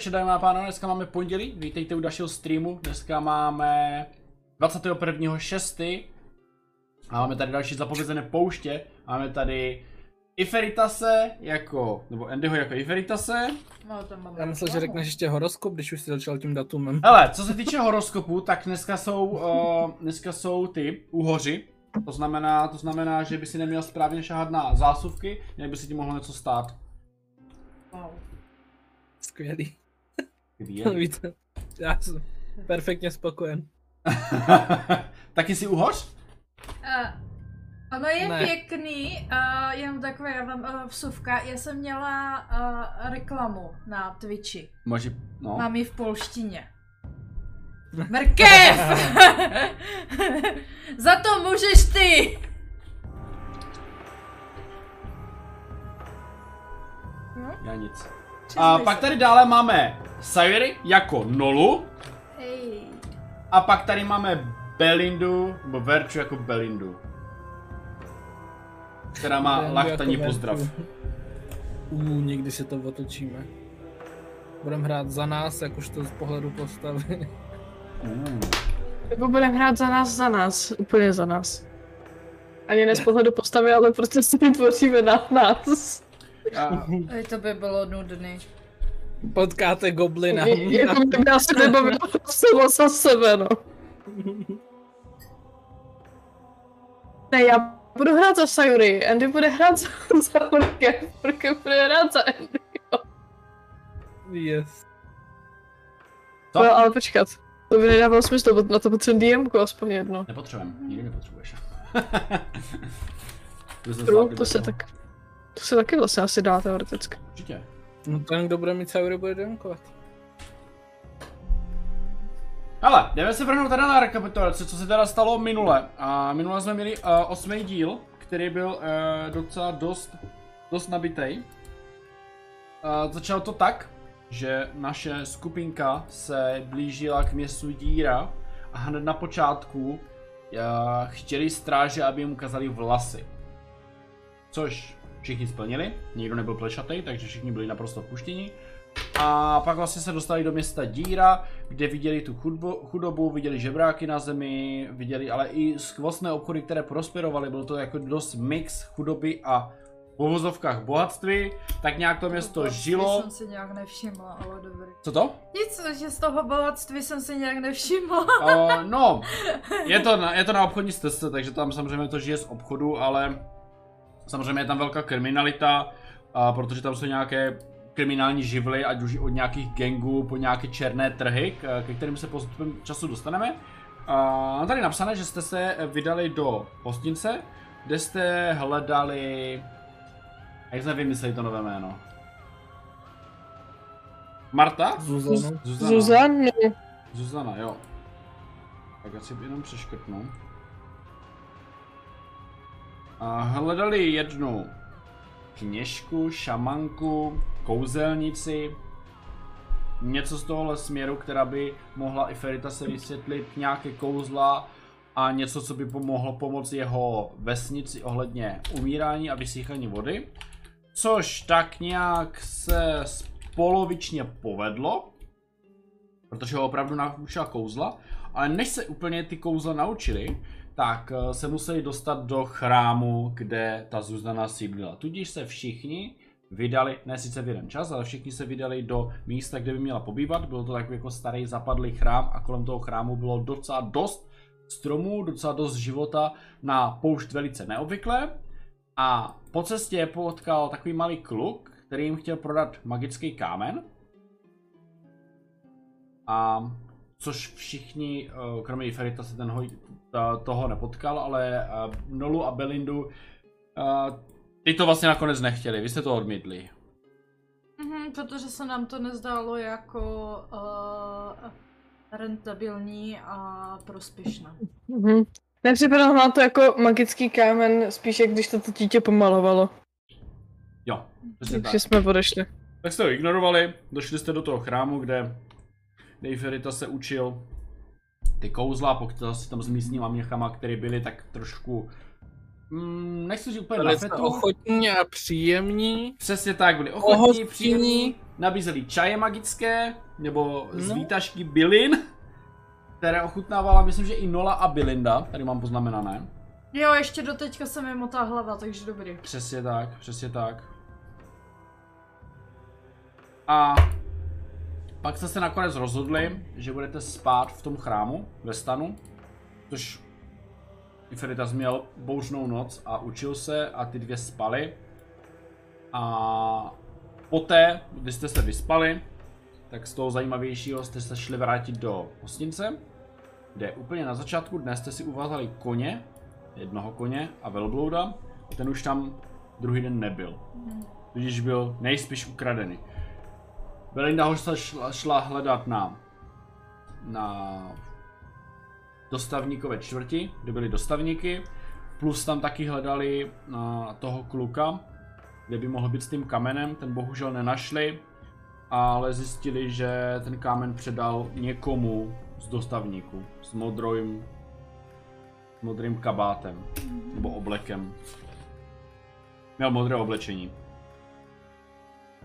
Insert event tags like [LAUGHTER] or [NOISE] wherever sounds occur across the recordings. Takže dámy a pánové, dneska máme pondělí, vítejte u dalšího streamu, dneska máme 21.6. A máme tady další zapovězené pouště, máme tady Iferitase jako, nebo Endyho jako Iferitase. No, tam mám Já myslel, že reklamu. řekneš ještě horoskop, když už jsi začal tím datumem. Hele, co se týče horoskopu, tak dneska jsou, uh, dneska jsou ty uhoři. To znamená, to znamená, že by si neměl správně šahat na zásuvky, jinak by si ti mohlo něco stát. Wow. Skvělý. No, Kdy Víte, já jsem perfektně spokojen. [LAUGHS] Taky jsi uhoř? Eh, Ono je Ne. pěkný, uh, jenom takové, já vám uh, vsuvka, já jsem měla uh, reklamu na Twitchi, Může, no. mám ji [LAUGHS] v polštině. Mrkev! [LAUGHS] Za to můžeš ty! Já nic. A Přiznej pak se. tady dále máme Sayuri jako Nolu. Hej. A pak tady máme Belindu, nebo Verču jako Belindu. Která má Belindu lachtaní jako pozdrav. Verču. Uuu, někdy si to otočíme. Budeme hrát za nás, jak už to z pohledu postavy. Mm. Nebo budeme hrát za nás, za nás, úplně za nás. Ani ne z pohledu postavy, ale prostě si vytvoříme na nás. [LAUGHS] A, Ej, to by bylo nudný. [LAUGHS] Potkáte goblina. Jako by mě asi nebavilo samo za sebe, no. Ne, já budu hrát za Sayuri, Andy bude hrát za, [LAUGHS] za Orkem, Orkem bude hrát za Andy. Yes. to No, ale počkat, to by nedávalo smysl, bo na to potřebuji DMku aspoň jedno. nepotřebujeme, nikdy [LAUGHS] nepotřebuješ. to, jsme True, zvládli to se bez toho. tak... To se taky vlastně asi dá teoreticky. Určitě. No ten, kdo bude mít Saury, bude demkovat. Ale jdeme se vrhnout teda na rekapitulaci, co se teda stalo minule. A minule jsme měli uh, osmý díl, který byl uh, docela dost, dost nabitej. Uh, začalo to tak, že naše skupinka se blížila k městu Díra a hned na počátku uh, chtěli stráže, aby jim ukázali vlasy. Což všichni splnili, nikdo nebyl plešatý, takže všichni byli naprosto puštěni. A pak vlastně se dostali do města Díra, kde viděli tu chudbo, chudobu, viděli žebráky na zemi, viděli ale i skvostné obchody, které prosperovaly. Byl to jako dost mix chudoby a v uvozovkách bohatství. Tak nějak to město Bohatství žilo. jsem si nějak nevšimla, ale dobrý. Co to? Nic, že z toho bohatství jsem si nějak nevšimla. Uh, no, je to, na, je to na obchodní stezce, takže tam samozřejmě to žije z obchodu, ale samozřejmě je tam velká kriminalita, a protože tam jsou nějaké kriminální živly, ať už od nějakých gangů po nějaké černé trhy, k, ke kterým se postupem času dostaneme. A mám tady napsané, že jste se vydali do hostince, kde jste hledali... Jak jsme vymysleli to nové jméno? Marta? Zuzanu. Zuzan, no, Zuzana, jo. Tak já si jenom přeškrtnu. A hledali jednu kněžku, šamanku, kouzelnici, něco z tohohle směru, která by mohla i Ferita se vysvětlit, nějaké kouzla a něco, co by pomohlo pomoct jeho vesnici ohledně umírání a vysychání vody. Což tak nějak se polovičně povedlo, protože ho opravdu naučila kouzla, ale než se úplně ty kouzla naučili, tak eh, se museli dostat do chrámu, kde ta Zuzana sídlila. Tudíž se všichni vydali, ne sice v jeden čas, ale všichni se vydali do místa, kde by měla pobývat. Bylo to takový jako starý zapadlý chrám a kolem toho chrámu bylo docela dost stromů, docela dost života na poušť velice neobvyklé. A po cestě je potkal takový malý kluk, který jim chtěl prodat magický kámen. A což všichni, eh, kromě Iferita se ten hoj, ta- toho nepotkal, ale eh, Nolu a Belindu, eh, ty to vlastně nakonec nechtěli, vy jste to odmítli. Mhm, protože se nám to nezdálo jako uh, rentabilní a prospěšné. Mhm. Nepřipadalo nám to jako magický kámen, spíš jak když to to dítě pomalovalo. Jo, přesně tak. Takže jsme odešli. Tak jste ho ignorovali, došli jste do toho chrámu, kde Neyferita se učil ty kouzla, pokud si tam s místníma měchama, které byly tak trošku, mm, nechci říct úplně na Velice fetu. ochotní a příjemní. Přesně tak, byli ochotní, Ohostinní. příjemní, nabízeli čaje magické, nebo z No. výtažky bylin, které ochutnávala, myslím, že i Nola a Bylinda, tady mám poznamenané. Jo, ještě do teďka se mi motá hlava, takže dobrý. Přesně tak, přesně tak. A pak jste se nakonec rozhodli, že budete spát v tom chrámu, ve stanu, což Iferitas měl bouřnou noc a učil se a ty dvě spaly. A poté, když jste se vyspali, tak z toho zajímavějšího jste se šli vrátit do hostince, kde úplně na začátku dne jste si uvázali koně, jednoho koně a velblouda, a ten už tam druhý den nebyl. Tudíž byl nejspíš ukradený. Belinda ho šla, šla, šla hledat na, na dostavníkové čtvrti, kde byly dostavníky, plus tam taky hledali na toho kluka, kde by mohl být s tím kamenem, ten bohužel nenašli, ale zjistili, že ten kámen předal někomu z dostavníků s modrým, s modrým kabátem nebo oblekem. Měl modré oblečení.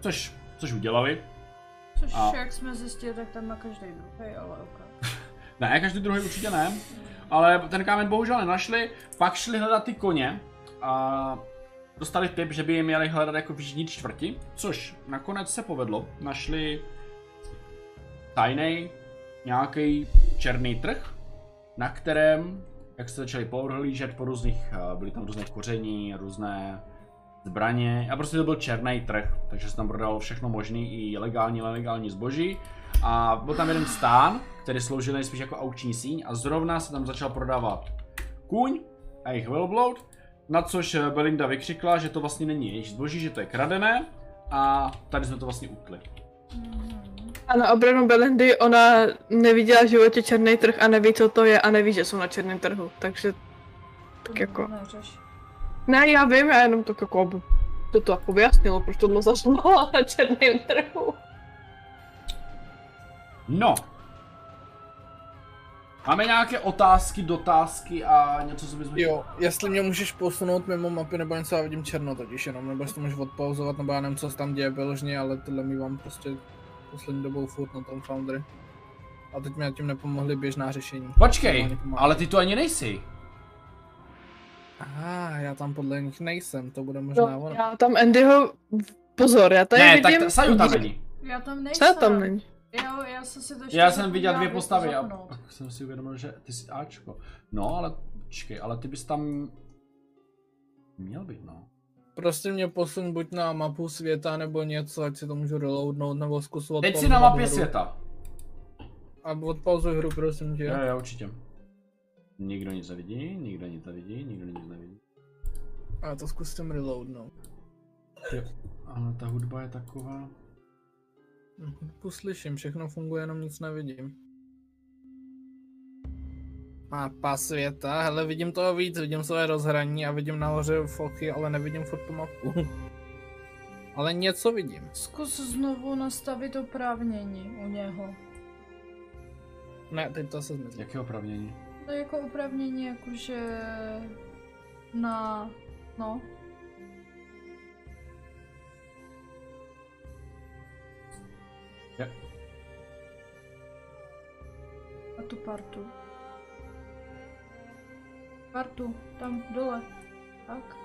Což, což udělali. Což A- jak jsme zjistili, tak tam má každý druhý, ale ok. Ne, každý druhý určitě ne. Ale ten kámen bohužel nenašli, pak šli hledat ty koně a dostali tip, že by je měli hledat jako v jižní čtvrti, což nakonec se povedlo. Našli tajný nějaký černý trh, na kterém, jak se začali pohlížet po různých, eh, byly tam různé koření, různé zbraně a prostě to byl černý trh, takže se tam prodalo všechno možný i legální, nelegální zboží. A byl tam jeden stán, který sloužil nejspíš jako aukční síň a zrovna se tam začal prodávat kůň a jejich velbloud, na což eh, Belinda vykřikla, že to vlastně není jejich zboží, že to je kradené a tady jsme to vlastně utli. Mhm, A na obranu Belindy ona neviděla v životě černý trh a neví, co to je a neví, že jsou na černém trhu. Takže tak jako... Neřeš. Ne, já vím, já jenom tak jako... ob- To to jako vyjasnilo, proč tohle zařvala [LAUGHS] na černém trhu. No. Máme nějaké otázky, dotázky a něco, co bychom... Jo, jestli mě můžeš posunout mimo mapy nebo něco, já vidím černo totiž jenom, nebo jestli to můžeš odpauzovat, nebo já nevím, co se tam děje vyložně, ale tohle mývám prostě poslední dobou furt na tom Foundry. A teď mi nad tím nepomohly běžná řešení. Počkej, Normálně pomáhá. ale ty tu ani nejsi. Aha, já tam podle nich nejsem, to bude možná No, ono. já tam Andyho... Pozor, já tady ne, vidím... tak ta, Saju tam není. Já tam nejsem. Co tam není? Jo, já jsem si to ještě Já jsem viděl zapomněla dvě postavy a zapnout. pak jsem si uvědomil, že ty jsi Ačko. No, ale počkej, ale ty bys tam měl být, no. Prostě mě posun buď na mapu světa nebo něco, ať si to můžu reloadnout nebo zkus odpauzovat Teď si na mapě hru. světa. A odpauzuj hru, prosím tě. Jo, jo, určitě. Nikdo nic nevidí, nikdo nic nevidí, nikdo nic nevidí. A já to zkusím reloadnout. Ale ta hudba je taková... Mhm, Poslyším, všechno funguje, jenom nic nevidím. Mapa světa, hele vidím toho víc, vidím své rozhraní a vidím nahoře foky, ale nevidím furt tu mapu. [LAUGHS] ale něco vidím. Zkus znovu nastavit oprávnění u něho. Ne, teď to se zmizí. Jaké opravnění? To je jako oprávnění jakože na... no. Jo. A tu partu. Partu, tam dole. Tak.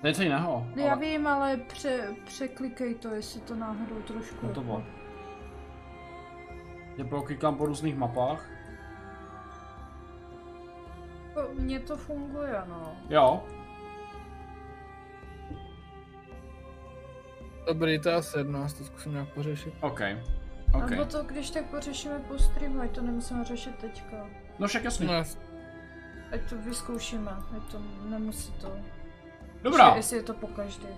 To je něco jiného. Ale... Já vím, ale pře- překlikej to, jestli to náhodou trošku... No to jako- bylo. Já proklikám po různých mapách. Jako, Mně to funguje, no. Jo, Dobrý, to je asi jedno, já si to zkusím nějak pořešit. OK. Okay. Nebo OK. No to, když tak pořešíme po streamu, ať to nemusíme řešit teďka. No však No, jasně. jas- Ať to vyzkoušíme, ať to nemusí to. Dobrá. Že, jestli je to pokaždé.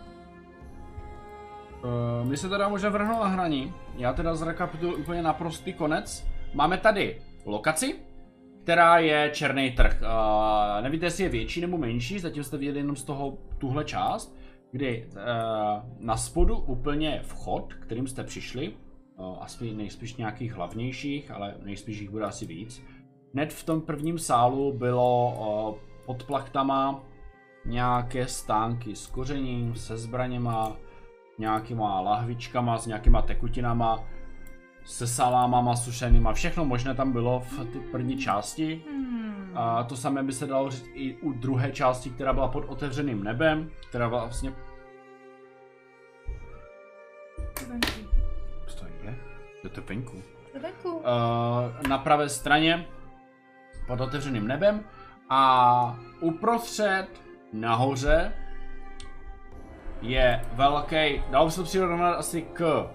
Eh, My se teda můžeme vrhnout na hraní. Já teda zrekapituluji úplně naprostý konec. Máme tady lokaci, která je černý trh. Eh, Nevíte, jestli je větší nebo menší, zatím jste viděli jenom z toho tuhle část, kdy eh, na spodu úplně je vchod, kterým jste přišli, eh, aspoň nejspíš nějakých hlavnějších, ale nejspíš jich bude asi víc. Hned v tom prvním sálu bylo eh, pod plachtama nějaké stánky s kořením, se zbraněma, nějakýma lahvičkama, s nějakýma tekutinama, se salámama sušenýma, všechno možné tam bylo v té první části. Hmm. A to samé by se dalo říct i u druhé části, která byla pod otevřeným nebem, která byla vlastně... Venku. Co to je? Jdete venku. Venku. Eh, na pravé straně pod otevřeným nebem a uprostřed nahoře je velký, dalo by se to přirovnat asi k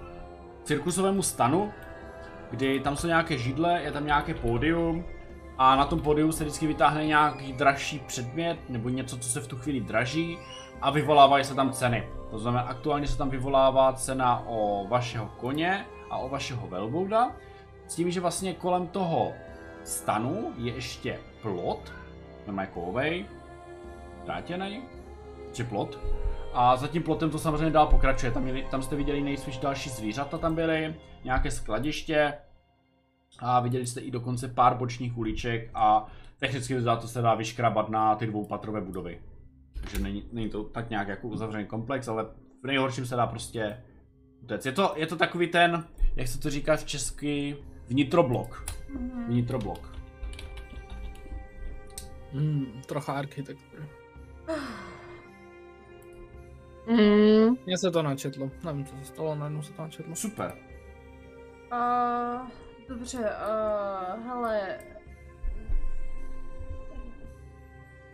cirkusovému stanu, kdy tam jsou nějaké židle, je tam nějaké pódium a na tom pódiu se vždycky vytáhne nějaký dražší předmět nebo něco, co se v tu chvíli draží a vyvolávají se tam ceny. To znamená, aktuálně se tam vyvolává cena o vašeho koně a o vašeho velbouda. S tím, že vlastně kolem toho stanu je ještě plot, normálně kovej, drátěnej, či plot. A za tím plotem to samozřejmě dál pokračuje. Tam, je, tam jste viděli nejspíš další zvířata tam byly, nějaké skladiště. A viděli jste i dokonce pár bočních uliček a technicky za to se dá vyškrabat na ty dvoupatrové budovy. Takže není, není to tak nějak jako uzavřený komplex, ale v nejhorším se dá prostě utéct. Je to, je to takový ten, jak se to říká v česky, vnitroblok. Mhm. Vnitroblok. Hmm, trocha architektury. Mm, Mně se to načetlo, nevím co se stalo, najednou se to načetlo. No Super. Uh, dobře, uh, hele.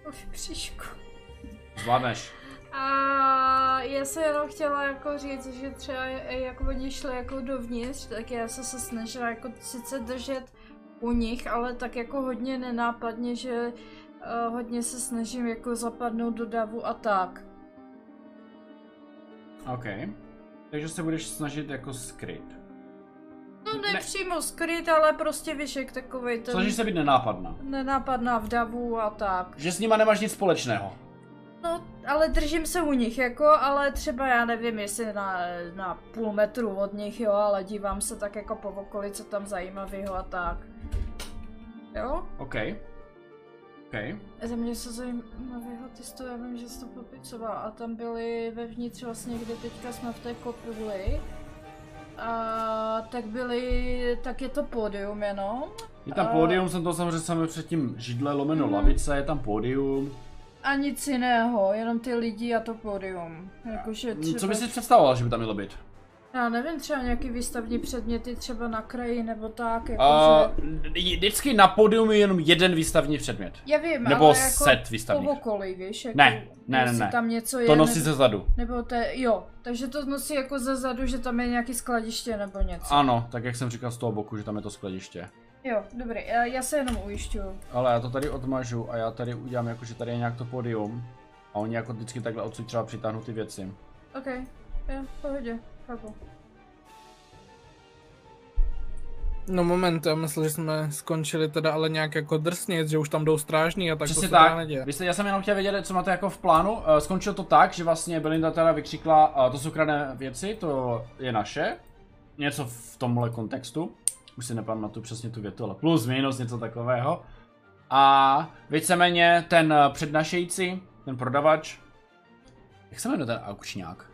Už příšku. Zvládneš. A já se jenom chtěla jako říct, že třeba jak oni šli jako dovnitř, tak já jsem se snažila jako sice držet u nich, ale tak jako hodně nenápadně, že uh, hodně se snažím jako zapadnout do davu a tak. OK. Takže se budeš snažit jako skryt. No Ne. ne, přímo skryt, ale prostě vyšek takovej ten Snažíš se být nenápadná. nenápadná v davu a tak. Že s nima nemáš nic společného. No, ale držím se u nich jako, ale třeba já nevím, jestli na, na půl metru od nich, jo, ale dívám se tak jako po okolí, co tam zajímavého a tak. Jo? OK. OK. Za mě se zajímavého testu, já vím, že jsi to popicoval a tam byli vevnitř vlastně, kde teďka jsme v té kopuli. A tak byli, tak je to pódium jenom. Je tam A- pódium, jsem to samozřejmě sami předtím židle lomeno Mhm. lavice, je tam pódium. A nic jiného, jenom ty lidi a to pódium. Jakože Mm, třeba... Co bys si představoval, že by tam mělo být? Já nevím, třeba nějaký výstavní předměty třeba na kraji nebo tak, jakože... A, vždycky na pódium je jenom jeden výstavní předmět. Já vím, Nebo ale jako set po výstavních. okolí, víš, jako, Ne, ne, ne, jestli ne. tam něco je, To nosí nebo, ze zadu. nebo to je, jo, takže to nosí jako ze zadu, že tam je nějaký skladiště nebo něco. Ano, tak jak jsem říkal z toho boku, že tam je to skladiště. Jo, dobrý, já, já se jenom ujišťuju. Ale já to tady odmažu a já tady udělám jako, že tady je nějak to pódium. A oni jako vždycky takhle odsud třeba přitáhnou ty věci. OK, jo, v pohodě, chápu. No moment, já myslel, že jsme skončili teda ale nějak jako drsně, že už tam jdou strážní a tak Přesně to se teda tak. neděje. Vy jste, já jsem jenom chtěl vědět, co máte jako v plánu. Uh, skončilo to tak, že vlastně Belinda teda vykřikla, uh, to jsou kradené věci, to je naše. Něco v tomhle kontextu. Už si nepamatuju přesně tu větu, ale plus, minus, něco takového. A víceméně ten eh, přednášející, ten prodavač, jak se jmenuje ten aukčňák?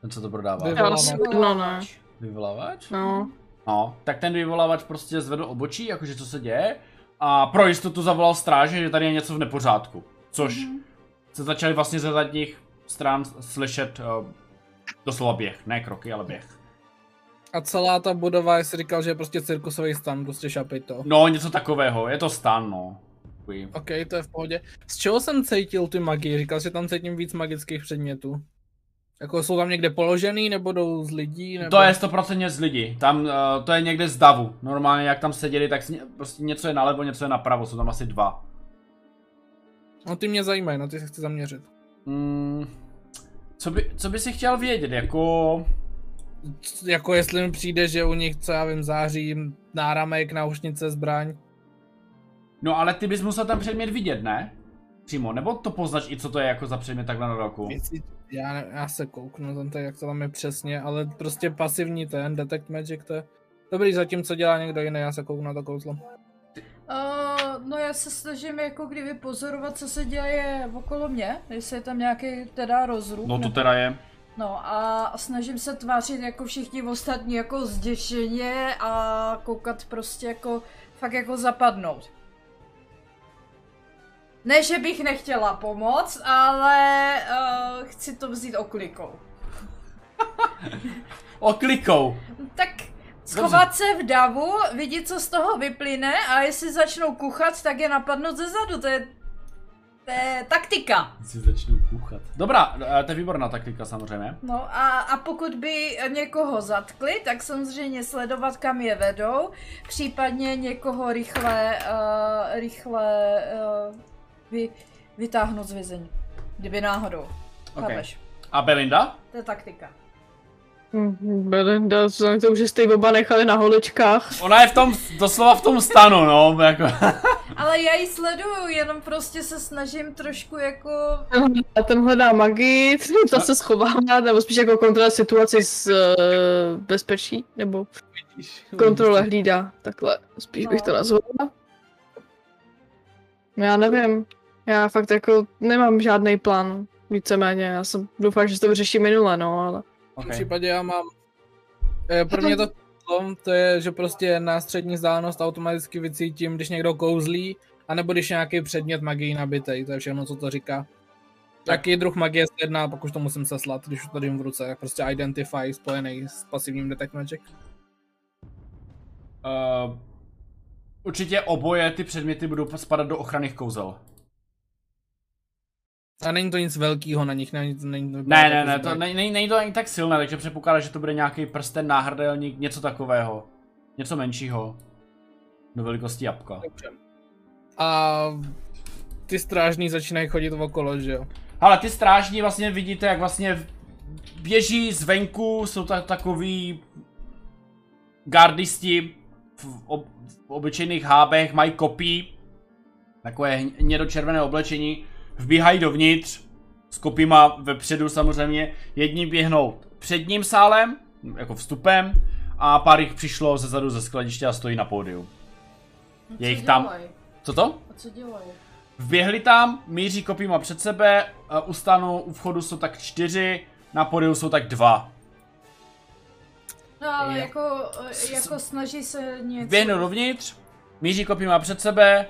Ten, co to prodává? Vyvo- já jako- si, no ne, Vyvolávač? no. No, tak ten vyvolávač prostě zvedl obočí, jakože co se děje, a pro jistotu zavolal stráže, že tady je něco v nepořádku. Což Mhm. se začali vlastně ze zadních stran slyšet uh, doslova běh, ne kroky, ale běh. A celá ta budova, jak jsi říkal, že je prostě cirkusový stan, prostě šapy to. No, něco takového, je to stan, no. Takový. OK, to je v pohodě. Z čeho jsem cítil ty magii? Říkal jsi, že tam cítím víc magických předmětů. Jako jsou tam někde položený, nebo jdou z lidí, nebo... To je stoprocentně z lidí, tam, uh, to je někde z davu, normálně jak tam seděli, tak sně, prostě něco je nalevo, něco je napravo, jsou tam asi dva. No ty mě zajímají, na ty se chci zaměřit. Mm, co, by, co by si chtěl vědět, jako... C- jako jestli mi přijde, že u nich, co já vím, září náramek, náušnice, zbraň. No ale ty bys musel ten předmět vidět, ne? Přímo, nebo to poznač i co to je jako za předmět takhle na roku? Jestli- Já, ne, já se kouknu tam tak, jak to tam je přesně, ale prostě pasivní ten, Detect Magic, to je... Dobrý, zatímco dělá někdo jiný, já se kouknu na to kouzlo. Uh, no já se snažím jako kdyby pozorovat, co se děje okolo mě, jestli je tam nějaký teda rozruch. No to nebo- teda je. No a snažím se tvářit jako všichni ostatní jako zděšeně a koukat prostě jako fakt jako zapadnout. Ne, že bych nechtěla pomoct, ale uh, chci to vzít oklikou. Oklikou! Tak schovat se v davu, vidět, co z toho vyplyne a jestli začnou kuchat, tak je napadnout zezadu, to je, to je taktika. Si začnu puchat. Dobrá, eh, to je výborná taktika samozřejmě. No a, a pokud by někoho zatkli, tak samozřejmě sledovat, kam je vedou, případně někoho rychle, uh, rychle uh, vy, vytáhnout z vězení, kdyby náhodou. Ok. Chápeš? A Belinda? To je taktika. Hm, Belinda, vzhledem k tomu, že jste ji oba nechali na holičkách. Ona je v tom, doslova v tom stanu, no, jako. Ale já ji sleduju, jenom prostě se snažím trošku jako... A ten hledá magii, ta se schovává, nebo spíš jako kontrola situaci z eh, bezpečí, nebo kontrole hlídá, takhle, spíš bych to No. nazvala. No, Já nevím, já fakt jako nemám žádný plán, víceméně, já jsem doufám, že se to vyřeší minule, no, ale... [LAUGHS] V Ok. tom případě já mám... eh, Pro mě to tom, to je, že prostě na střední vzdálenost automaticky vycítím, když někdo kouzlí, anebo když je nějaký předmět magii nabitej, to je všechno, co to říká. Jaký druh magie se jedná, pak už to musím seslat, když už to jim v ruce, tak prostě identify spojený s pasivním detect magic. Uh, určitě oboje ty předměty budou spadat do ochranných kouzel. A není to nic velkého na nich, není, není to... Ne, ne, ne, jako to ne, ne, není to ani tak silné, takže předpokládám, že to bude nějaký prsten, náhrdelník, něco takového. Něco menšího. Do velikosti jabka. Dobře. A ty strážní začínají chodit okolo, že jo? Ale ty strážní vlastně vidíte, jak vlastně běží zvenku, jsou ta, takový gardisti v, ob, v obyčejných hábech, mají kopí, takové hn- hnědočervené oblečení, vbíhají dovnitř, s kopíma vepředu samozřejmě, jedni běhnou předním sálem, jako vstupem, a pár jich přišlo zezadu ze skladiště a stojí na pódiu. No, Je co jich tam- dělají? Co to? A co dělají? Vběhli tam, míří kopíma před sebe, eh, u stanu, u vchodu jsou tak čtyři, na podiu jsou tak dva. No ale Jo. jako, eh, jako snaží se něco... Běhnou dovnitř, míří kopíma před sebe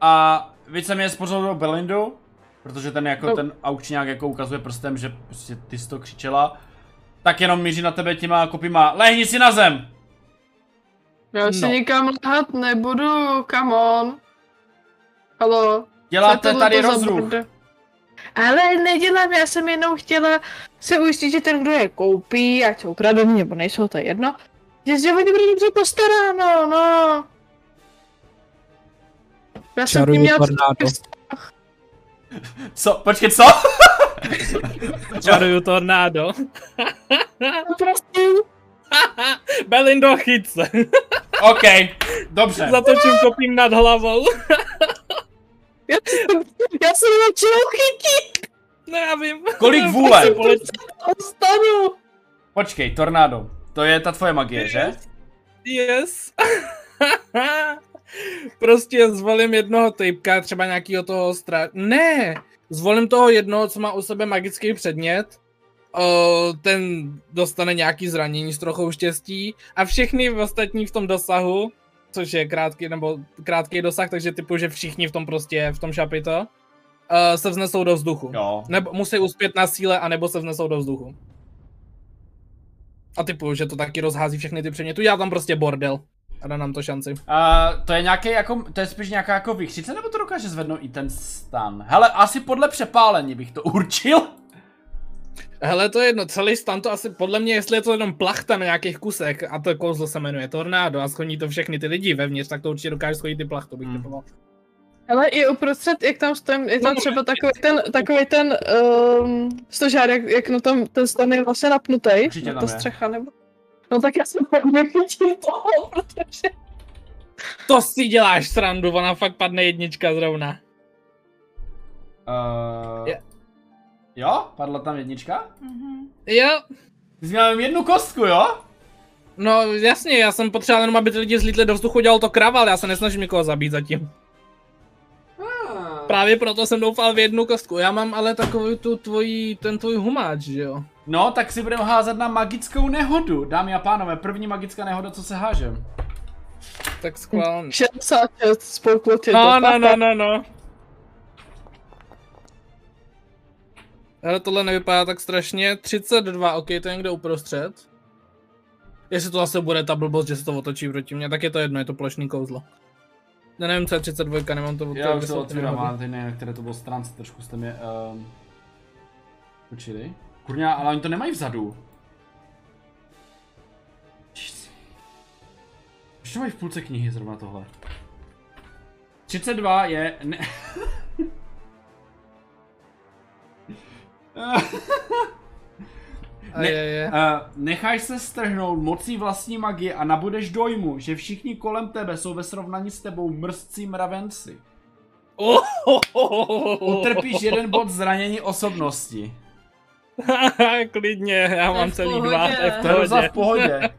a víc jsem je spozoruju Belindu, protože ten jako No. ten aukčňák jako ukazuje prstem, že prostě ty jsi to křičela. Tak jenom míří na tebe těma kopíma, lehni si na zem! Já se No. nikam lhát nebudu, come on. Halo. co Děláte je tohle tady to za rozruch. brda? Ale nedělám, já jsem jenom chtěla se ujistit, že ten, kdo je koupí, ať jsou kradený nebo nejsou, to je jedno, že se o ně bude dobře postaráno, no. Já jsem k Čaruju ním měla tornádo. Co? Počkej, co? [LAUGHS] Čaruju [LAUGHS] tornádo. prostě Belindo, chyt se. OK, dobře. Zatočím kopím nad [LAUGHS] hlavou. já jsem na čelouchy No já vím. [LAUGHS] Kolik vůle? Prostě ostanu. Počkej, tornádo. To je ta tvoje magie, že? [LAUGHS] Yes. prostě Zvolím jednoho typka, třeba nějakýho toho stra... Ne! Zvolím toho jednoho, co má u sebe magický předmět. O, ten dostane nějaký zranění s trochou štěstí. A všechny ostatní v tom dosahu, což je krátký, nebo krátký dosah, takže typu, že všichni v tom prostě, v tom šapito, uh, se vznesou do vzduchu. Jo. Nebo musí uspět na síle, anebo se vznesou do vzduchu. A typu, že to taky rozhází všechny ty předměty. Já tam prostě bordel. A dá nám to šanci. A to je nějaký jako, to je spíš nějaká jako výchřice, nebo to dokáže zvednout i ten stan? Hele, asi podle přepálení bych to [LAUGHS] určil. Hele, to je jedno, celý stan to asi, podle mě, jestli je to jenom plachta na nějakých kusek, a to kouzlo se jmenuje tornádo a schoní to všechny ty lidi vevnitř, tak to určitě dokáže schodit ty plachtu, bych Hmm. typoval. Ale i uprostřed, jak tam stojím, je No, tam třeba takový ten, takový ten um, stožár, jak, jak na tom ten stan je vlastně napnutý, Určitě na tam ta je. střecha nebo... No tak já jsem pak nechytil toho, protože... To si děláš srandu, ona fakt padne jednička zrovna. Uh, Je. Jo, padla tam jednička? Mhm. Jo, Ty jsi měl jen jednu kostku, jo? no jasně, já jsem potřeboval jenom, aby ty lidi zlítli do vzduchu, dělal to kraval, já se nesnažím nikoho zabít zatím. Právě proto jsem doufal v jednu kostku. Já mám ale takový tu tvojí, ten tvůj humáč, že jo? No, tak si budeme házet na magickou nehodu. Dámy a pánové, první magická nehoda, co se háže. Tak schválně. 66 spolklo tě No, no, no, no, no. Ale tohle nevypadá tak strašně. 32, ok, to je někde uprostřed. Jestli to zase bude ta blbost, že se to otočí proti mně, tak je to jedno, je to plošný kouzlo. Já nevím, co je 32, nemám to Já už kde se jsou ty otvírám, nehody. ale teď nevím, na které to bylo stránce, trošku jste mě um, učili. Kurňa, ale oni to nemají vzadu. Jeez. Proč to mají v půlce knihy zrovna tohle? 32 je... Ne... [LAUGHS] A je, je. Uh, necháš se strhnout mocí vlastní magie a nabudeš dojmu, že všichni kolem tebe jsou ve srovnání s tebou mrzcí mravenci. Utrpíš jeden bod zranění osobnosti. [LAUGHS] Klidně, já mám v celý pohodě. dva, to je v To je docela pohodě. v pohodě.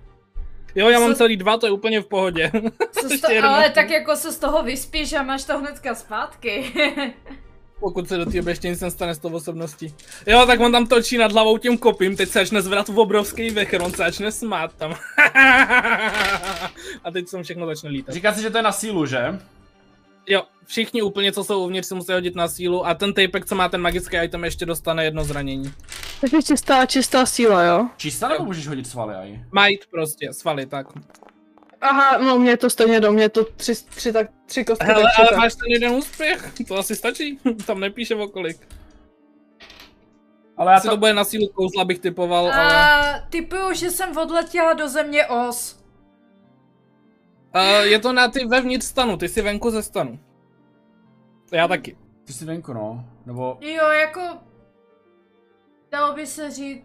Jo, já mám Co- celý dva, to je úplně v pohodě. [LAUGHS] Co z Ještě to, jeden ale odpor. tak jako se z toho vyspíš a máš to hnedka zpátky. [LAUGHS] Pokud se do té doby ještě nic nestane s tou osobností. Jo, tak on tam točí nad hlavou tím kopím, teď se začne zvedat v obrovský vechr, on se začne smát tam. [LAUGHS] A teď se všechno začne lítat. Říká se, že to je na sílu, že? Jo, všichni úplně, co jsou uvnitř, si musí hodit na sílu a ten tapek, co má ten magický item, ještě dostane jedno zranění. Takže čistá, čistá síla, jo? Čistá nebo můžeš hodit svaly aj? Might prostě, svaly, tak. Aha, no mě to stejně do mě to tři, tři, tak, tři kostky. Hele, tak ale čeká. máš ten jeden úspěch, to asi stačí, [LAUGHS] tam nepíše o kolik. Ale já Asi to to... bude na sílu kouzla, bych typoval, ale... A typuju, že jsem odletěla do země os. Uh, je to na ty vevnitř stanu, ty jsi venku ze stanu. Já taky. Ty jsi venku, no. Nebo... Jo, jako... Dalo by se říct...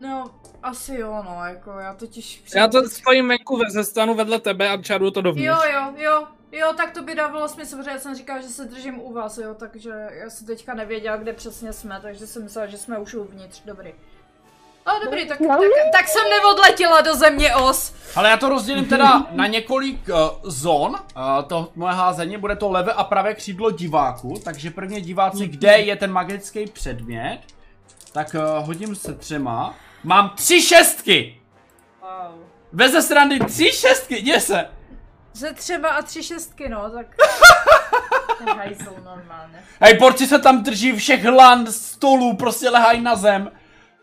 No, asi jo, no, jako já totiž... Já to stojím venku ve- ze stanu vedle tebe a čaruju to dovnitř. Jo, jo, jo, jo, tak to by dávalo smysl, protože já jsem říkala, že se držím u vás, jo, takže já jsem teďka nevěděla, kde přesně jsme, takže jsem myslela, že jsme už uvnitř, dobrý. Ale dobrý, tak, tak, tak jsem neodletěla do země os. Ale já to rozdělím teda na několik uh, zón. Uh, to moje házení bude to levé a pravé křídlo diváku. Takže prvně diváci, kde je ten magický předmět. Tak uh, hodím se třema. Mám tři šestky! Wow. Beze srandy tři šestky, děje se! Ze třeba a tři šestky, no, tak... Ten hajzl normálně. Hej, borci se tam drží všech lan, stolů, prostě lehají na zem.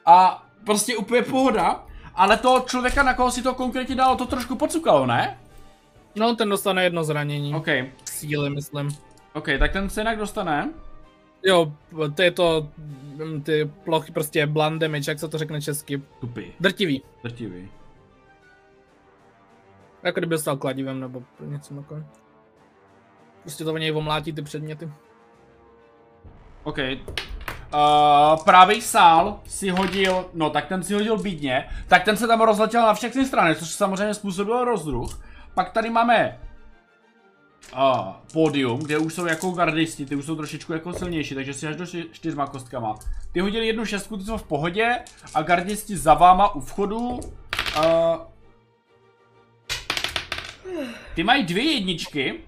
A prostě úplně pohoda. Ale toho člověka, na koho si to konkrétně dalo, to trošku pocukalo, ne? No, ten dostane jedno zranění. OK, Síly, myslím. OK, tak ten se jinak dostane. Jo, to je to, mm, ty plochy prostě blunt damage, jak se to řekne česky. Tupý, Drtivý. drtivý. Jako kdyby dostal kladivem nebo něco takové. Prostě to v něj omlátí ty předměty. OK. Uh, právý sál si hodil, no tak ten si hodil bídně, tak ten se tam rozletěl na všechny strany, což samozřejmě způsobilo rozruch. Pak tady máme uh, pódium, kde už jsou jako gardisti, ty už jsou trošičku jako silnější, takže si až do ši- čtyřma kostkama. Ty hodili jednu šestku, ty jsou v pohodě a gardisti za váma u vchodu. Uh, ty mají dvě jedničky,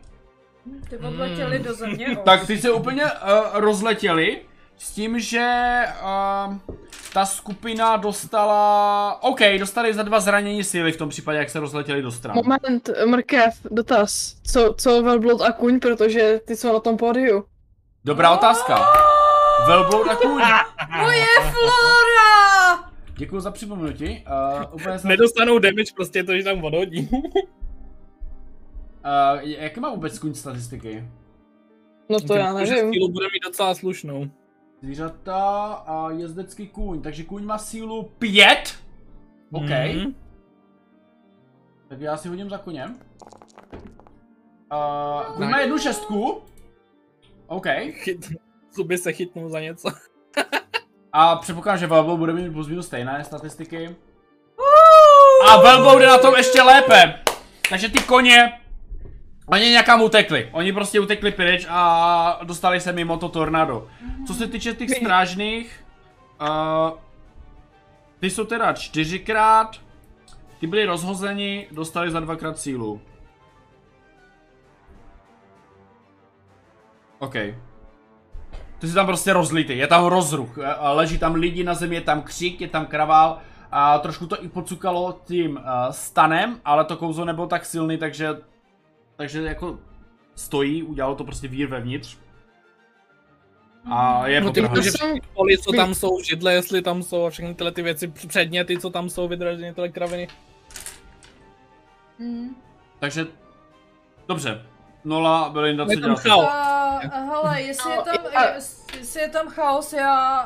Ty odletěli do země no. os. tak ty se úplně uh, rozletěli s tím, že uh, ta skupina dostala... OK, dostali za dva zranění síly v tom případě, jak se rozletěli do stran. Moment, mrkev, dotaz. Co, co velblod a kuň, protože ty jsou na tom pódiu. Dobrá otázka. Velbloud a kůň. Moje flora! Děkuji za připomenutí. Uh, úplně jsem... Nedostanou damage, prostě to, že tam odhodí. Uh, jaké má vůbec kůň statistiky? No to já nevím. Sílu bude mít docela slušnou. Zvířata a jezdecký kůň. Takže kůň má sílu pět. OK. Mhm. Tak já si hodím za koněm. Uh, kůň má jednu šestku. OK. Chyt... Zuby se chytnou za něco. A předpokládám, že Valbo bude mít plus minus stejné statistiky. A Valbo jde na tom ještě lépe. Takže ty koně, oni někam utekli. Oni prostě utekli pryč a dostali se mimo to tornado. Co se týče těch strážných, uh, ty jsou teda čtyřikrát, ty byli rozhozeni, dostali za dvakrát sílu. OK. Ty jsi tam prostě rozlitý, je tam rozruch, e, e, leží tam lidi na zemi, je tam křik, je tam kravál. A trošku to i pocukalo tím eh, stanem, ale to kouzlo nebylo tak silný, takže, takže jako stojí, udělalo to prostě vír vevnitř. A je No, ty potom můžeš- hodně- jsem, Poli, co tam jsou, židle, jestli tam jsou a všechny tyhle ty věci, předměty, co tam jsou vydražené, tyhle kraviny. Mm. Takže, dobře. Nola, Belinda, Je co tam děláte? chaos. No. A, eh, hele, jestli je tam, No, a- jestli je tam chaos, já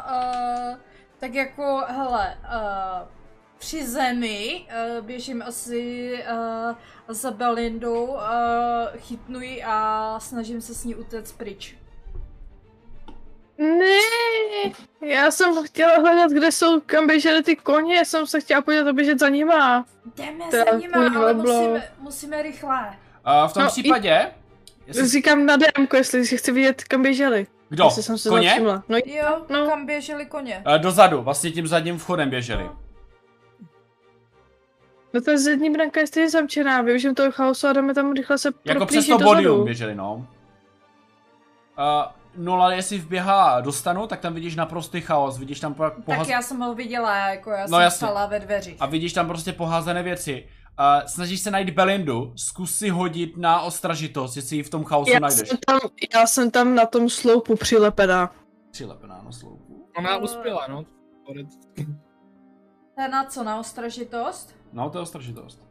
uh, tak jako, hele, uh, při zemi uh, běžím asi uh, za Belindou, uh, chytnu ji a snažím se s ní utéct pryč. ne, já jsem chtěla hledat, kde jsou, kam běžely ty koně, já jsem se chtěla podívat a běžet za nima. Jdeme To za je nima, úplně ale blblo. musíme, musíme rychle. A v tom No, i- případě, jestli, Říkám na DM, jestli si chci vidět, kam běželi. kdo? jestli jsem se Koně? zavšimla. No, Jo, No. kam běželi koně. Eh, Dozadu, vlastně tím zadním vchodem běželi. no to je zadní branka je stejně zamčená, využijem toho chaosu a jdeme tam rychle se Jako přes proplížit to dozadu. bodium běželi, no. Uh, Nola, jestli vběhá do stanu, tak tam vidíš naprostý chaos, vidíš tam po- Tak pohaz... já jsem ho viděla, jako já No, jsem jasně. stala ve dveřích. a vidíš tam prostě poházené věci. Uh, snažíš se najít Belindu, zkus si hodit na ostražitost, jestli ji v tom chaosu já najdeš. jsem, tam, já jsem tam na tom sloupu přilepená. Přilepená na sloupu. Ona uspěla, no. To je na co, na ostražitost? No, to je ostražitost.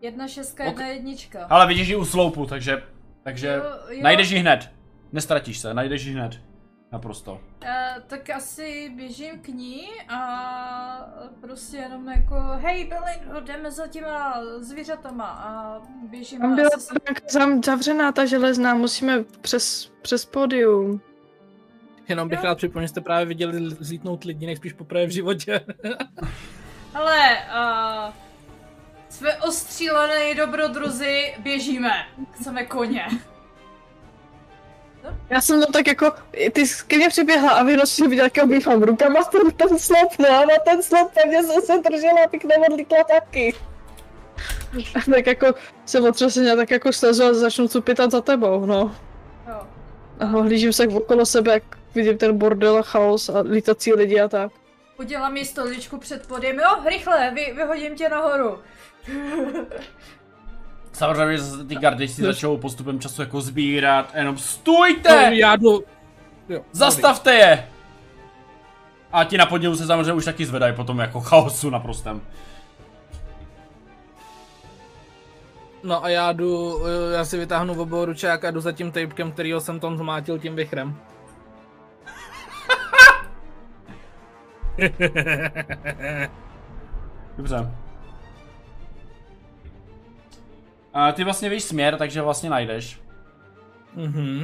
Jedna šestka, Ok. jedna jednička. Ale vidíš ji u sloupu, takže, takže Jo, jo. najdeš ji hned. Nestratíš se, najdeš ji hned. Naprosto. Eh, tak asi běžím k ní a prostě jenom jako, hej Belindo, jdeme za těma zvířatama a běžím Tam byla asi s- ta branka zam- zavřená, ta železná, musíme přes, přes podium. Jenom bych rád připomněl, že jste právě viděli l- zlítnout lidi, nejspíš poprvé v životě. Hele, uh, jsme ostřílené dobrodruzi, běžíme. Chceme koně. Já jsem tam tak jako, ty jsi ke mně přiběhla a vynos si viděl, jak já obývám rukama ten, ten slop, no a na ten slop pevně jsem se držela, abych neodlítla taky. A tak jako se otřeseně tak jako slezu a začnu cupitat za tebou, no. Jo. A hlížím se okolo sebe, jak vidím ten bordel a chaos a lítací lidi a tak. Udělám jí stoličku před podjem. Jo, rychle, vy, vyhodím tě nahoru. Samozřejmě zase ty gardisti začnou postupem času jako sbírat, jenom No, stůjte! já jdu... Jo, Zastavte je! A ti na podnělu se samozřejmě už taky zvedají potom jako chaosu naprostém. dobrý. No a já jdu, eh, já si vytáhnu obou ručák a jdu za tím tapkem, kterýho jsem tam zmátil tím vichrem. Dobře. A ty vlastně víš směr, takže vlastně najdeš. Mhm.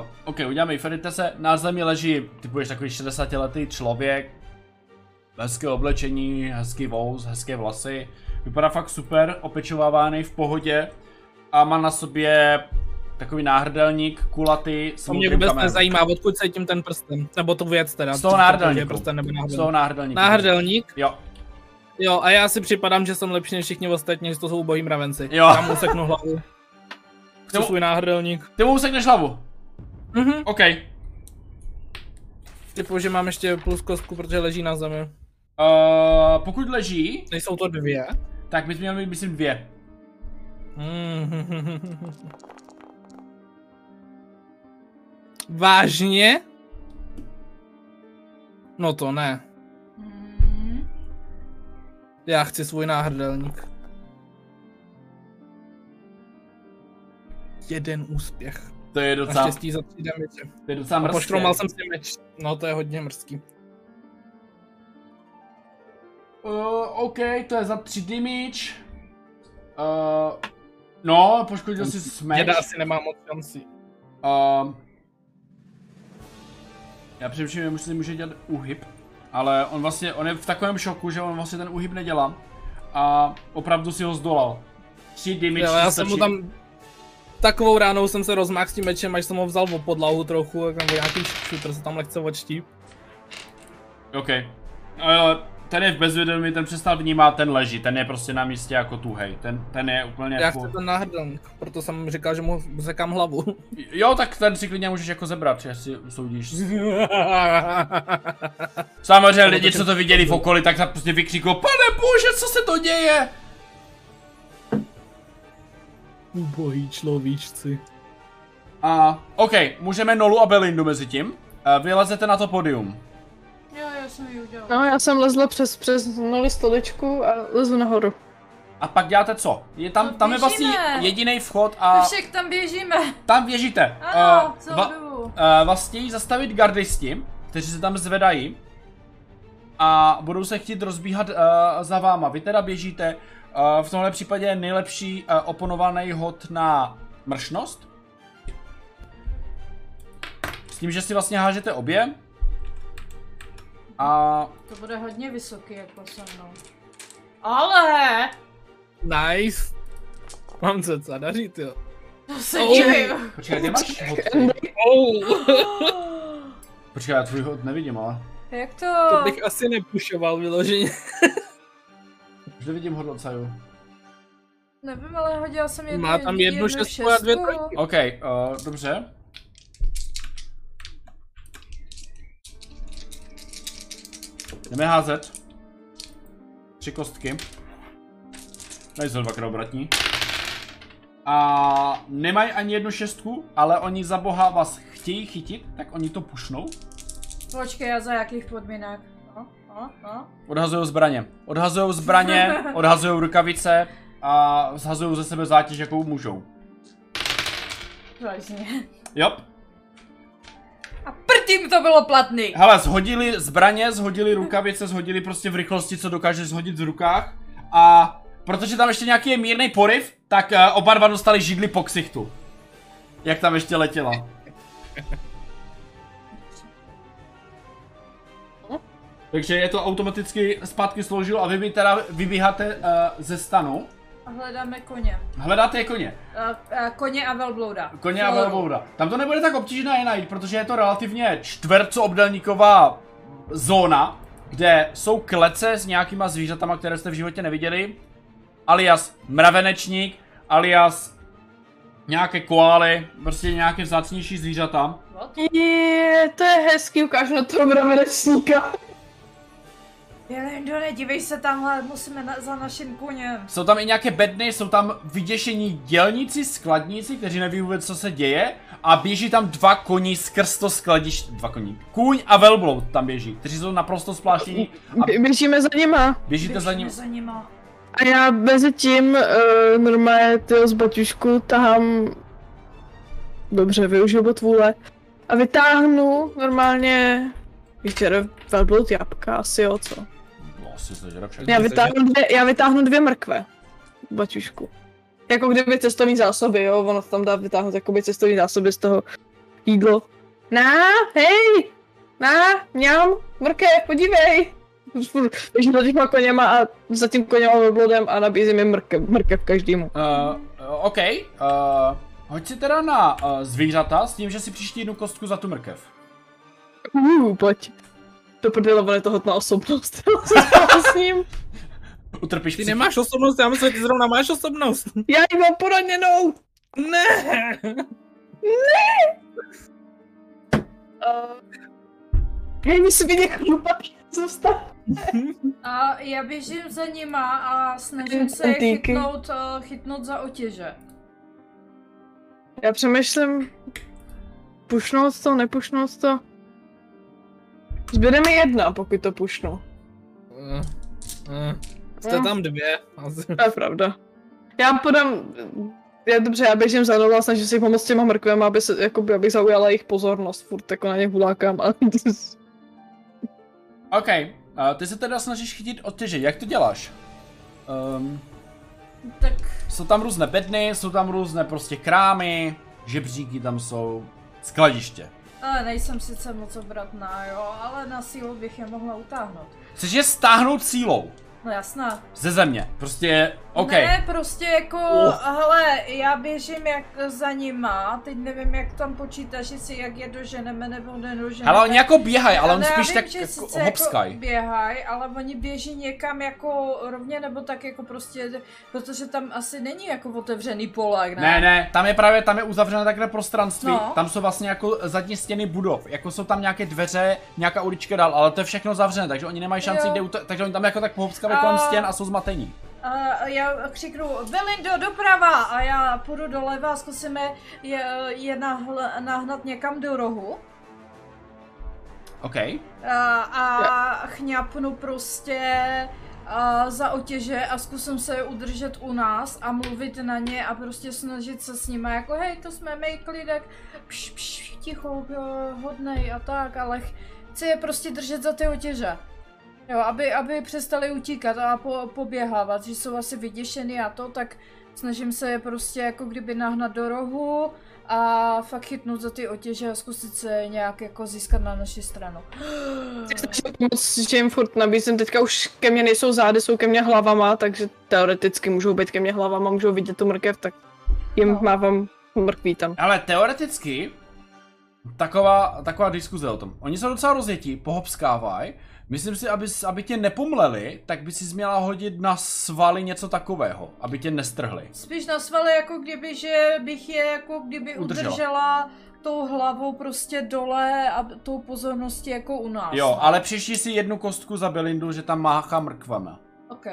Uh, OK, uděláme Iferite se. Na zemi leží, ty budeš takový 60 letý člověk. Hezké oblečení, hezký vous, hezké vlasy. Vypadá fakt super, opečovávány v pohodě. A má na sobě takový náhrdelník, kulatý, s To mě modrým vůbec kamenem. nezajímá, odkud cítím ten prsten. Nebo tu věc teda. Z toho Protože je náhrdelníku. Prsten nebo Z toho náhrdelníku. náhrdelník. Náhrdelník? Jo, Jo, a já si připadám, že jsem lepší než všichni ostatní, že to jsou ubohý mravenci. Jo. Tam useknu hlavu. Chci Nebo- svůj náhrdelník. ty mu usekneš hlavu. Eh, Mhm. OK. Typu, že mám ještě plus kostku, protože leží na zemi. Uh, pokud leží, Nejsou to dvě? tak bys měl mít, myslím, dvě. Mm. Vážně? No to ne. Hmm. Já chci svůj náhrdelník. Jeden úspěch. To je docela, Naštěstí za tři damiče. to je docela A mrzké. poštromal jsem si meč. No to je hodně mrzký. Uh, OK, to je za 3 damage. Uh, no, poškodil si smash. Děda asi nemá moc šancí. Uh, já přemýšlím, že musím může dělat uhyb, ale on vlastně, on je v takovém šoku, že on vlastně ten uhyb nedělá. A opravdu si ho zdolal. 3 damage. Jo, ti já jsem mu stačí. tam takovou ránou jsem se rozmáhl s tím mečem, až jsem ho vzal o podlahu Jako. trochu, jak tam byl nějaký šutr se tam lehce odští. OK. Ale Eh, ten je v bezvědomí, ten přestal vnímat, ten leží, ten je prostě na místě jako tuhej, ten, ten je úplně Já jako... chci ten náhrdelník, proto jsem říkal, že mu zekám [LAUGHS] hlavu. Jo, tak ten si klidně můžeš jako zebrat, že si usoudíš. [LAUGHS] Samozřejmě lidi, co to viděli v okolí, tak tam prostě vykřiklo, pane bože, co se to děje? Ubohý človíčci. A, OK, můžeme Nolu a Belindu mezi tím. A vylezete na to podium. Jo, já jsem ji udělal. No, já jsem lezla přes, přes noli stoličku a lezu nahoru. A pak děláte co? Je tam, No, tam je vlastně běžíme. jediný vchod My a však tam běžíme. tam běžíte. Ano, Eh, celou va- dobu. Eh, vlastně jí zastavit gardisti, kteří se tam zvedají a budou se chtít rozbíhat uh, za váma. Vy teda běžíte, uh, v tomhle případě je nejlepší uh, oponovaný hod na mršnost. S tím, že si vlastně hážete obě. A To bude hodně vysoký jako se mnou. Ale! Nice. Mám se co dařit, jo. To se Oh. divím. počkej, kde máš hod? Oh, Počkej, já tvůj hod nevidím, ale Jak to? to bych asi nepušoval vyloženě. už nevidím hod od Saju. Nevím, ale hodila jsem jednu, Má tam jednu šestku a dvě trojky. OK, uh, dobře. Jdeme házet. Tři kostky. Nejsou dvakrát obratní. A nemají ani jednu šestku, ale oni za boha vás chtějí chytit, tak oni to pušnou. Počkej, já za jakých podmínek? No, no, no. Odhazují zbraně. Odhazují zbraně, odhazují rukavice a zhazují ze sebe zátěž, jakou můžou. Vážně. Jo, A prtím to bylo platný. Hele, zhodili zbraně, zhodili rukavice, zhodili prostě v rychlosti, co dokáže zhodit v rukách. A protože tam ještě nějaký je mírný poriv, tak eh, oba dva dostali židli po ksichtu. Jak tam ještě letěla. Takže je to automaticky zpátky složil a vy mi teda vybíháte uh, ze stanu. A hledáme koně. Hledáte je koně. A, a koně a velblouda. Koně a Floru. velblouda. Tam to nebude tak obtížné je najít, protože je to relativně čtvercoobdelníková zóna, kde jsou klece s nějakýma zvířatama, které jste v životě neviděli, alias mravenečník, alias nějaké koály, prostě nějaké vzácnější zvířata. What? Je, to je hezký, ukážu na toho mravenečníka. Jelindo, nedívej se tamhle, musíme na, za naším koněm. Jsou tam i nějaké bedny, jsou tam vyděšení dělníci, skladníci, kteří neví vůbec, co se děje. A běží tam dva koní skrz to skladiště, dva koní, kůň a velbloud tam běží, kteří jsou naprosto spláštění. A Bě- Běžíme za nima. běžíte za ním, Běžíme za nima. A já mezi tím uh, normálně tyho z botičku tahám... Dobře, využiju bot vůle. A vytáhnu normálně... Víš, že velbloud jabka, asi jo, co? No, asi sežere všechno. Já Takže- vytáhnu, dvě, já vytáhnu dvě mrkve. v Baťušku. Jako kdyby cestovní zásoby, jo? Ono tam dá vytáhnout jakoby cestovní zásoby z toho jídlo. Na, hej! Na, mňam, mrkev, podívej! Takže za těma koněma a za tím koněma oblodem a nabízím jim mrkev, mrkev každému. Uh, OK, uh, hoď si teda na uh, zvířata s tím, že si příští jednu kostku za tu mrkev. Uuu, pojď. To prdele, on je to hodná osobnost. [LAUGHS] Co stalo s ním? Utrpíš Ty psychi- nemáš osobnost, já myslím, že ty zrovna máš [LAUGHS] osobnost. Já ji mám poraněnou! Ne! Uh, hej, mi svině [LAUGHS] chlupat, zůstav. A já běžím za nima a snažím se je Antýky. chytnout, eh, chytnout za otěže. Já přemýšlím, pušnout to, nepušnout to. Zbyde mi jedna, pokud to pušnu. Eh, eh, Jste tam dvě. asi. To je pravda. Já podám... Já, dobře, já běžím za mnou a snažím si pomoct těma mrkvem, aby se, jakoby, abych zaujala jejich pozornost, furt jako na ně hulákám a... OK, uh, ty se teda snažíš chytit otěže, jak to děláš? Um, Tak jsou tam různé bedny, jsou tam různé prostě krámy, žebříky tam jsou, skladiště. ale nejsem sice moc obratná, jo, ale na sílu bych je mohla utáhnout. Chceš je stáhnout sílou No jasná. ze země, prostě OK. Ne, prostě jako, Uf. hele, já běžím jak za nima, teď nevím, jak tam počítáš, jestli jak je doženeme nebo nedoženeme. Hele, oni jako běhají, ale on já spíš vím, tak že jako sice hopskaj. Jako běhaj, ale oni běží někam jako rovně nebo tak jako prostě, protože tam asi není jako otevřený polák, ne? Ne, ne, tam je právě, tam je uzavřené takové prostranství, No. tam jsou vlastně jako zadní stěny budov, jako jsou tam nějaké dveře, nějaká ulička dál, ale to je všechno zavřené, takže oni nemají šanci, Jo. kde uto- takže oni tam jako tak pohopskávají A- kolem stěn a jsou zmatení. A já křiknu, Belindo, doprava! A já půjdu doleva a zkusíme je, je nahl, nahnat někam do rohu. OK. A, a chňapnu prostě a za otěže a zkusím se je udržet u nás a mluvit na ně a prostě snažit se s nimi jako hej, to jsme mejklidek, pš, pš, ticho, jo, hodnej a tak, ale ch- chci je prostě držet za ty otěže. Jo, aby, aby přestali utíkat a po, poběhávat, že jsou asi vyděšený a to, tak snažím se je prostě jako kdyby nahnat do rohu a fakt chytnout za ty otěže a zkusit se nějak jako získat na naši stranu. Chci strašně pomoct, že jim furt nabízím. Teďka už ke mně nejsou zády, jsou ke mně hlavama, takže teoreticky můžou být ke mně hlavama, můžou vidět tu mrkev, tak jim No. mávám mrkví tam. Ale teoreticky, taková, taková diskuze o tom. Oni jsou docela rozjetí, pohopskávají. Myslím si, aby, s- aby tě nepomleli, tak by si měla hodit na svaly něco takového, aby tě nestrhli. Spíš na svaly, jako kdyby, že bych je jako kdyby Udržela. udržela, tou hlavou prostě dole a tou pozorností jako u nás. Jo, ale přišli si jednu kostku za Belindu, že tam máchá mrkvama. Ok.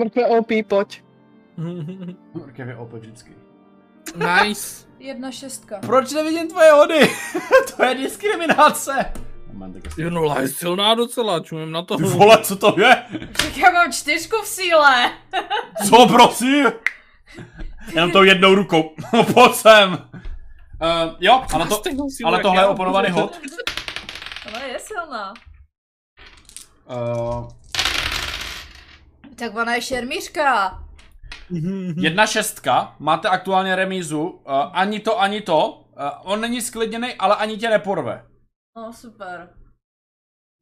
Mrkve OP, pojď. Mrkev je opět vždycky. [LAUGHS] nice. Jedna šestka. Proč nevidím tvoje hody? [LAUGHS] to je diskriminace. Moment, tak Jo, no, Lila je silná docela, čumím na to. Ty vole, co to je? Tak já mám čtyřku v síle. Co, prosím? Jenom tou jednou rukou. No, Pojď sem. Uh, jo, ale, to, ale tohle je oponovaný prostě- hod. Ona je silná. Uh, Tak ona je šermířka. jedna šestka, máte aktuálně remízu. Uh, ani to, ani to. Uh, on není sklidněný, ale ani tě neporve. No super.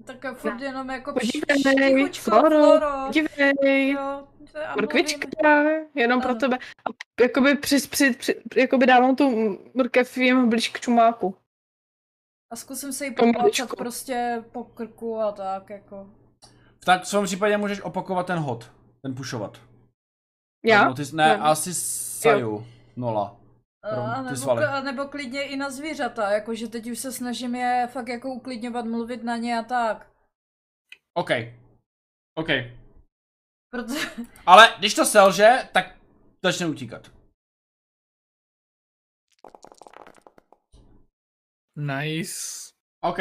Tak a furt jenom jako Podívej, tichučko, Floro, Floro. podívej. Jo, a Mrkvička, mluvíme. jenom pro Ano. tebe. A jakoby, při, při, při, jakoby dávám tu mrkev jim blíž k čumáku. A zkusím se jí Pomaličku. poplácat prostě po krku a tak jako. V tak v svém případě můžeš opakovat ten hod. Ten pušovat. Já? No, ty, jsi- ne, Jo. asi saju. Nula. Rom, Eh, A ty nebo, svaly. k- a nebo klidně i na zvířata, jakože teď už se snažím je fakt jako uklidňovat, mluvit na ně a tak. OK. OK. Proto, [LAUGHS] Ale když to selže, tak začne utíkat. Nice. OK.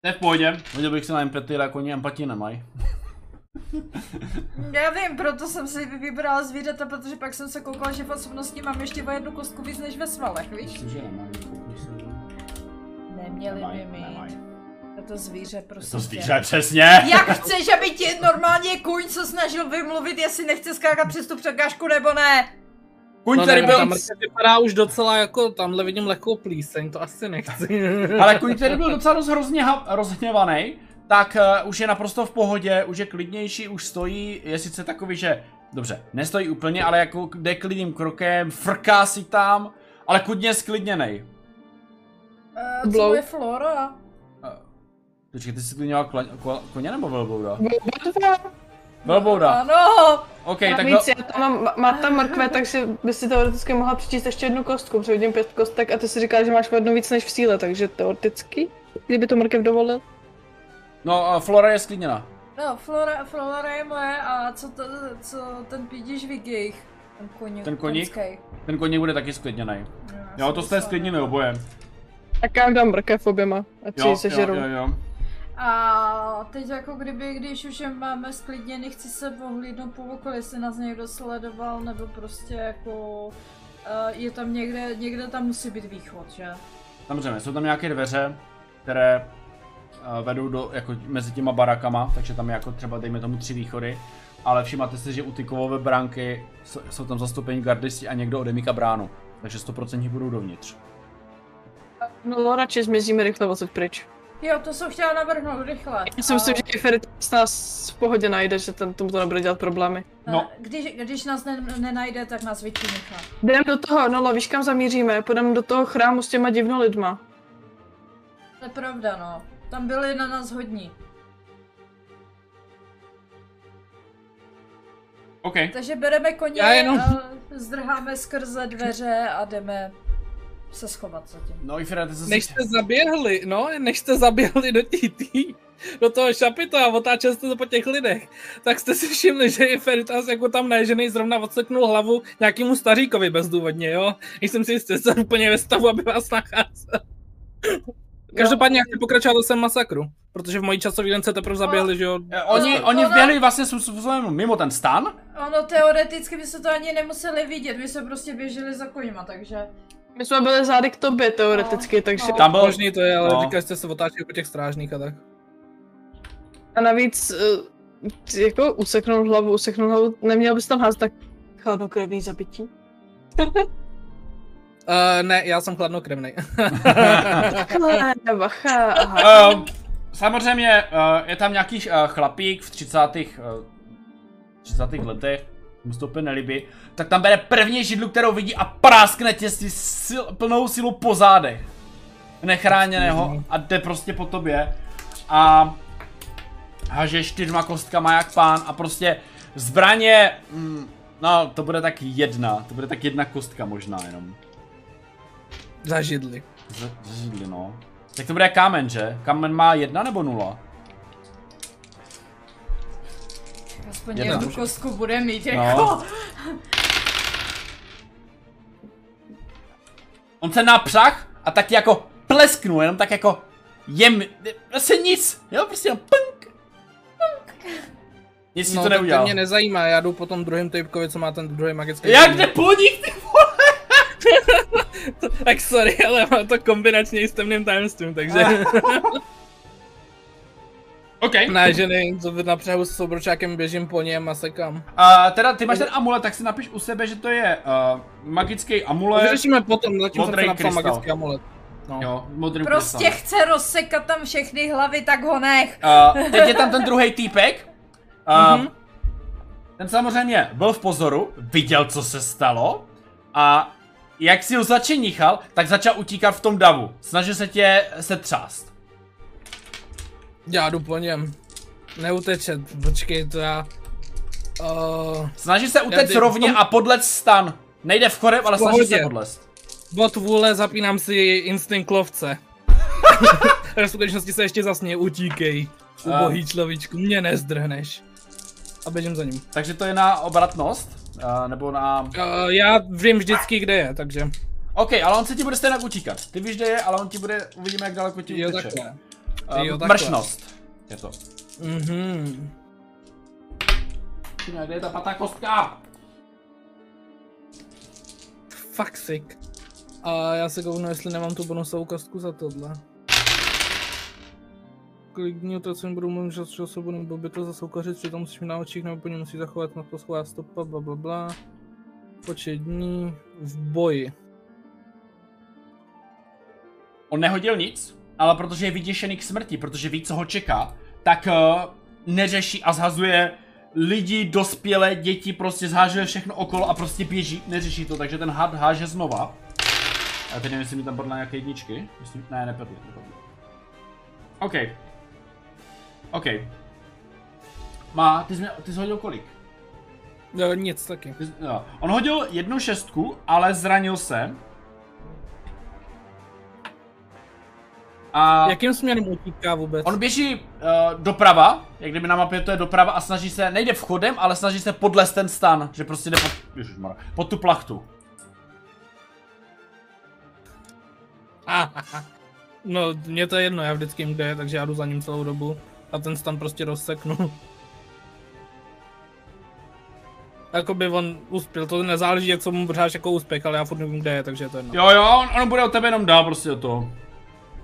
To je v pohodě. Viděl bych se na empatii, ale jako oni empatii nemají. já vím, proto jsem si vybrala zvířata, protože pak jsem se koukala, že v osobnosti mám ještě o jednu kostku víc než ve svalech, víš? že nemají. koukni se. Neměli by Nemají, mít. nemají. Je to zvíře, prosím. To tě. zvíře, přesně. Jak chceš, aby ti normálně kuň se snažil vymluvit, jestli nechce skákat přes tu překážku nebo ne? Kuň, No, který nevím, byl... ta mrkev vypadá už docela jako, tamhle vidím lehkou plíseň, to asi nechci. Ale kuň, který byl docela dost hrozně ha- rozhněvaný, tak uh, už je naprosto v pohodě, už je klidnější, už stojí, je sice takový, že... Dobře, nestojí úplně, ale jako jde klidným krokem, frká si tam, ale klidně sklidněnej. Uh, Blou. co je Flora? Počkej, ty jsi klidněla kla- ko- koně nebo velbouda? Dva. Velbouda, Ano! OK, Já tak no. víc, já tam mám, má tam mrkve, takže by si teoreticky mohla přičíst ještě jednu kostku, protože vidím pět kostek a ty si říkáš, že máš o jednu víc než v síle, takže teoreticky, kdyby to mrkev dovolil. No, eh, Flora je sklidněna. No, Flora, Flora je moje a co, to, co ten pídíš jich? Ten koník. Ten koník? konskej. Ten koník bude taky sklidněný. No, já Jo, jsem to jste dostala. sklidněni oboje. Tak já jim dám mrkev oběma, ať si ji Jo, jo, sežerou. jo, jo. A teď jako kdyby, když už je máme sklidněný, chci se pohlídnout po okolí, jestli nás někdo sledoval, nebo prostě jako... eh, je tam někde, někde tam musí být východ, že? Samozřejmě, jsou tam nějaké dveře, které eh, vedou do, jako mezi těma barakama, takže tam je jako třeba, dejme tomu, tři východy. Ale všimáte si, že u ty kovové bránky s- jsou tam zastoupení gardisti a někdo odemíká bránu. Takže 100% budou dovnitř. No radši zmizíme rychle odsud pryč. Jo, to jsem chtěla navrhnout rychle. Já si myslím, že Ferret s nás v pohodě najde, že ten, tomu to nebude dělat problémy. No. Když, když nás ne, nenajde, tak nás vyčí Michal. Jdem do toho, no víš kam zamíříme, půjdeme do toho chrámu s těma divnolidma. To je pravda, no. Tam byli na nás hodní. OK, Takže bereme koně, Já jenom- a zdrháme skrze dveře a jdeme se schovat zatím. no Iferete se Než jste zaběhli, no, než jste zaběhli do tí, tý, do toho šapitu a otáčeli jste to po těch lidech, tak jste si všimli, že i Feritas jako tam naježený zrovna odseknul hlavu nějakému staříkovi bezdůvodně, jo? Když jsem si jistě jste úplně ve stavu, aby vás nacházel. No. Každopádně já chci pokračovat jsem masakru, protože v mojí časový den se teprve zaběhli, že jo? Eh, Oni, No, oni ona- vběhli vlastně svým způsobem mimo ten stan? Ono teoreticky by se to ani nemuseli vidět, my jsme prostě běželi za koněma, takže... My jsme byli zády k tobě teoreticky, takže... no. Tam byl, Možný to je, ale No. no. říkali jste se otáčeli po těch strážných a tak. A navíc, eh, jako useknout hlavu, useknout hlavu, neměl bys tam házet tak chladnokrevný zabití? Uh, ne, já jsem chladnokrevnej. Takhle, bacha, aha. Ehm, samozřejmě eh, je tam nějaký eh, chlapík v 30. eh, 30. letech, mu se to úplně nelíbí, tak tam bere první židlu, kterou vidí a práskne tě si sil, plnou silou po zádech. Nechráněného a jde prostě po tobě a haže čtyřma kostkama jak pán a prostě zbraně, mm, no to bude tak jedna, to bude tak jedna kostka možná jenom. [LAUGHS] Zažidli. Z, z židli, no. Tak to bude kámen, že? Kámen má jedna nebo nula? Aspoň Jedna jednu může. kostku bude mít, No. jako... On se napřah a tak ti jako plesknul, jenom tak jako jem, se nic, jo, prostě jenom punk, punk. Nic ti to tak neudělal. No, mě nezajímá, já jdu po tom druhém typkovi, co má ten druhý magický Jak kůň. jde po nich, ty Tak sorry, ale má to kombinačně i s temným tajemstvím, takže Ah. OK. ne, že ne, co [LAUGHS] na přehu s soubročákem běžím po něm a sekám. A teda ty máš ten amulet, tak si napiš u sebe, že to je uh, magický To amulet. vyřešíme potom, zatím jsem Modrý si napsal krystal. magický amulet. No. Jo, modrý Prostě krystal. chce rozsekat tam všechny hlavy, tak ho nech. Uh, teď je tam ten druhý týpek. Uh, Mhm. Ten samozřejmě byl v pozoru, viděl, co se stalo a jak si ho začinichal, tak začal utíkat v tom davu. Snažil se tě setřást. Já jdu po něm. Neuteče, počkej, to já... Uh, Snaží se utéct jdu- rovně a podlet stan. Nejde v choreb, ale snaží se pohodě. podlest. bot vůle, zapínám si instinkt lovce. [LAUGHS] Ve skutečnosti se ještě zasně utíkej. A- Ubohý človíčku, mě nezdrhneš. A běžím za ním. Takže to je na obratnost, uh, nebo na... Uh, já vím vždycky, kde je, takže... OK, ale on se ti bude stejně utíkat. Ty víš, kde je, ale on ti bude, uvidíme, jak daleko ti Jo, uteče. takhle. Ehm, Jo, takhle. mršnost. Je to. Mhm. Kde je ta patá kostka? Fuck sick. A já se kouknu, jestli nemám tu bonusovou kostku za tohle. Kolik dní utracení budu mluvit za osobu, nebo by to za soukařit, přitom musíš mít na očích, nebo po něm musí zachovat na to schová stopa, bla bla bla. Počet dní v boji. On nehodil nic, ale protože je vyděšený k smrti, protože ví, co ho čeká, tak uh, neřeší a zhazuje lidi, dospělé, děti, prostě zhážuje všechno okolo a prostě běží, neřeší to, takže ten had háže znova. A teď nevím, jestli mi tam padla nějaké jedničky. Myslím, ne, nepadly, nepadly. OK. OK. Má, ty jsi, mě- ty jsi hodil kolik? Jo, nic taky. Ty jsi- Jo. On hodil jednu šestku, ale zranil se. A... Jakým směrem utíká vůbec? On běží uh, doprava, jak kdyby na mapě to je doprava a snaží se, nejde vchodem, ale snaží se podlézt ten stan, že prostě jde pod, ježišmarja, pod tu plachtu. [LAUGHS] No, mně to je jedno, já vždycky jim kde je, takže já jdu za ním celou dobu. A ten stan prostě rozseknu. [LAUGHS] Jakoby on uspěl, to nezáleží, jak co mu břáš jako úspěch, ale já furt nevím, kde je, takže je to jedno. Jo jo, on, on bude od tebe jenom dál prostě do toho.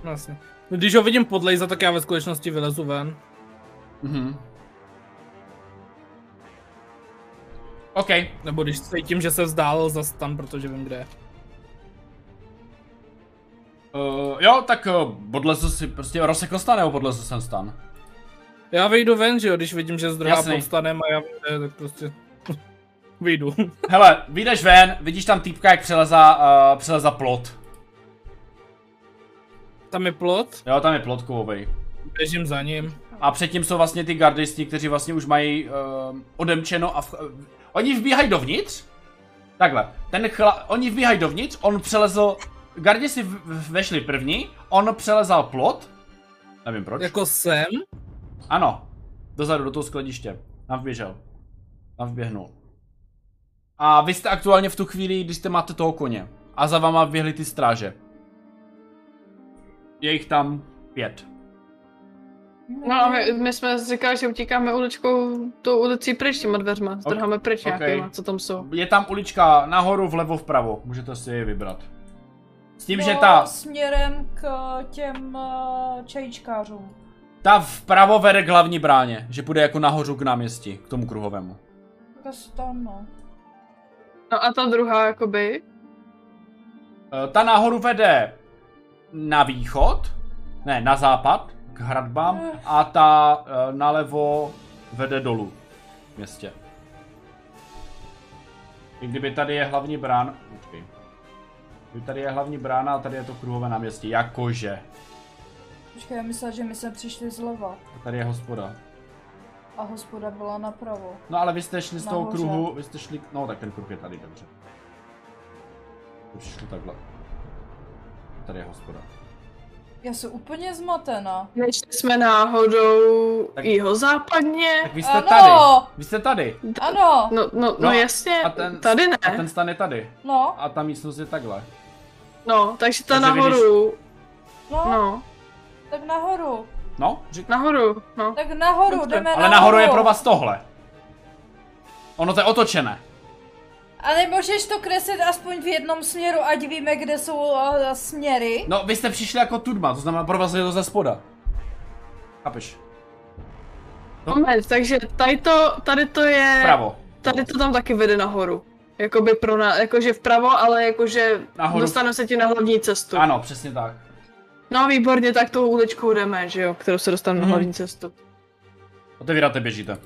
No, Jasně. Když ho vidím podlejza, tak já ve skutečnosti vylezu ven. Mhm. OK, eh, Nebo když cítím, že se vzdálil za stan, protože vím, kde je. Uh, jo, tak uh, podlezl si, prostě rozsekl stan nebo podlezl jsem stan? Já vyjdu ven, že jo, když vidím, že zdrohá Jasný. pod stanem a já eh, tak prostě [LAUGHS] vyjdu. Hele, vyjdeš ven, vidíš tam týpka, jak přeleza, uh, přeleza plot. Tam je plot, Jo, tam je plot kovovej. běžím za ním. A předtím jsou vlastně ty gardisti, kteří vlastně už mají uh, odemčeno a... V, uh, oni vbíhají dovnitř? Takhle, ten chla, oni vbíhají dovnitř, on přelezl... Gardisti v, v, vešli první, on přelezal plot. Nevím proč. Jako sem, Ano, dozadu do toho skladiště. Tam vběžel. Tam vběhnul. A vy jste aktuálně v tu chvíli, když jste máte toho koně. A za váma vběhly ty stráže. Je jich tam pět. No a my, my jsme říkali, že utíkáme uličkou, tou ulicí pryč těma dveřma. Zdrháme ok. pryč nějakýma, co tam jsou. Je tam ulička nahoru, vlevo, vpravo. Můžete si je vybrat. S tím, že No, ta, Směrem k těm eh, čajíčkářům. ta vpravo vede k hlavní bráně. Že půjde jako nahoru k náměstí, k tomu kruhovému. Tak asi tam, no. No a ta druhá, jakoby. Eh, Ta nahoru vede na východ, ne, na západ, k hradbám, a ta eh, nalevo vede dolů v městě. I kdyby tady je hlavní brán... Počkej. Kdyby tady je hlavní brána a tady je to kruhové náměstí, jakože. Počkej, já myslela, že my jsme přišli zleva Tady je hospoda. a hospoda byla napravo. No ale vy jste šli z toho Nahoře. kruhu, vy jste šli... No tak ten kruh je tady, dobře. Už šli takhle. Tady je hospoda. Já jsem úplně zmatená. Než jsme náhodou Tak- jeho západně. Tak vy jste Ano! tady! Vy jste tady! Ano, No, no, No no a- jasně, a ten- tady ne. A ten stan je tady. no, A ta místnost je takhle. No, takže ta Takže vidíš- nahoru. no, No, tak nahoru. No, řík. nahoru, no. Tak nahoru, Dobře, jdeme Ale nahoru no! je pro vás tohle. Ono to je otočené. A nemůžeš to kreslit aspoň v jednom směru, ať víme, kde jsou uh, směry? No, vy jste přišli jako tudma, to znamená pro vás je to ze spoda. Chápeš? No. Moment, takže tady to, tady to je, Pravo. tady to tam taky vede nahoru. Jakoby pro nás, jakože vpravo, ale jakože Nahoru. dostanu se ti na hlavní cestu. Ano, přesně tak. No výborně, tak tou uličkou jdeme, že jo, kterou se dostanu na Mhm. hlavní cestu. Otevíráte, běžíte.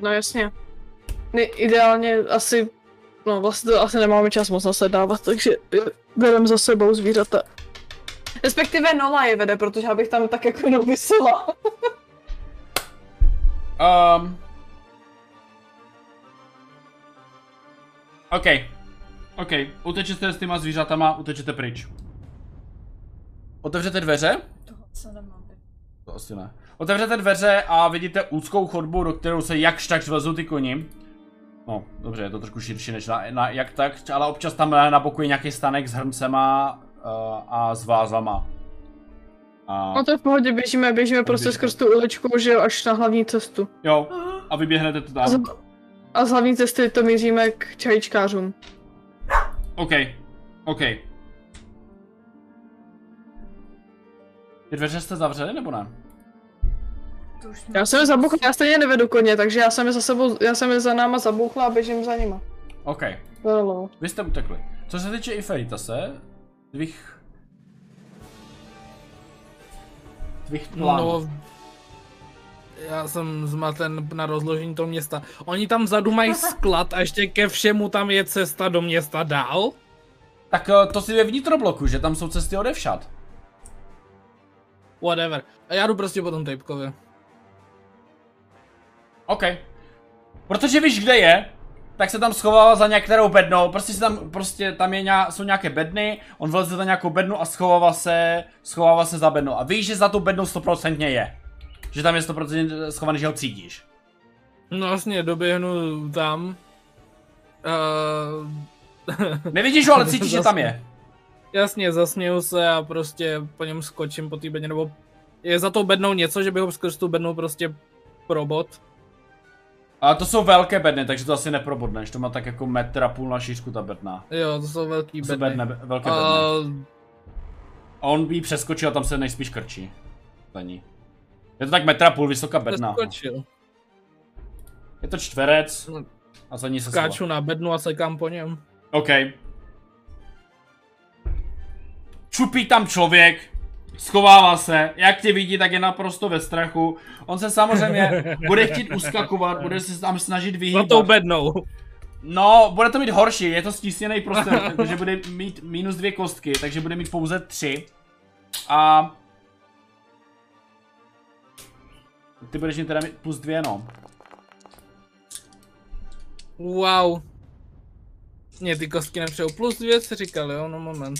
No jasně. Ne, ideálně asi, no vlastně to asi nemáme čas moc nasedávat, takže bereme za sebou zvířata. Respektive Nola je vede, protože já bych tam tak jako jenom vysela. No. Um. OK. OK, utečete s těma zvířatama, utečete pryč. Otevřete dveře? Tohle se nemám. To asi ne. Otevřete dveře a vidíte úzkou chodbu, do kterou se jakž tak vezou ty koni. No, dobře, je to trošku širší než na, na jak tak, ale občas tam na na boku je nějaký stanek s hrncema uh, a s vázama. A, No to je v pohodě, běžíme, běžíme prostě Běžíme. skrz tu uličku, že jo, až na hlavní cestu. jo, a vyběhnete to A tam. z, a z hlavní cesty to míříme k čajíčkářům. OK, OK. Ty dveře jste zavřeli nebo ne? To už Já jsem je zabouchla, já stejně nevedu koně, takže já jsem je za sebou, já jsem je za náma zabouchla a běžím za nima. OK, Lolo. vy jste utekli. Co se týče Iferitase, tvých... Tvých plánů. no, já jsem zmaten na rozložení toho města. Oni tam vzadu mají sklad a ještě ke všemu tam je cesta do města dál. Tak eh, to si je vnitrobloku, že tam jsou cesty odevšad. Whatever. A já jdu prostě po tom tejpkovi. OK. Protože víš, kde je, tak se tam schovává za některou bednou, prostě, se tam, prostě tam je nějak, jsou nějaké bedny, on vleze za nějakou bednu a schovává se, schovává se za bednou. A víš, že za tu bednou 100% je. Že tam je 100% schovaný, že ho cítíš. No vlastně, doběhnu tam. Uh, Nevidíš ho, ale cítíš, že tam je. jasně, zasměju se a prostě po něm skočím po té bedně, nebo je za tou bednou něco, že by ho skrz tu bednou prostě probot. A to jsou velké bedny, takže to asi neprobodneš. To má tak jako metr a půl na šířku ta bedna. Jo, to jsou velký To jsou bedny. bedne, be- velké bedny. Uh, A on ji přeskočil a tam se nejspíš krčí. Za ní. Je to tak metr a půl vysoká bedna. no. Skočil. Je to čtverec. No. A za ní se Skáču Skáču. na bednu a sekám po něm. OK. šupí tam člověk, schovává se, jak tě vidí, tak je naprosto ve strachu. On se [LAUGHS] samozřejmě bude chtít uskakovat, bude se tam snažit No vyhýbat. tou bednou. No, bude to mít horší, je to stísněný [LAUGHS] prostor, takže bude mít minus dvě kostky, takže bude mít pouze tři. A... Ty budeš mít teda mít plus dvě, no. Wow. Mě ty kostky nepřejou. Plus dvě si říkal, jo? No moment.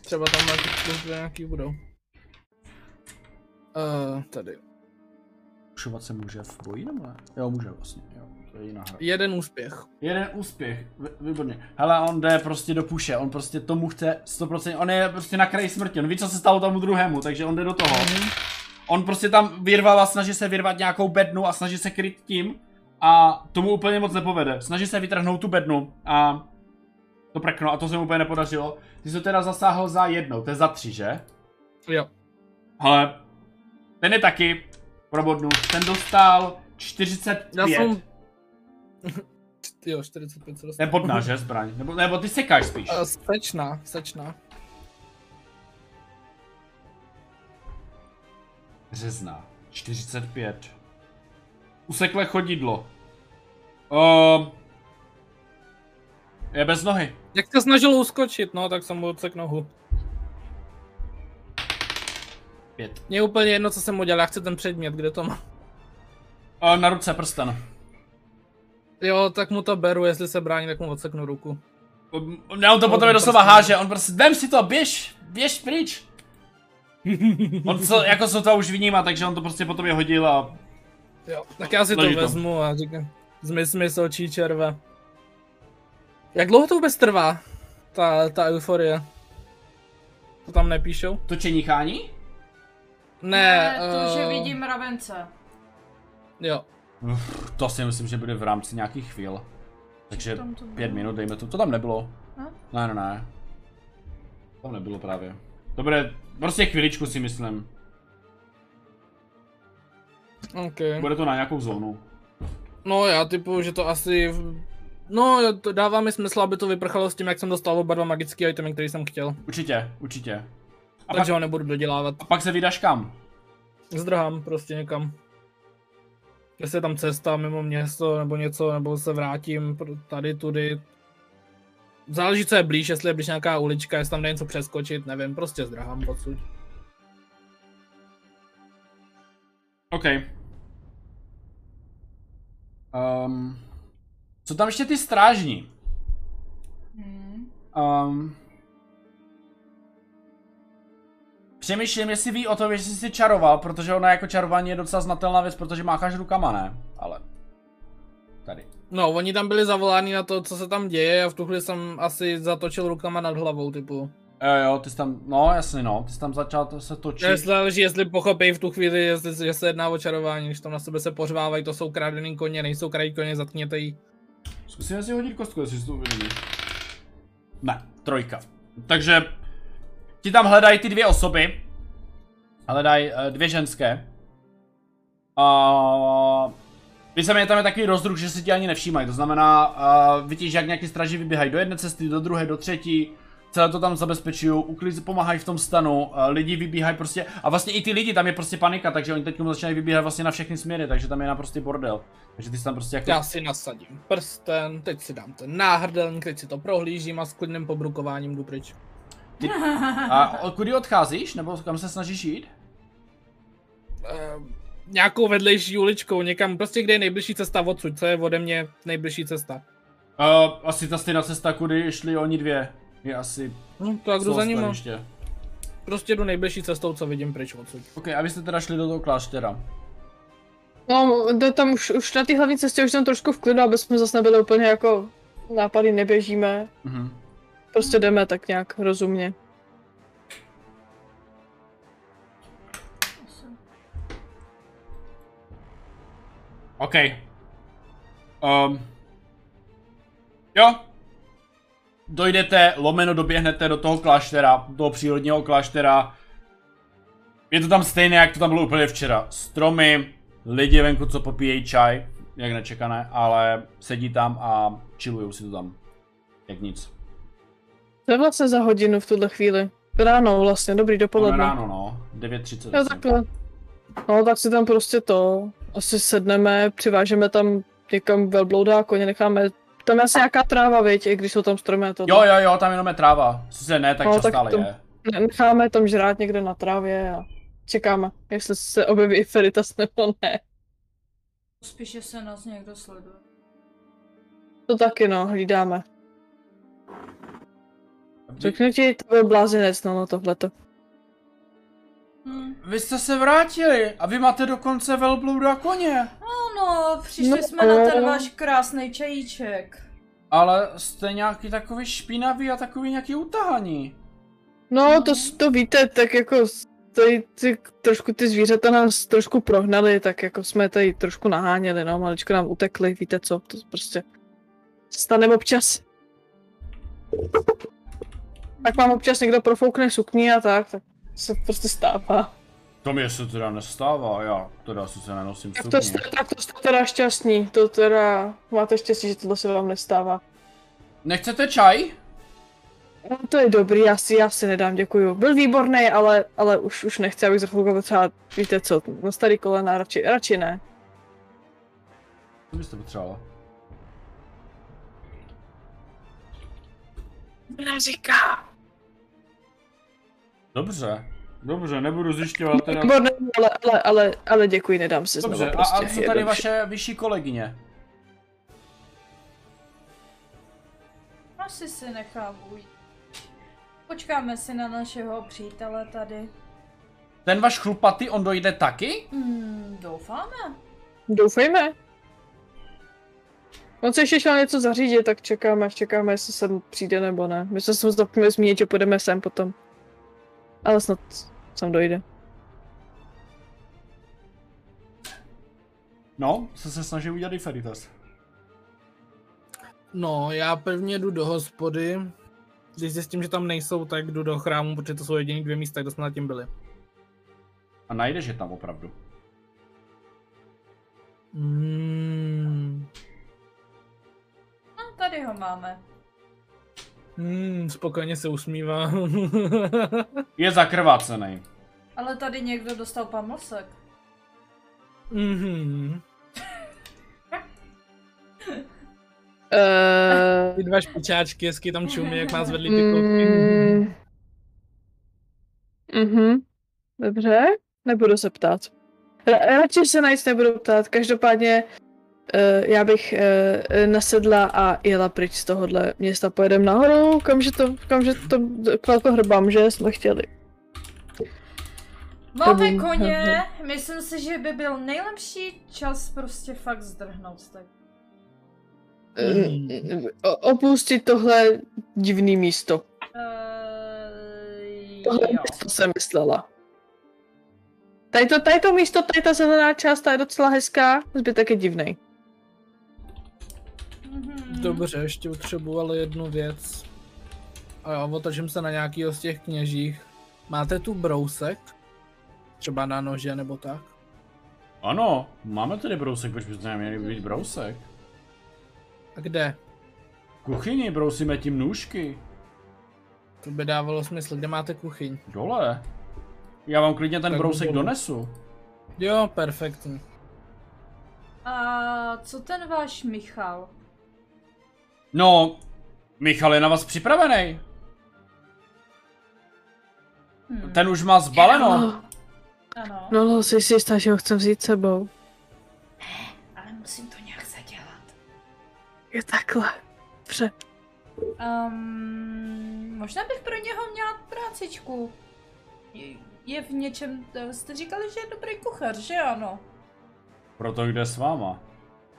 Třeba tam nějaký plus dvě nějaký budou. Uh, tady. Pušovat se může v boji, nebo ne? Jo, může vlastně, jo. To je jiná hra. Jeden úspěch. Jeden úspěch, vy- výborně. Hele, on jde prostě do puše, on prostě tomu chce 100%, on je prostě na kraji smrti, on ví, co se stalo tomu druhému, takže on jde do toho. On prostě tam vyrval a snaží se vyrvat nějakou bednu a snaží se kryt tím a tomu úplně moc nepovede. Snaží se vytrhnout tu bednu a to prkno a to se mu úplně nepodařilo. Ty jsi to teda zasáhl za jednou, to je za tři, že? Jo. Hele, ten je taky probodnu, ten dostal 45. Já jsem... [LAUGHS] Jo, 45 se dostal. Ten podná, že zbraň? Nebo, nebo ty sekáš spíš. Uh, Sečná, sečná. Řezná. 45. Usekle chodidlo. Um, je bez nohy. Jak se snažil uskočit, no, tak jsem mu odsekl nohu. Pět. Mně je úplně jedno, co jsem udělal, já chci ten předmět, kde to má. Uh, na ruce prsten. Jo, tak mu to beru, jestli se brání, tak mu odseknu ruku. Um, Ne, on to potom je doslova háže, on prostě, vem si to, běž, běž pryč. On co, jako se to už vnímá, takže on to prostě potom je hodil a Jo, tak já si to Leží tam. vezmu a říkám, zmiz mi z očí červe. Jak dlouho to vůbec trvá, ta, ta euforie? To tam nepíšou? to čeníchání? Ne, to, že eh, vidím ravence. Jo, Uf, to si myslím, že bude v rámci nějakých chvíl. Takže Tam to bylo. pět minut, dejme to. To tam nebylo. Ne? Ne, ne, ne. Tam nebylo právě. Dobré, prostě chviličku si myslím. ok. Bude to na nějakou zónu. No já typu, že to asi... v- No, to dává mi smysl, aby to vyprchalo s tím, jak jsem dostal oba dva magické itemy, který jsem chtěl. Určitě, určitě. A pak, Takže ho nebudu dodělávat. a pak se vydáš kam? Zdrhám prostě někam. Jestli je tam cesta mimo město nebo něco, nebo se vrátím pr- tady, tudy. Záleží, co je blíž, jestli je blíž nějaká ulička, jestli tam jde něco přeskočit, nevím, prostě zdrhám odsud. OK. Um, co tam ještě ty strážní? Hmm. Um, přemýšlím, jestli ví o tom, jestli jsi čaroval, protože ona jako čarování je docela znatelná věc, protože mácháš rukama, ne? Ale. Tady. No, oni tam byli zavoláni na to, co se tam děje a v tu chvíli jsem asi zatočil rukama nad hlavou, typu. Jo, jo, ty jsi tam, no jasně no, ty jsi tam začal to se točit. Či... Záleží, jestli pochopí v tu chvíli, jestli, že se jedná o čarování, když tam na sebe se pořvávají, to jsou krádený koně, nejsou krají koně, zatkněte jí. Zkusíme si hodit kostku, jestli si to uvědomíš. Ne, trojka. Takže ti tam hledají ty dvě osoby. Hledají eh, dvě ženské. A Víceméně tam je takový rozruch, že si ti ani nevšímají, to znamená, uh, vidíš, jak nějaký straži vyběhají do jedné cesty, do druhé, do třetí, celé to tam zabezpečují, ukliz pomáhají v tom stanu, uh, lidi vybíhají prostě, a vlastně i ty lidi, tam je prostě panika, takže oni teď začínají vybíhat vlastně na všechny směry, takže tam je naprostý bordel. Takže ty jsi tam prostě jako Já si nasadím prsten, teď si dám ten náhrdelník, teď si to prohlížím a s klidným pobrukováním jdu pryč. A od kudy odcházíš? Nebo kam se snažíš jít? Ehm, nějakou vedlejší uličkou, někam, prostě kde je nejbližší cesta odsud, co je ode mě nejbližší cesta. Uh, asi ta stejná cesta, kudy šli oni dvě. Je asi No, to jak jdu za ním, no. ještě. prostě jdu nejbližší cestou, co vidím pryč odsud. Ok, abyste teda šli do toho kláštera. No, jde tam už, už na té hlavní cestě už jsem trošku v klidu, aby jsme zase nebyli úplně jako nápady neběžíme. Mhm. Prostě jdeme tak nějak rozumně. Ok. Ehm. Um. Jo. Dojdete, lomeno doběhnete do toho kláštera, do toho přírodního kláštera. Je to tam stejné, jak to tam bylo úplně včera. Stromy, lidi venku, co popíjejí čaj, jak nečekané, ale sedí tam a chillujou si to tam. Jak nic. To je vlastně za hodinu v tuhle chvíli. Ráno vlastně, dobrý Ono dopoledne. ráno, no. 9.30. Jo, takhle. No, tak si tam prostě to, asi sedneme, přivážeme tam někam velblouda a koně necháme, tam je asi nějaká tráva, viď, i když jsou tam stromy a to. Jo, jo, jo, tam jenom je tráva. Sice ne, tak No, čas tak stále to- je. Necháme tam žrát někde na trávě a čekáme, jestli se objeví Feritas nebo ne. Spíše se nás někdo sleduje. To taky no, hlídáme. Řeknu ti, to byl blázinec, no, no tohleto. Hm. Vy jste se vrátili a vy máte dokonce velblouda koně. Ano, přišli No, jsme na ten ale- váš krásný čajíček. Ale jste nějaký takový špinavý a takový nějaký utahaný. No, to, s- to víte, tak jako s- tady ty, trošku ty zvířata nás trošku prohnali, tak jako jsme je tady trošku naháněli, no, maličko nám utekli, víte co, to prostě se stane občas. Tak mám občas někdo profoukne sukni a tak, tak se prostě stává. To mě se teda nestává, já teda sice nenosím Tak to, jste, sukni. tak to jste teda šťastní, to teda máte štěstí, že tohle se vám nestává. Nechcete čaj? No, to je dobrý, já si, já si nedám, děkuju. Byl výborný, ale, ale už, už nechci, abych za chvilku potřeba, víte co, na starý kolena, radši, radši ne. Co byste potřebovala? Neříká. Dobře. Dobře, nebudu zjišťovat teda... Výborný, ale, ale, ale, ale děkuji, nedám si Dobře, znovu a, prostě. a co tady jednoduše. vaše vyšší kolegyně? Asi si nechám ujít. Počkáme si na našeho přítele tady. Ten váš chlupatý, on dojde taky? Hmm, doufáme. Doufejme. On se ještě šel něco zařídit, tak čekáme, čekáme, jestli sem přijde nebo ne. My jsme se zapomněli zmínit, že půjdeme sem potom. Ale snad sem dojde. No, se se snaží udělat i Feritas. No, já pevně jdu do hospody. Když zjistím, že tam nejsou, tak jdu do chrámu, protože to jsou jediné dvě místa, kde jsme nad tím byli. A najdeš je tam opravdu. Mm, No, tady ho máme. mm, spokojeně se usmívá. Je zakrvácený. Ale tady někdo dostal pamlsek. [LAUGHS] Mhm. Eee... Eh, Ty dva špičáčky, hezky tam čumí, jak nás vedli ty kluky. Mm. Mhm. Dobře, nebudu se ptát. Ra- radši se na nic nebudu ptát, každopádně uh, já bych uh, nasedla a jela pryč z tohohle města. Pojedem nahoru, kamže to, kamže to k velkohrbám, že jsme chtěli. Máme Dobrý. koně, myslím si, že by byl nejlepší čas prostě fakt zdrhnout. Tak. Mm. Opustit tohle divný místo. Eee, Tohle eh, jo. místo jsem myslela. Tady to, tady to místo, tady ta zelená část, ta je docela hezká, zbytek je divný. Mhm. Dobře, ještě potřeboval jednu věc. A jo, otočím se na nějakýho z těch kněžích. Máte tu brousek? Třeba na nože nebo tak? Ano, máme tady brousek, proč byste neměli být brousek? A kde? V kuchyni brousíme tím nůžky. To by dávalo smysl, kde máte kuchyň? Dole. Já vám klidně ten Tak brousek dole. donesu. Jo, perfektní. A co ten váš Michal? No, Michal je na vás připravený. Hm, Ten už má Ah. zbaleno. ano. No, no, jsi si jistá, že ho chcem vzít sebou. Ale musím to nějak zadělat. Je takhle. Pře. Um, možná bych pro něho měla prácičku. Je, je v něčem, jste říkali, že je dobrý kuchař, že ano? Proto jde s váma.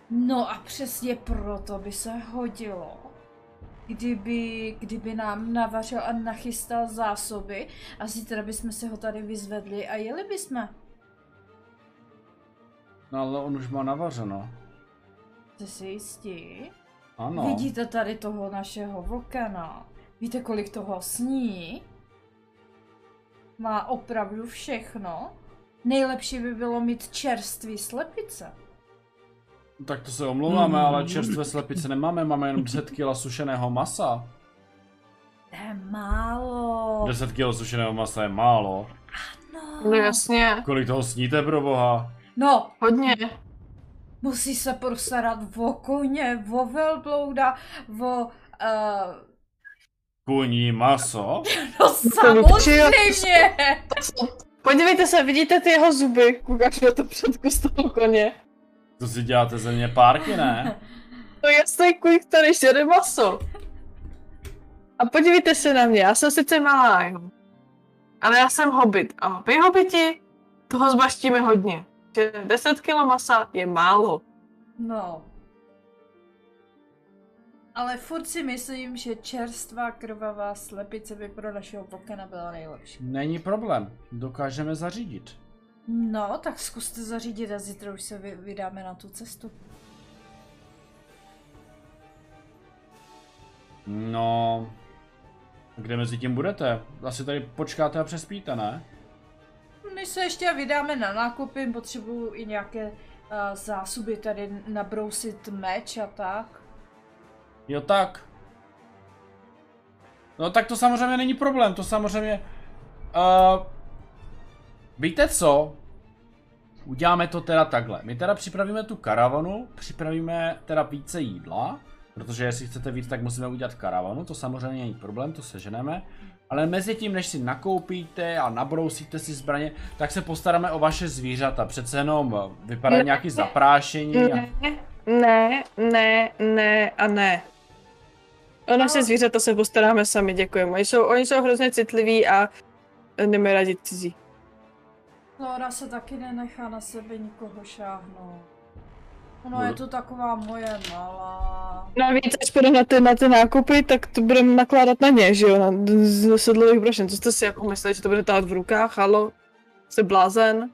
No a přesně proto by se hodilo, kdyby, kdyby nám navařil a nachystal zásoby a zítra bychom se ho tady vyzvedli a jeli bychom. No ale on už má navařeno. Jste si jistí? Ano. No. Vidíte tady toho našeho vlkana? Víte, kolik toho sní? Má opravdu všechno? Nejlepší by bylo mít čerstvý slepice. Tak to se omlouváme, Mm. ale čerstvé slepice nemáme, máme jenom 10 kg sušeného masa. je málo. 10 kg sušeného masa je málo. No, No jasně, Kolik toho sníte pro boha? no, hodně. musí se prostarat o koně, o velblouda, o... Uh, Kuní maso? no samozřejmě! Podívejte se, vidíte ty jeho zuby, koukáš na to předku z toho koně. To si děláte ze mě párky, ne? To je stejkuj, který žere maso. A podívejte se na mě, já jsem sice malá, jo. Ale já jsem hobit. A vy hobiti, toho zbaštíme hodně. Že 10 kg masa je málo. No. Ale furt si myslím, že čerstvá krvavá slepice by pro našeho pokena byla nejlepší. Není problém, dokážeme zařídit. No, tak zkuste zařídit a zítra už se vy- vydáme na tu cestu. No, kde mezi tím budete? Asi tady počkáte a přespíte, ne? Než se ještě vydáme na nákupy, potřebuju i nějaké uh, zásoby tady nabrousit meč a tak. Jo tak. No tak to samozřejmě není problém, to samozřejmě... Uh, víte co? Uděláme to teda takhle. My teda připravíme tu karavanu, připravíme teda více jídla, protože jestli chcete víc, tak musíme udělat karavanu, to samozřejmě není problém, to seženeme. Ale mezi tím, než si nakoupíte a nabrousíte si zbraně, tak se postaráme o vaše zvířata. Přece jenom vypadá Ne. nějaký zaprášení. A... Ne, ne, ne, ne a ne. O naše Ale- zvířata se postaráme sami, děkujeme. Oni jsou, oni jsou hrozně citliví a jdeme rádi cizí. Flora se taky nenechá na sebe nikoho šáhnout. Ono No. je to taková moje malá. Navíc, No až půjde na ty, na ty nákupy, tak to budeme nakládat na ně, že jo, na z- z sedlových brošen. Co jste si jako mysleli, že to bude tahat v rukách, halo? Jste blázen?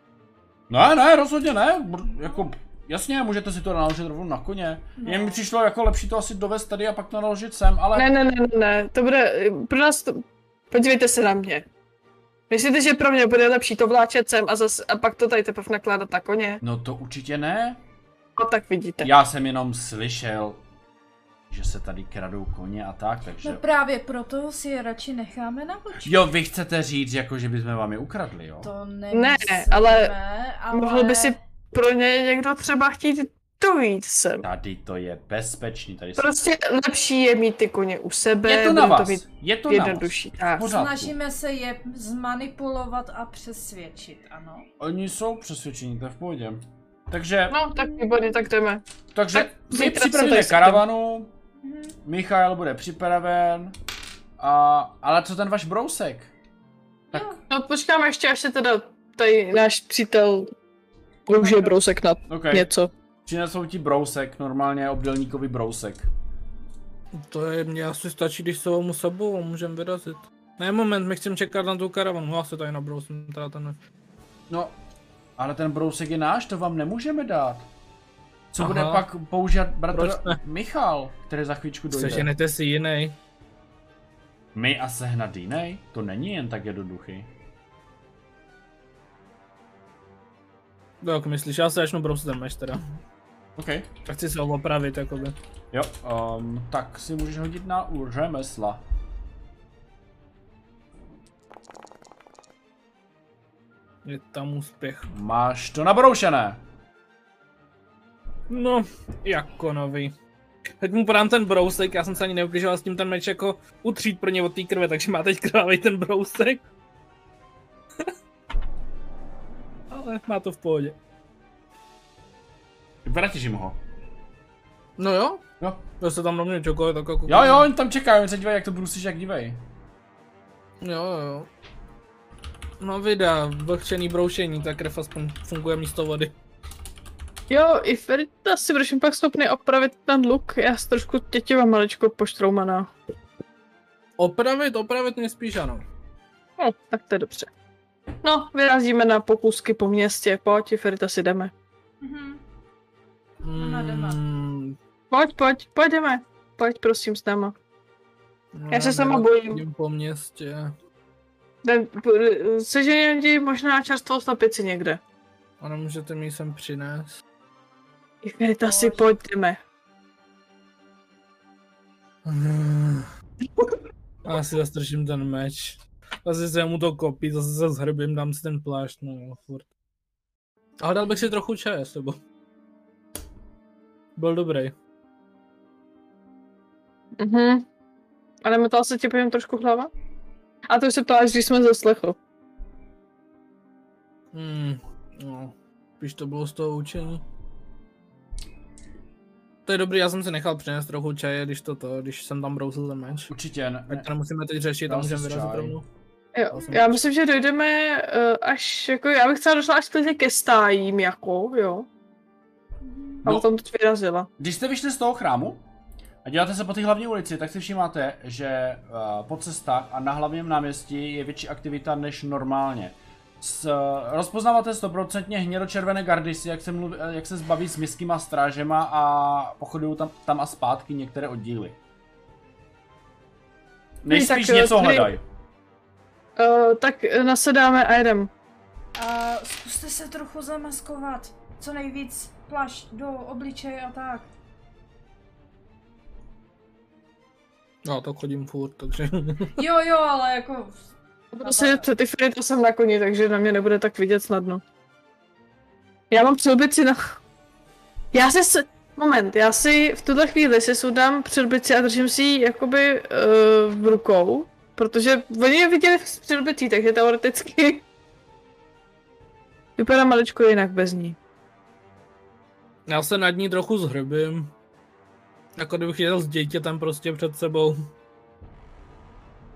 Ne, ne, rozhodně ne. Br- Jako, jasně, můžete si to naložit rovnou na koně. No. No. Jen mi přišlo jako lepší to asi dovést tady a pak to naložit sem, ale... Ne, ne, ne, ne, ne, to bude, pro nás to, podívejte se na mě. Myslíte, že pro mě bude lepší to vláčet sem a, zas, a pak to tady teprve nakládat na koně? No to určitě ne. No tak vidíte. Já jsem jenom slyšel, že se tady kradou koně a tak, takže... No právě proto si je radši necháme na oči. Jo, vy chcete říct, jako že bychom vám je ukradli, jo? To Ne, nemyslíme, ale ale... mohl by si- Pro ně někdo třeba chtít dojít sem. Tady to je bezpečný, tady se... Prostě lepší je mít ty koně u sebe, Je to na bude vás, mít je to na vás. jednodušší. Tak. pořádku. Snažíme se je zmanipulovat a přesvědčit, ano. Oni jsou přesvědčení, to je v pohodě. Takže, No, tak výborně, tak jdeme. takže tak my zítra se připravíme tady sejdeme. karavanu, Mhm. Michal bude připraven, a, ale co ten váš brousek? Tak- Jo, No počkáme ještě, až se teda tady náš přítel použije brousek na OK, něco. přinesou ti brousek, normálně obdelníkový brousek. To je, mě asi stačí, když jsou mu sebou, můžem vyrazit. Ne, moment, my chceme čekat na tu karavanu, já se tady nabrousím, teda ten... No, ale ten brousek je náš, to vám nemůžeme dát. Co Aha. bude pak používat bratr Proč ne? Michal, který za chvíličku dojde? Seženete si jiný. My a sehnat jiný? To není jen tak jednoduchý. Tak myslíš, já se začnu brousit ten meč teda. OK. Tak chci se ho opravit, jakoby. Jo, um, tak si můžeš hodit na u řemesla. Je tam úspěch. Máš to nabroušené. No, jako nový. Teď mu podám ten brousek, já jsem se ani neubližoval s tím ten meč jako utřít pro ně od té krve, takže má teď krvavý ten brousek. [LAUGHS] Ale má to v pohodě. Vrátíš jim ho. No jo, Jo, to se tam rovně čokoliv, tak jako... jo, jo oni tam čekají, oni se dívají, jak to brusíš, jak dívej. Jo, jo. No vida, vlhčený broušení, ta krev aspoň funguje místo vody. Jo, i Ferita si budeš pak schopný opravit ten luk, já jsem trošku tětiva maličko poštroumaná. Opravit, opravit mě spíš ano. No, tak to je dobře. No, vyrazíme na pokusky po městě, pojď, i Ferita si jdeme. mhm. Ano, jdeme. Mm, Pojď, pojď, pojďme. Pojď, prosím, s náma. no, Já se sama nerad bojím. chodím po městě. Jdem- p- Sežením ti možná čerstvou slepici někde. A nemůžete mi ji sem přinést. I Ferita si Hmm. pojď, jdeme. A já si zastrčím ten meč. Zase se mu to kopí, zase se zhrbím, dám si ten plášť, no jo, furt. Ale dal bych si trochu čaje s sebou. Byl dobrý. Mhm. A nemotal se ti po něm trošku hlava? A to už se ptáš, když jsme zaslechl. Hmm, no, spíš to bylo z toho učení. To je dobrý, já jsem si nechal přinést trochu čaje, když to to, když jsem tam brousil ten meč. Určitě ne. Ať to nemusíme teď řešit, Dal tam můžeme jsi vyrazit čaj. rovnou. Jo, já myslím, že dojdeme uh, až, jako já bych třeba došla až klidně ke stájím, jako, jo. A No. no. tam teď vyrazila. Když jste vyšli z toho chrámu a děláte se po té hlavní ulici, tak si všimáte, že eh, po cestách a na hlavním náměstí je větší aktivita než normálně. S, eh, rozpoznáváte stoprocentně hnědočervené gardisy, jak se, mluv, eh, jak se zbaví s městskýma strážema a pochodují tam, tam a zpátky některé oddíly. Nejspíš tak, eh, něco tady- hledají. Uh, tak eh, nasedáme a jedem. A zkuste se trochu zamaskovat. Co nejvíc plašť do obličeje a tak. No, to chodím furt, takže... Jo, jo, ale jako... Prostě ty- ty Frida jsem na koni, takže na mě nebude tak vidět snadno. Já mám přilbici na... Já si s... Moment, já si v tuhle chvíli si sudám přilbici a držím si ji jakoby uh, v rukou, protože oni je viděli s přilbicí, takže teoreticky [LAUGHS] vypadá maličko jinak bez ní. Já se nad ní trochu zhrbím. Jako kdybych jel s dítětem prostě před sebou.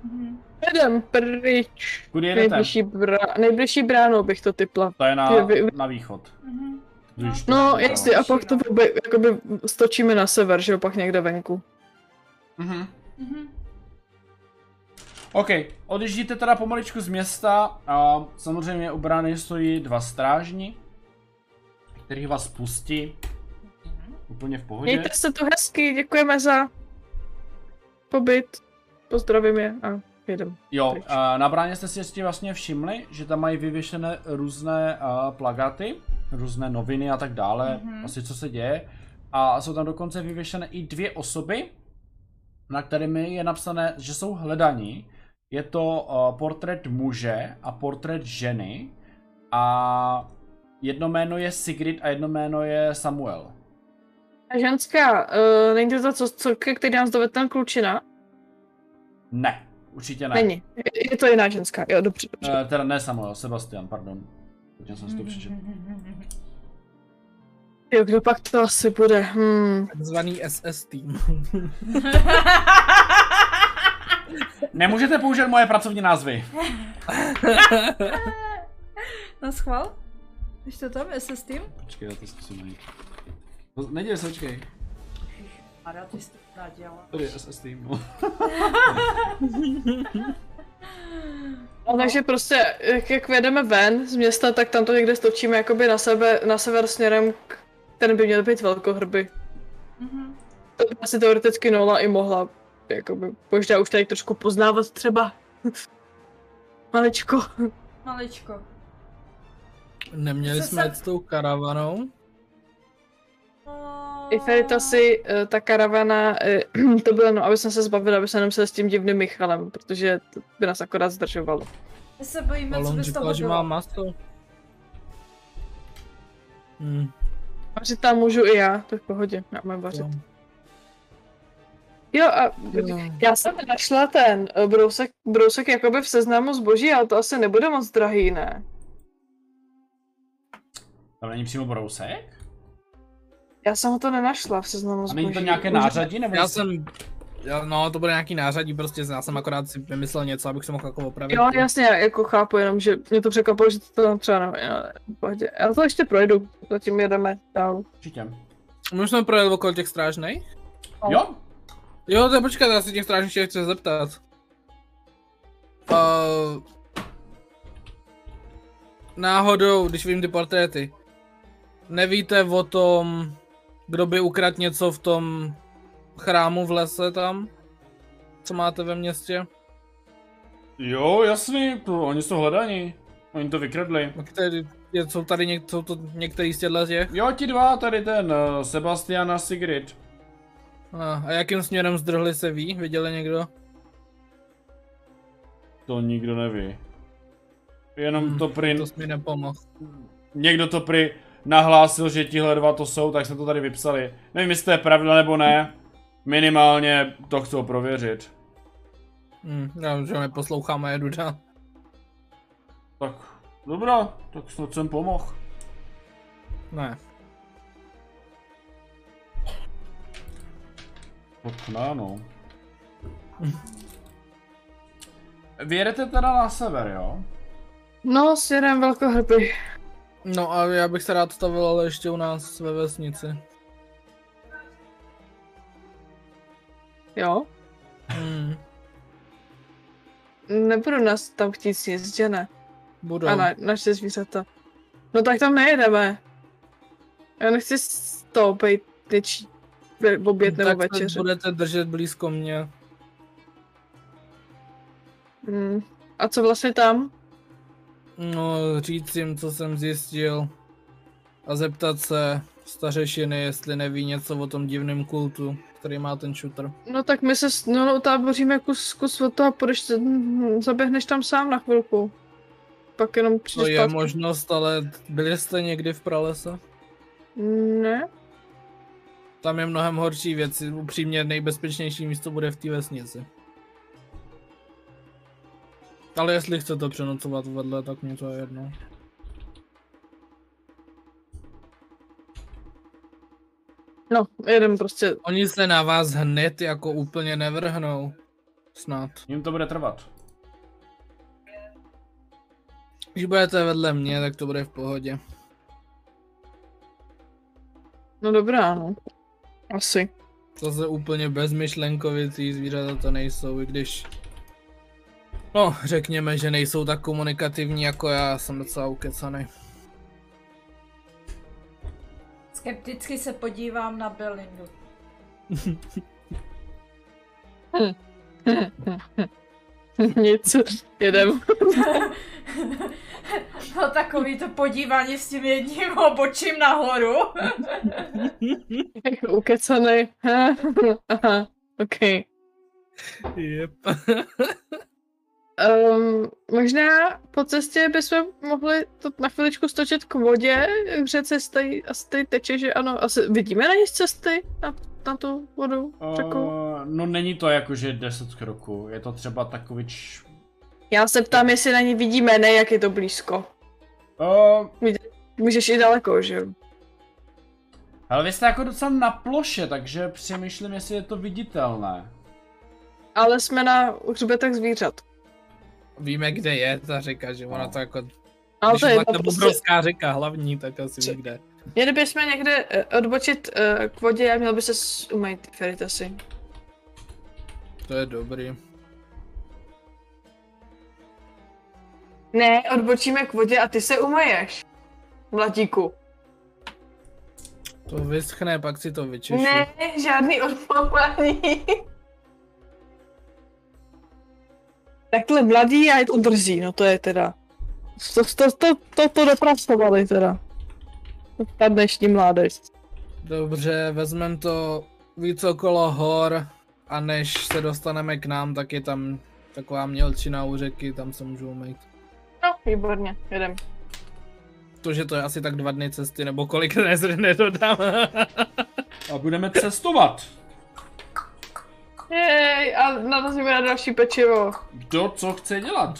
Mhm. Jedem pryč. Kudy jedete? Nejbližší, brá... Nejbližší bránou bych to typla. To je na, je vy- na východ. Mhm. Když to- No, jestli, a pak to vůbec, jakoby stočíme na sever, že jo, pak někde venku. Mhm. Mhm. OK, odjíždíte teda pomaličku z města a samozřejmě u brány stojí dva strážní, kteří vás pustí. Úplně v pohodě. Mějte se tu hezky, děkujeme za pobyt. Pozdravím je a jedem. Jo, pryč. a na bráně jste si ještě vlastně všimli, že tam mají vyvěšené různé a, plagáty, různé noviny a tak dále, Mhm. asi co se děje. A jsou tam dokonce vyvěšené i dvě osoby, na kterými je napsané, že jsou hledaní. Je to a, portrét muže a portrét ženy a jedno jméno je Sigrid a jedno jméno je Samuel. A ženská, uh, není to ta co, co, který nás dovedl ten klučina? Ne, určitě ne. Není. Je, je to jiná ženská, jo, dobře, dobře. Eh, teda ne Samuel, Sebastian, pardon. Já jsem si Mhm. to přečetl. [LAUGHS] Jo, kdo pak to asi bude? Hmm. Takzvaný SS tým. Nemůžete použít moje pracovní názvy. Na schvál? Když to tam, jestli s tím? Počkej, já to zkusím najít. No, Nedělej se, počkej. A ty jsi to nadělala. Tady je SS Team. no. No, takže prostě, jak, jak vedeme ven z města, tak tam to někde stočíme jakoby na, sebe, na sever směrem k... Ten by měl být velkohrby. Mhm. To by asi teoreticky Nola i mohla, jakoby, možná už tady trošku poznávat třeba. [LAUGHS] Maličko. Maličko. [LAUGHS] Neměli Co jsme jsem- jet s tou karavanou. No. I Ferita si eh, ta karavana, eh, [CLEARS THROAT] to bylo jenom, aby jsme se zbavili, aby se nemuseli s tím divným Michalem, protože to by nás akorát zdržovalo. My se bojíme, co Malon by z říkal, toho že má bylo. maso. Hm, Vařit tam můžu i já, to je v pohodě, já mám vařit. jo. Jo a já jsem našla ten eh, brousek, brousek jakoby v seznamu zboží, ale to asi nebude moc drahý, ne? Tam není přímo brousek? Já jsem ho to nenašla v seznamu No, A zboží. není to nějaké Můžu- nářadí? Nebo Já něco? jsem... Já, no, to bude nějaký nářadí, prostě já jsem akorát si vymyslel něco, abych se mohl jako opravit. Jo, jasně, jako chápu, jenom že mě to překvapilo, že to tam třeba ne, ale v pohodě. Já to ještě projdu, zatím jedeme dál. Určitě. My jsme projeli okolo těch strážnej? No. Jo? Jo, to počkat, já se těch strážných ještě chci zeptat. Uh, náhodou, když vím ty portréty, nevíte o tom, kdo by ukradl něco v tom chrámu v lese tam? Co máte ve městě? Jo, jasný, to oni jsou hledaní. Oni to vykradli. Který, je, jsou tady něk, jsou to některý z těchto těch? Jo, ti dva, tady ten eh, Sebastian a Sigrid. Eh, A, a jakým směrem zdrhli se ví? Viděli někdo? To nikdo neví. Jenom Hmm, to prý... To jsi mi nepomohl. Někdo to prý nahlásil, že tihle dva to jsou, tak jsme to tady vypsali. Nevím, jestli to je pravda nebo ne. Minimálně to chcou prověřit. Hm, já už ho neposlouchám a jedu dál. Tak, dobrá, tak snad jsem pomohl. Ne. Tak ne, no. [LAUGHS] Vyjedete teda na sever, jo? No, směrem velkohrby. No a já bych se rád stavil, ale ještě u nás ve vesnici. Jo? Hm, Nebudu nás tam chtít sníst, že ne? budou. A na, naše zvířata. No tak tam nejedeme. Já nechci s to být něčí ve- oběd nebo No tak se večeře. budete držet blízko mě. Hmm. A co vlastně tam? No, říct jim, co jsem zjistil. A zeptat se stařešiny, jestli neví něco o tom divném kultu, který má ten šutr. No tak my se s Nulou utáboříme kus, kus od toho a půjdeš, hm, zaběhneš tam sám na chvilku. Pak jenom přijdeš To je zpátky. možnost, ale byli jste někdy v pralese? Ne? Tam je mnohem horší věci, upřímně nejbezpečnější místo bude v té vesnici. Ale jestli chcete přenocovat vedle, tak mě to je jedno. No, jedem prostě. Oni se na vás hned jako úplně nevrhnou. Snad. Jim to bude trvat. Když budete vedle mě, tak to bude v pohodě. No dobrá, no. Asi. [LAUGHS] Zase úplně bezmyšlenkovitý zvířata to nejsou, i když... No, řekněme, že nejsou tak komunikativní jako já, jsem docela ukecanej. Skepticky se podívám na Belindu. [LAUGHS] Nic. [LAUGHS] Jedem. no takový to podívání s tím jedním obočím nahoru. Jako Ukecanej. [LAUGHS] Aha. OK. Yep. Um, možná po cestě bychom mohli to na chviličku stočit k vodě, k řece z té- a z té teče, že ano, asi vidíme na ní z cesty, na, na tu vodu, řeku. Eh, no není to jakože 10 kroků, je to třeba takový č... Já se ptám, jestli na ní vidíme, ne jak je to blízko. Uh, Můžeš i daleko, že jo? ale vy jste jako docela na ploše, takže přemýšlím, jestli je to viditelné. Ale jsme na hřbetech zvířat. Víme, kde je ta řeka, že ona No. to jako... Ale když to je byla jedno, ta prostě. obrovská řeka hlavní, tak asi Č- ví kde. Měli bychom někde eh, odbočit eh, k vodě a měl by se umýt ty feritasy. To je dobrý. Ne, odbočíme k vodě a ty se umeješ. Mladíku. To vyschne, pak si to vyčešu. Ne, žádný odpalování. Takhle mladý a je to drzí, no to je teda. To, to, to, to, to dopracovali teda. Ta dnešní mládež. Dobře, vezmeme to víc okolo hor a než se dostaneme k nám, tak je tam taková mělčina u řeky, tam se můžou mít. No, výborně, jedem. To, že to je asi tak dva dny cesty, nebo kolik [LAUGHS] ne, nedodám. A budeme cestovat. Jej, a narazíme na další pečivo. kdo co chce dělat.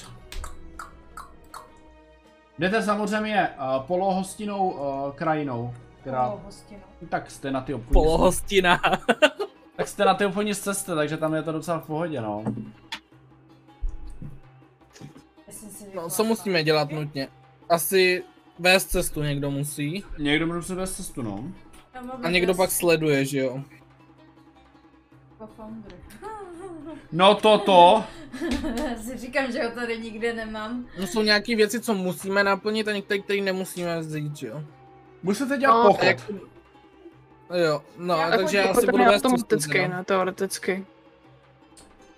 Jdete samozřejmě uh, polohostinou uh, krajinou, která... Oh, hostino. Tak jste na ty obchodní... Polohostina. Tak jste na ty obchodní cestě, takže tam je to docela v pohodě, no. Myslím si, že no, to co má- musíme dělat nutně? Asi vést cestu někdo musí. Někdo bude muset vést cestu, no. Já mám A někdo dnes pak sleduje, že jo? jako [LAUGHS] skafandr. No toto, si říkám, že ho tady nikde nemám. No jsou nějaké věci, co musíme naplnit a některé, které nemusíme vzít, že jo? musíte dělat No, pochod. Jak... Jo, no, Já takže já Jako si ten budu vést cestu, automaticky, teda. no, teoreticky.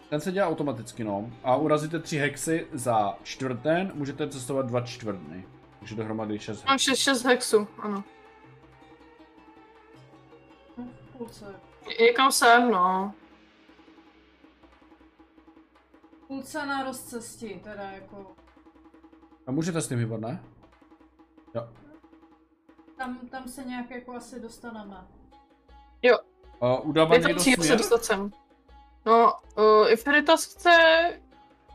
Ten se dělá automaticky, no. A urazíte tři hexy za čtvrten, můžete cestovat dva čtvrtny. Takže dohromady šest Mám hex. 6, 6 No, hexů, ano. Hm, v Půlce. Někam sem, no. Půlce na rozcestí, teda jako. A můžete s tím hýbat, ne? Tam, tam se nějak jako asi dostaneme. Uh, udává Je tam někdo cíl se směr? dostat sem. No, uh, Iferitas chce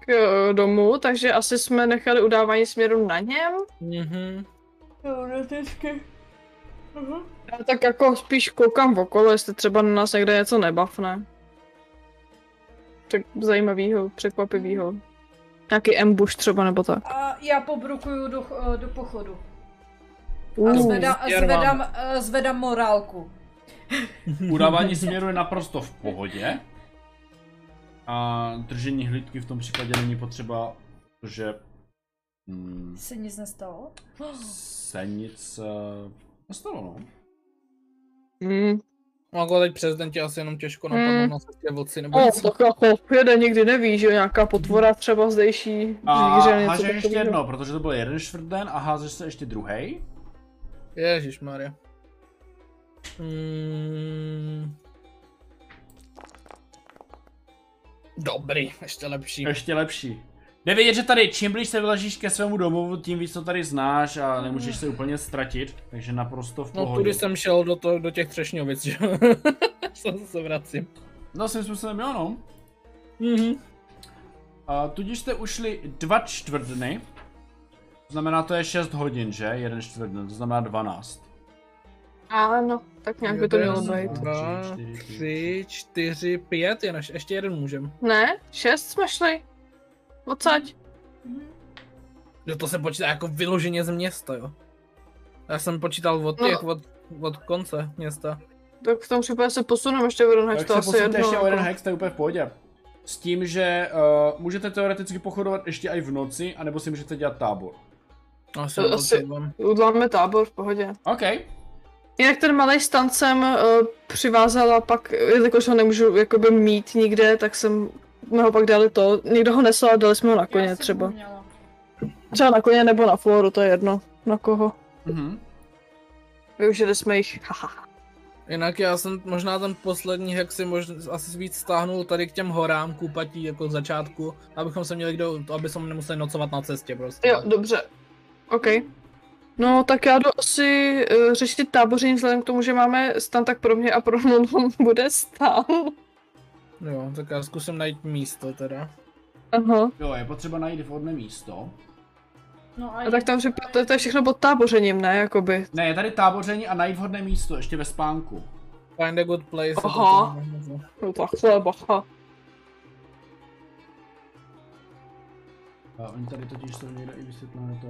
k eh, domu, takže asi jsme nechali udávání směru na něm. Mhm. Jo, no teďky. Uh-huh. Já tak jako spíš koukám okolo, jestli třeba na nás někde něco nebafne. Tak zajímavýho, překvapivýho. Nějaký ambush třeba nebo tak. A já pobrukuju do, ch- do pochodu. A Uh. zvedám, směr zvedám, eh, zvedám morálku. Udávání směru je naprosto v pohodě. A držení hlídky v tom případě není potřeba, protože mm, Se nic nestalo? se nic eh, nestalo, no. Mm. No jako teď přes den tě asi jenom těžko Hmm. napadnou na cestě vlci nebo O, něco. tak jako jeden nikdy neví, že jo, nějaká potvora třeba zdejší A zvíře něco házeš ještě takovýho. jedno, protože to byl jeden čtvrtden a házeš se ještě druhý. Ježíš Maria. Mm. Dobrý, ještě lepší. Ještě lepší. Jde vidět, že tady čím blíž se vyležíš ke svému domovu, tím víc to tady znáš a nemůžeš se úplně ztratit, takže naprosto v No pohodě. tudy jsem šel do, to, do těch třešňovic, že jo. [LAUGHS] se, se vracím. No svým způsobem jo, no. Mhm. A tudíž jste ušli dva čtvrtdny. To znamená, to je 6 hodin, že? Jeden čtvrtden, to znamená 12. Ano, tak nějak by to Jeden, mělo být. Dva, Tři, čtyři, pět. tři, čtyři, pět, je naš, ještě jeden můžem. Ne, šest jsme šli. Odsaď. Mhm. Jo, to se počítá jako vyloženě z města, jo. Já jsem počítal od No. těch, od, od konce města. Tak v tom případě se posuneme ještě o jeden hex, Tak to se asi jedno. posuňte ještě o jeden jako. hex, to je úplně v pohodě. S tím, že uh, můžete teoreticky pochodovat ještě i v noci, anebo si můžete dělat tábor. No, To asi- asi... Udláme tábor v pohodě. OK. Jinak ten malý stan jsem uh, přivázala pak, jelikož ho nemůžu jakoby mít nikde, tak jsem jsme ho pak dali to, někdo ho nesl a dali jsme ho na koně Já jsem Jako třeba. uměla. Třeba na koně nebo na floru, to je jedno. Na koho. Mhm. Využili jsme jich, haha. Jinak já jsem možná ten poslední hex si možná asi víc stáhnul tady k těm horám kupatí jako v začátku, abychom se měli kdo, to, aby jsme nemuseli nocovat na cestě prostě. Jo, dobře. OK. No, tak já jdu asi uh, řešit táboření vzhledem k tomu, že máme stan, tak pro mě a pro [LAUGHS] Nonom bude stan. jo, tak já zkusím najít místo teda. Aha. Jo, je potřeba najít vhodné místo. No A tak tam, že to, to je všechno pod tábořením, ne, jakoby. Ne, je tady táboření a najít vhodné místo, ještě ve spánku. Find a good place. je to Aha. tam. No takhle, bacha. A oni tady totiž jsou někde i vysvětlené to.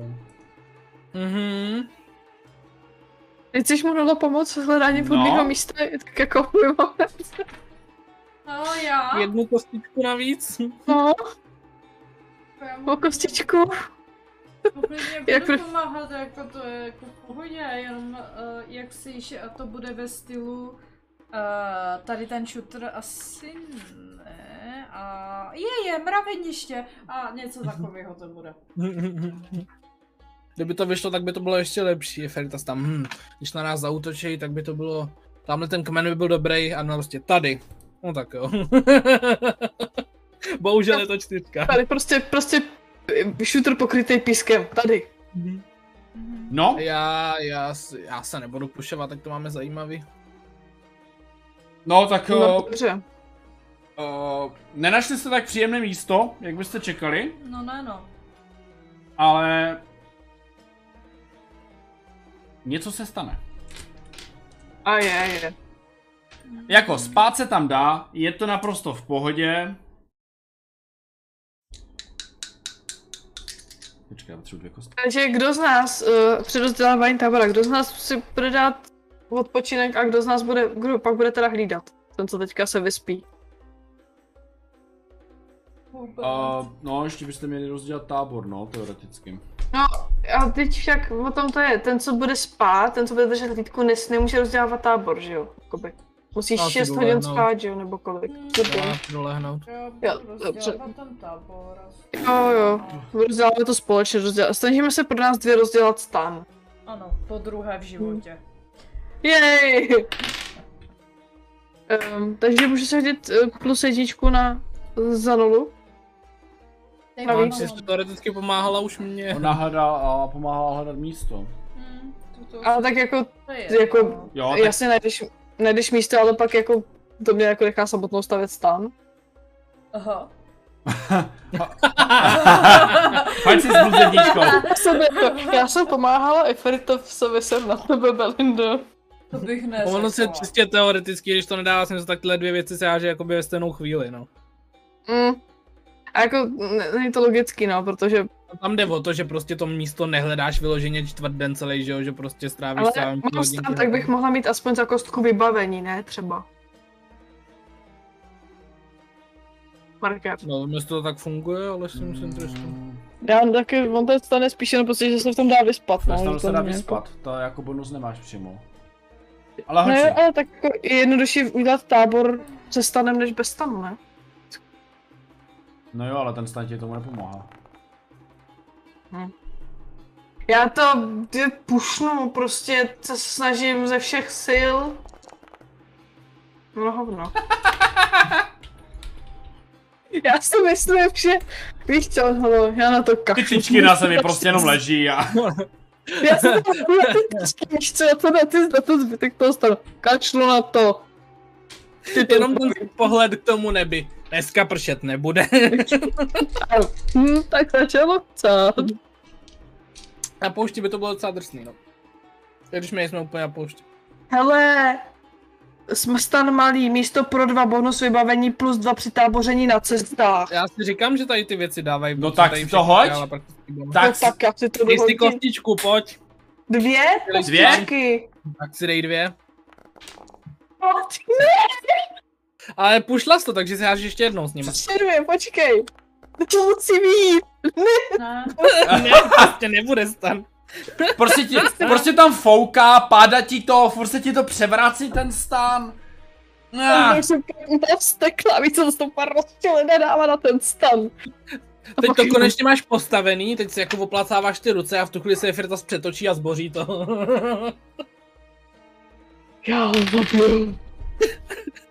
Mhm. Teď jsi mu dala pomoc s hledáním No. vhodného místa, je tak jako mimo. No já, Jednu kostičku navíc. No, já mu o kostičku. klidně budu Jak- pomáhat, jako to je jako v pohodě, jenom uh, jak si již, a to bude ve stylu uh, tady ten šutr asi ne, a je, je, mraveniště a něco takového to bude. [LAUGHS] Kdyby to vyšlo, tak by to bylo ještě lepší, je Feritas tam, hm, když na nás zautočí, tak by to bylo, tamhle ten kmen by byl dobrý a no prostě tady. No tak jo. [LAUGHS] Bohužel je to čtyřka. Tady prostě, prostě šutr pokrytý pískem, tady. Mhm. No, Já, já, si- já se nebudu pušovat, tak to máme zajímavý. no tak No, uh, dobře. uh, nenašli jste tak příjemné místo, jak byste čekali, No ne no. ale něco se stane. A je, je. Jako spát se tam dá, je to naprosto v pohodě. Počkej, já potřebuji dvě kosti. Takže kdo z nás, uh, při rozdělávání tábora, kdo z nás si bude dát odpočinek a kdo z nás bude, kdo pak bude teda hlídat? Ten, co teďka se vyspí. Vůbec. Uh, no, ještě byste měli rozdělat tábor, no, teoreticky. A teď však o tom to je, ten, co bude spát, ten, co bude držet hlídku, nes, nemůže rozdělávat tábor, že jo? Jakoby. Musíš Asi 6 dole, hodin no. spát, že jo, nebo kolik. Mm. Nebo- Já budu lehnout. Já budu jo, rozdělávat ten tábor. asi. Jo, jo. Rozděláme to společně, rozděláme. snažíme se pro nás dvě rozdělat stan. Ano, po druhé v životě. Jej! [LAUGHS] Ehm, Um, takže můžu se hodit eh, plus jedničku na za nulu. Tady No, mám víš, ho. Ještě teoreticky pomáhala už mě. Ona hledala a pomáhala hledat místo. Hm, tuto- Ale tak jako, No, to vlastně je. no? jako- Jo, tak jasně najdeš, najdeš místo, ale pak jako to mě jako nechá samotnou stavět stan. [LAUGHS] Aha. pojď si s bluzedničkou. Já jsem, jako, já jsem pomáhala Efertovsovi jsem na tebe, Belindo. To bych Ono se neřekla. čistě teoreticky, když to nedává smysl, tak tyhle dvě věci se háže jakoby ve stejnou chvíli, no. Mm. A jako, ne- není to logický, no, protože... A Tam jde o to, že prostě to místo nehledáš vyloženě čtvrt den celý, že jo, že prostě strávíš Ale sám mám stan, tak bych mohla mít aspoň za kostku vybavení, ne? Třeba. Marker. No, dnes to tak funguje, ale si myslím Hmm. trošku. Já mám taky, on ten stan je spíše, no prostě, že se v tom dá vyspat, Prostě tam že se to dá mě jako- vyspat, to jako bonus nemáš přímo. Ale hoď Ne, si. ale tak jako je jednodušší udělat tábor se stanem, než bez stanu, ne? No jo, ale ten stan ti tomu nepomáhá. Já to je pušnu, prostě se snažím ze všech sil. No hovno. [LAUGHS] Já si myslím, že víš co, halo, já na to [LAUGHS] kachu. Ty čičky na zemi prostě jenom leží a... Já se to na ty čičky, víš co, já to na, ty, na to zbytek toho stanu. Kačlu na to. Ty to Jenom ten pohled k tomu nebi. Dneska pršet nebude. [LAUGHS] Hm, tak začalo co? na poušti by to bylo docela drsný, no. Když my jsme úplně na poušti. Hele, jsme stan malý, místo pro dva bonus vybavení plus dva při táboření na cestách. Já si říkám, že tady ty věci dávají. No co tak tady si prostě to všechno hoď. dává prakticky bonus. Tak no, tak já si to Dej si dohodím. kostičku, pojď. Dvě? Dvě? Taky. Tak si dej dvě. No, ty Ale pušla jsi to, takže si hážeš ještě jednou s nimi. Ještě dvě, počkej. To musí být. Ne, Ne, prostě nebude stan. Prostě, ti, prostě tam fouká, páda ti to, furt se ti to převrací ten stan. Ah, Já jsem tam vztekla, víc jsem to pár rozčilena dává na ten stan. Teď to konečně máš postavený, teď si jako oplácáváš ty ruce a v tu chvíli se Firtas přetočí a zboří to. [LAUGHS] Já zabiju.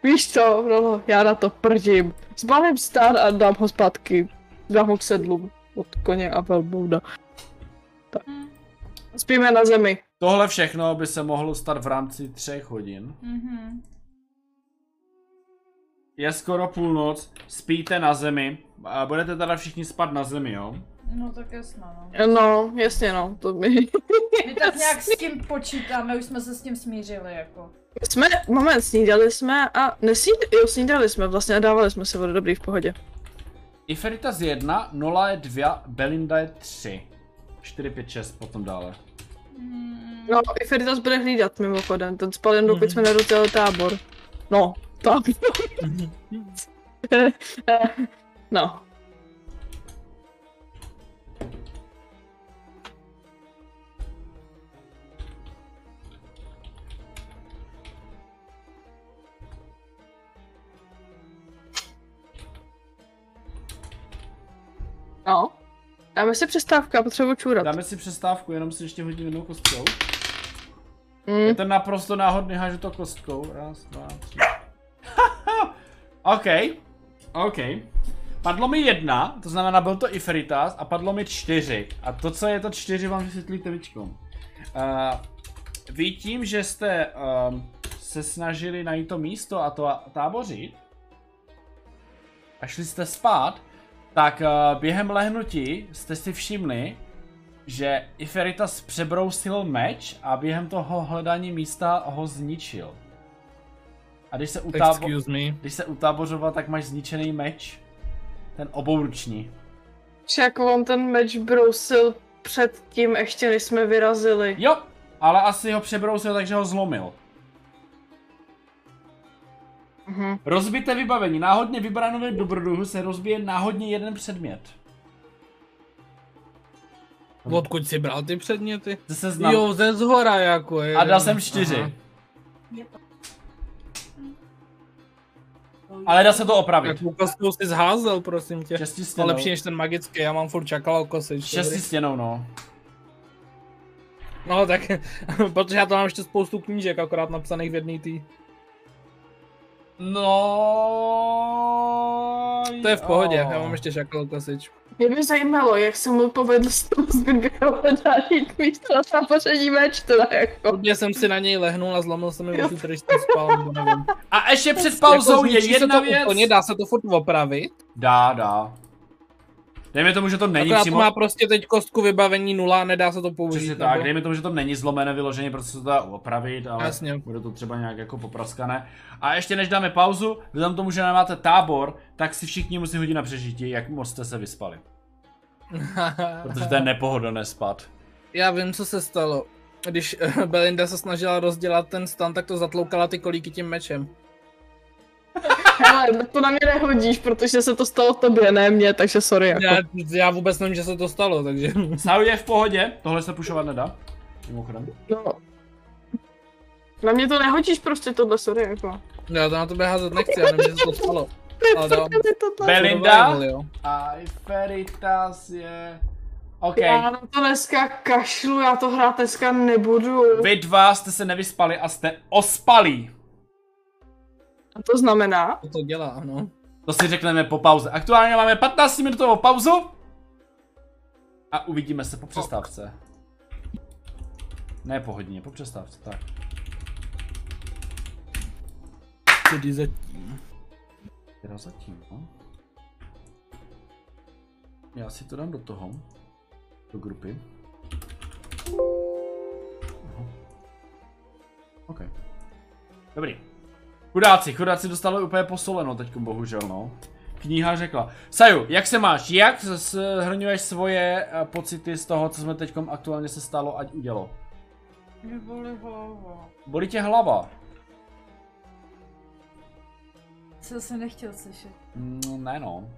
Víš co, no, já na to prdím. Zbalím stan a dám ho zpátky. Dám ho k sedlu od koně a velbouda. Tak. Spíme na zemi. Tohle všechno by se mohlo stát v rámci třech hodin. mhm. Je skoro půlnoc, spíte na zemi. A budete teda všichni spát na zemi, jo? No tak jasno, [LAUGHS] no. No, jasně no, to my... My tak nějak s tím počítáme, už jsme se s tím smířili, jako. Jsme, moment, snídali jsme a nesníd, jo, snídali jsme vlastně a dávali jsme se vodu, dobrý, v pohodě. Iferitas 1, 0 je 2, Belinda je 3. 4, 5, 6, potom dále. Mm, No, i Feritas bude hlídat mimochodem, ten spal jen dokud Mhm. jsme nedotěli tábor. No, tábor. Eh, [LAUGHS] no. No. Dáme si přestávku, já potřebuji čůrat. Dáme si přestávku, jenom si ještě hodím jednou kostkou. Mm. Je to naprosto náhodný, hážu to kostkou. Raz, dva, tři. [LAUGHS] OK. OK. Padlo mi jedna, to znamená byl to Iferitas a padlo mi čtyři. A to, co je to čtyři, vám vysvětlí tevičkom. Uh, vy tím, že jste um, se snažili najít to místo a to a- tábořit a šli jste spát, tak uh, během lehnutí jste si všimli, že Iferitas přebrousil meč a během toho hledání místa ho zničil. A když se, utábo- Excuse me. když se utábořoval, tak máš zničený meč. Ten obouruční. Však jako on ten meč brousil před tím, ještě než jsme vyrazili. Jo, ale asi ho přebrousil, takže ho zlomil. Mhm. Rozbité vybavení. Náhodně vybrané dobrodruhu se rozbije náhodně jeden předmět. Odkud jsi bral ty předměty? Ze seznamu. Jo, ze zhora jako je. A dal jsem čtyři. Aha. Ale dá se to opravit. Jakou kostkou jsi zházel, prosím tě? To Šestistěnou. lepší než ten magický, já mám furt čakal kosič. Šestistěnou, no. No tak, [LAUGHS] protože já to mám ještě spoustu knížek, akorát napsaných No. v jedný tý. No, to je v pohodě, jo. já mám ještě šakal klasič. Mě by zajímalo, jak se mu povedl s tou zběrou dát místo na pořadí ve jako. Hodně jsem si na něj lehnul a zlomil jsem mi uši, když jsem spal, nebo [LAUGHS] nevím. Jako A ještě před pauzou je zničí se jedna to věc. Úplně, dá se to furt opravit. Dá, dá. Dejme tomu, že to není Akorát to přímo... má prostě teď kostku vybavení nula a nedá se to použít. Přesně nebo- tak, dejme tomu, že to není zlomené vyloženě, protože se to dá opravit, ale [LAUGHS] Jasně. bude to třeba nějak jako popraskané. A ještě než dáme pauzu, vzhledem k tomu, že nemáte tábor, tak si všichni musí hodit na přežití, jak moc jste se vyspali. Protože to je nepohodlné spát. [LAUGHS] Já vím, co se stalo. Když [LAUGHS] eh, Belinda se snažila rozdělat ten stan, tak to zatloukala ty kolíky tím mečem. Hele, to na mě nehodíš, protože se to stalo tobě, ne mě, takže sorry. Jako. Já, já vůbec nevím, že se to stalo, takže... Sau je v pohodě, tohle se pušovat nedá. Mimochodem. No. Na mě to nehodíš prostě tohle, sorry, jako. Já to na tebe házet nechci, já nevím, že se to stalo. Ale dám- Prdele, tohle. Belinda? survival, jo. A Feritas je... OK. Já na to dneska kašlu, já to hrát dneska nebudu. Vy dva jste se nevyspali a jste ospalí. A to znamená? Co to dělá, ano. To si řekneme po pauze. Aktuálně máme 15 minutovou pauzu. A uvidíme se po přestávce. Ne po hodině, po přestávce, tak. Tedy zatím. Teda zatím, no. Já si to dám do toho. Do grupy. Aha. OK. Dobrý. Chudáci, chudáci dostali úplně posoleno teď, bohužel, no. Kniha řekla. Saju, jak se máš? Jak shrňuješ svoje eh, pocity z toho, co jsme teď aktuálně se stalo, ať udělo? Mě bolí hlava. Bolí tě hlava? Co jsi nechtěl slyšet? Mm, ne no.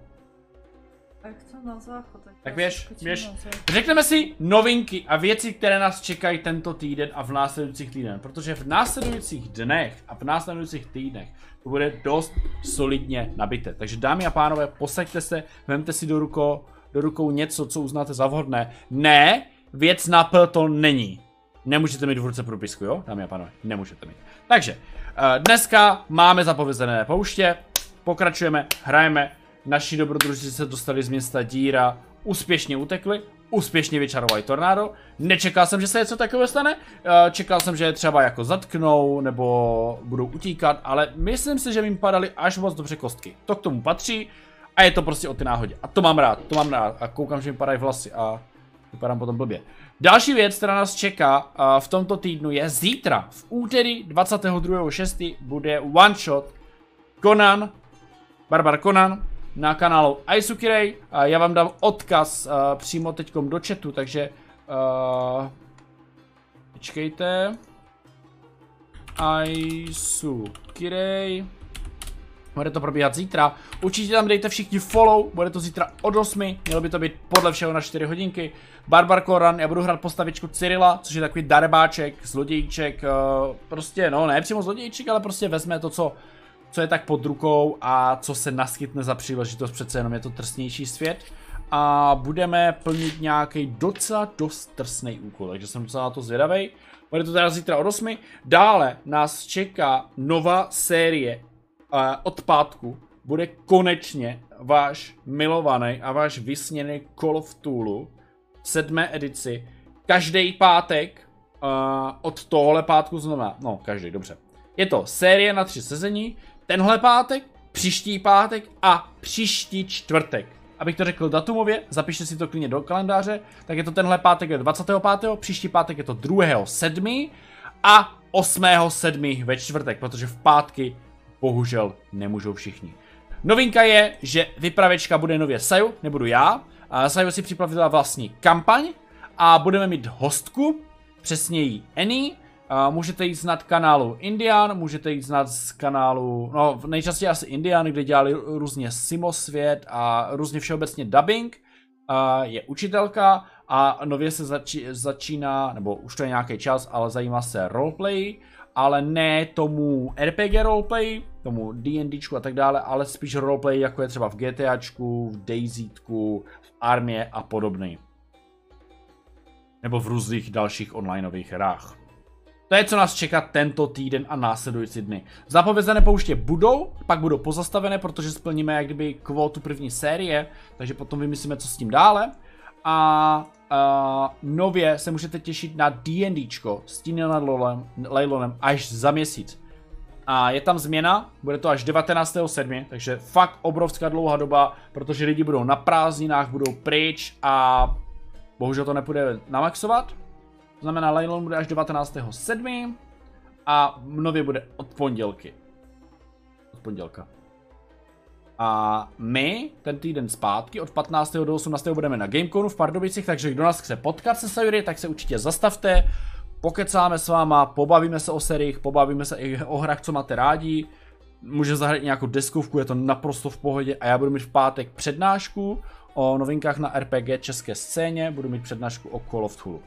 Tak to na záchod. Tak, Tak já běž, se skočím běž. na záchod. Řekneme si novinky a věci, které nás čekají tento týden a v následujících týdnech, protože v následujících dnech a v následujících týdnech to bude dost solidně nabité. Takže dámy a pánové, posaďte se, vemte si do, ruko, do rukou něco, co uznáte za vhodné. Ne, věc na P to není. Nemůžete mít v ruce průpisku, jo, dámy a pánové, nemůžete mít. Takže, eh, dneska máme zapovězené pouště, pokračujeme, hrajeme, naši dobrodružci se dostali z města Díra, úspěšně utekli, úspěšně vyčarovali tornádo, nečekal jsem, že se něco takového stane, eh, čekal jsem, že je třeba jako zatknou, nebo budou utíkat, ale myslím si, že jim padaly až moc dobře kostky. To k tomu patří a je to prostě o ty náhodě. A to mám rád, to mám rád a koukám, že mi padají vlasy a vypadám potom blbě. Další věc, která nás čeká eh, v tomto týdnu je zítra, v úterý 22.6. bude one shot Conan, Barbar Conan na kanálu Aisukirej. A Já vám dám odkaz eh, přímo teďkom do chatu, takže uh, počkejte. Aisukirej. Bude to probíhat zítra. Určitě tam dejte všichni follow, bude to zítra od 8, mělo by to být podle všeho na 4 hodinky. Barbar Koran, já budu hrát postavičku Cyrila, což je takový darebáček, zlodějček, eh, prostě no, ne přímo zlodějček, ale prostě vezme to, co, co je tak pod rukou a co se naskytne za příležitost, přece jenom je to trsnější svět. A budeme plnit nějaký docela dost trsný úkol, takže jsem docela na to zvědavej. Bude to teda zítra od 8. Dále nás čeká nová série eh, od pátku bude konečně váš milovaný a váš vysněný Call of Tulu v sedmé edici. Každý pátek eh, od tohle pátku znamená, no každý, dobře. Je to série na tři sezení, tenhle pátek, příští pátek a příští čtvrtek. Abych to řekl datumově, zapište si to klidně do kalendáře, tak je to tenhle pátek je 25. příští pátek je to 2.7. a 8.7. ve čtvrtek, protože v pátky bohužel nemůžou všichni. Novinka je, že vypravečka bude nově Saju, nebudu já. A Saju si připravila vlastní kampaň a budeme mít hostku, přesněji Annie. A můžete jít znát kanálu Indian, můžete jít znát z kanálu, no nejčastěji asi Indian, kde dělali různě Simosvět a různě všeobecně dubbing. A je učitelka a nově se zači- začíná, nebo už to je nějaký čas, ale zajímá se roleplay ale ne tomu RPG roleplay, tomu D&Dčku a tak dále, ale spíš roleplay, jako je třeba v GTAčku, v Daisytku, v Armě a podobný. Nebo v různých dalších onlineových hrách. To je, co nás čeká tento týden a následující dny. Zapovězené pouště budou, pak budou pozastavené, protože splníme jak kdyby kvótu první série, takže potom vymyslíme, co s tím dále. A, a nově se můžete těšit na D&Dčko s Tínem nad Lolem, Leilonem až za měsíc. A je tam změna, bude to až 19.7., takže fakt obrovská dlouhá doba, protože lidi budou na prázdninách, budou pryč a bohužel to nepůjde namaxovat. To znamená, Lailon bude až 19.7. a nově bude od pondělky. Od pondělka. A my ten týden zpátky od 15. do 18. budeme na Gameconu v Pardubicích, takže kdo nás chce potkat se Sayuri, tak se určitě zastavte. Pokecáme s váma, pobavíme se o seriích, pobavíme se i o hrách, co máte rádi. Může zahrát nějakou deskovku, je to naprosto v pohodě a já budu mít v pátek přednášku o novinkách na RPG české scéně, budu mít přednášku o Call of Cthulhu.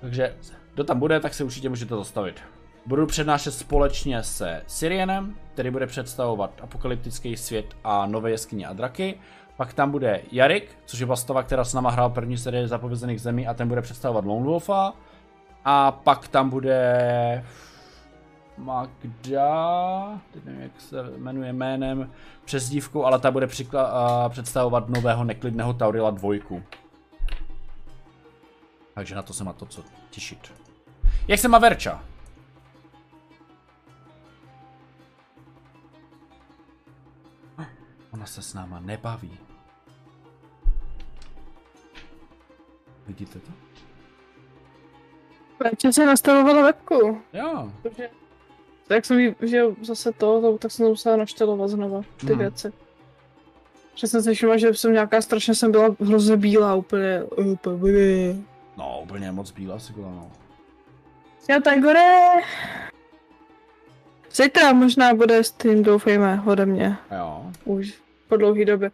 Takže kdo tam bude, tak se určitě můžete dostavit. Budu přednášet společně se Sirienem, který bude představovat apokalyptický svět a nové jeskyně a draky. Pak tam bude Jarik, což je postava, která s náma hrál první sérii zapovězených zemí a ten bude představovat Lone Wolfa. A pak tam bude Magda, teď nevím, jak se jmenuje jménem, přes dívku, ale ta bude přikla- a představovat nového neklidného Taurila dvojku. Takže na to se má to co těšit. Jak se má Verča? Ona se s náma nebaví. Vidíte to? Večer se nastavovala webku. Jo. Takže... Tak jsem jí, že zase to, to tak jsem to musela naštelovat znova, ty Mhm. věci. Že jsem si všimla, že jsem nějaká strašně jsem byla hrozně bílá úplně, úplně. No, úplně moc bílá si byla, no. Já tak gore! Zítra možná bude stream, doufejme, ode mě. Jo. Už po dlouhý době.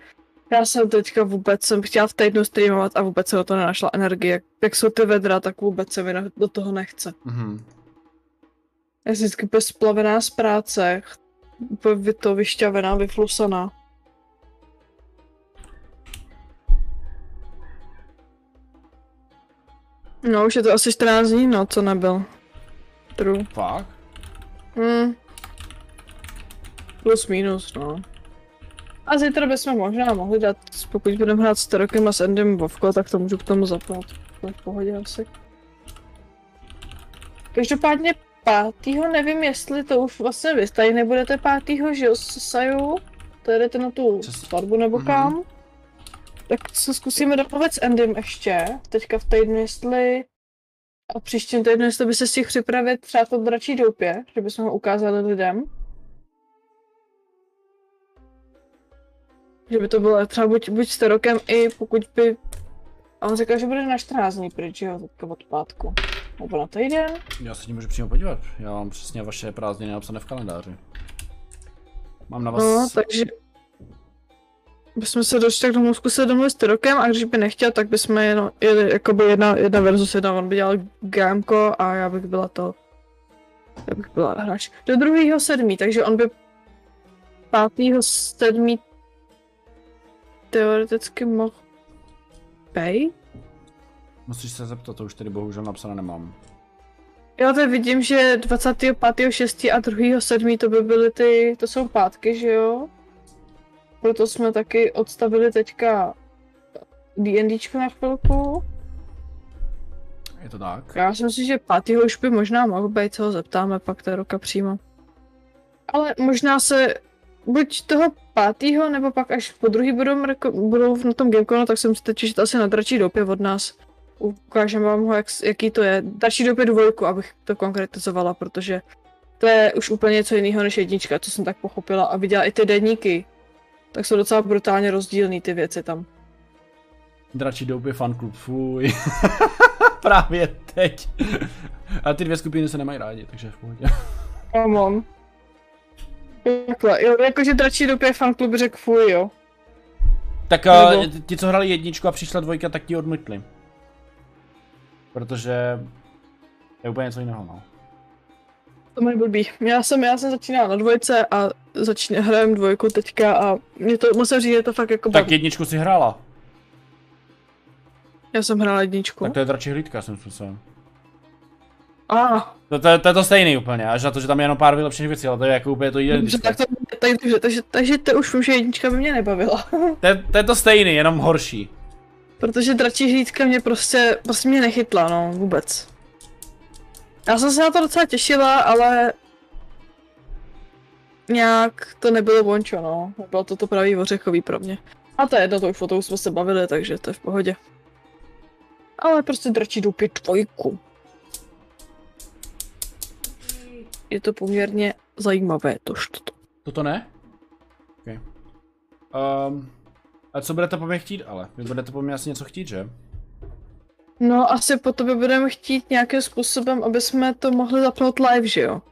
Já jsem teďka vůbec, jsem chtěla v týdnu streamovat a vůbec se do toho nenašla energie. Jak, jak jsou ty vedra, tak vůbec se mi na- do toho nechce. Mhm. Já jsem vždycky úplně splavená z práce. ch- Úplně vy- to vyšťavená, vyflusaná. No, už je to asi 14 dní, no, co nebyl. True. Fakt? Hmm. Plus minus, no. A zítra bychom možná mohli dát, pokud budeme hrát s Terokem a s Endem Vovko, tak to můžu k tomu zapnout. To je v pohodě asi. Každopádně pátýho nevím, jestli to už vlastně vy tady nebudete pátýho, že jo, s Saju? To jedete na tu Přes- svatbu nebo Mhm. kam? Tak se zkusíme domluvit s Endym ještě, teďka v týdnu, jestli a příštím týdnu, jestli by se stihl připravit třeba to dračí doupě, že bychom ho ukázali lidem. Že by to bylo třeba buď, buď s Terokem, i pokud by... A on říkal, že bude na 14 dní pryč, že jo, teďka od pátku. Nebo na týden. Já se tím můžu přímo podívat. Já mám přesně vaše prázdniny napsané v kalendáři. Mám na vás... No, takže bychom se došli tak domů zkusit domluvit s Tyrokem a když by nechtěl, tak bychom jen, jeli jakoby jedna, jedna versus jedna, on by dělal gámko a já bych byla to, já bych byla hráč. Do druhého sedmí, takže on by pátýho sedmí teoreticky mohl být. Musíš se zeptat, to už tady bohužel napsané nemám. Já tady vidím, že 25.6. a 2.7. to by byly ty, to jsou pátky, že jo? Proto jsme taky odstavili teďka D&Dčko na chvilku. Je to tak? Já si myslím, že pátýho už by možná mohl být, se ho zeptáme pak té roka přímo. Ale možná se buď toho pátýho, nebo pak až po druhý budou, mrko- budou na tom Gameconu, no tak jsem si teď číst asi na dračí dopě od nás. Ukážeme vám ho, jak, jaký to je. Dračí dopě dvojku, abych to konkretizovala, protože to je už úplně něco jiného než jednička, co jsem tak pochopila a viděla i ty denníky. Tak jsou docela brutálně rozdílný ty věci tam. Dračí doupě fanklub, fuj. [LAUGHS] Právě teď. [LAUGHS] A ty dvě skupiny se nemají rádi, takže v pohodě. Kamon. Takhle, jo, jakože dračí dopě fanklub řekl fuj, jo. Tak a, Nebo- ti, co hrali jedničku a přišla dvojka, tak ti odmítli. Protože je úplně něco jiného, no. To mají blbý. Já jsem, já jsem začínala na dvojce a začíná, hrajem dvojku teďka a mě to, musím říct, je to fakt jako Tak baví. jedničku si hrála. Já jsem hrála jedničku. Tak to je dračí hlídka, jsem způsobem. A, To, to, to, je to stejný úplně, až na to, že tam je jenom pár vylepšených věcí, ale to je jako úplně to dobře, identické. tak to, tak, dobře, takže, takže to už vím, že jednička by mě nebavila. To, je- to je to stejný, jenom horší. Protože dračí hlídka mě prostě, prostě mě nechytla, no, vůbec. Já jsem se na to docela těšila, ale... Nějak to nebylo vončo, no. Bylo to to pravý ořechový pro mě. A to je jedno, to už fotou jsme se bavili, takže to je v pohodě. Ale prostě dračí doupě dvojku. Je to poměrně zajímavé, tož to. Toto ne? Okay. Um, a co budete po mně chtít ale? Vy budete po mně asi něco chtít, že? No, asi po tobě budeme chtít nějakým způsobem, aby jsme to mohli zapnout live, že jo?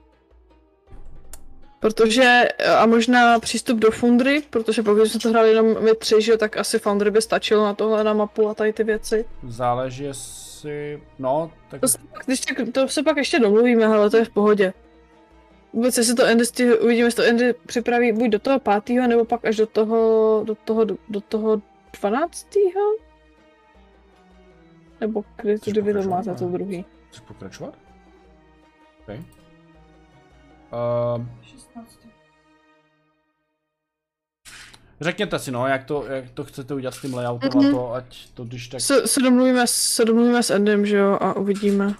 Protože, eh, a možná přístup do Foundry, protože pokud jsme to hráli jenom my tři, že jo, tak asi Foundry by stačilo na tohle, na mapu a tady ty věci. Záleží jestli... No, tak... To se pak, když tak, to se pak ještě domluvíme, ale to je v pohodě. Vůbec, jestli to Andy, stih- uvidíme, jestli to Andy připraví buď do toho pátého, nebo pak až do toho, do toho, do toho dvanáctého? Nebo kdy, Což kdy vy to pokračujeme, máte, to ne? druhý? Chceš pokračovat? Ehm, Okay. Um, 16. řekněte si no, jak to, jak to chcete udělat s tím layoutem a Mhm. to, ať to když tak... Se, se, domluvíme, se domluvíme s Endem, že jo, a uvidíme.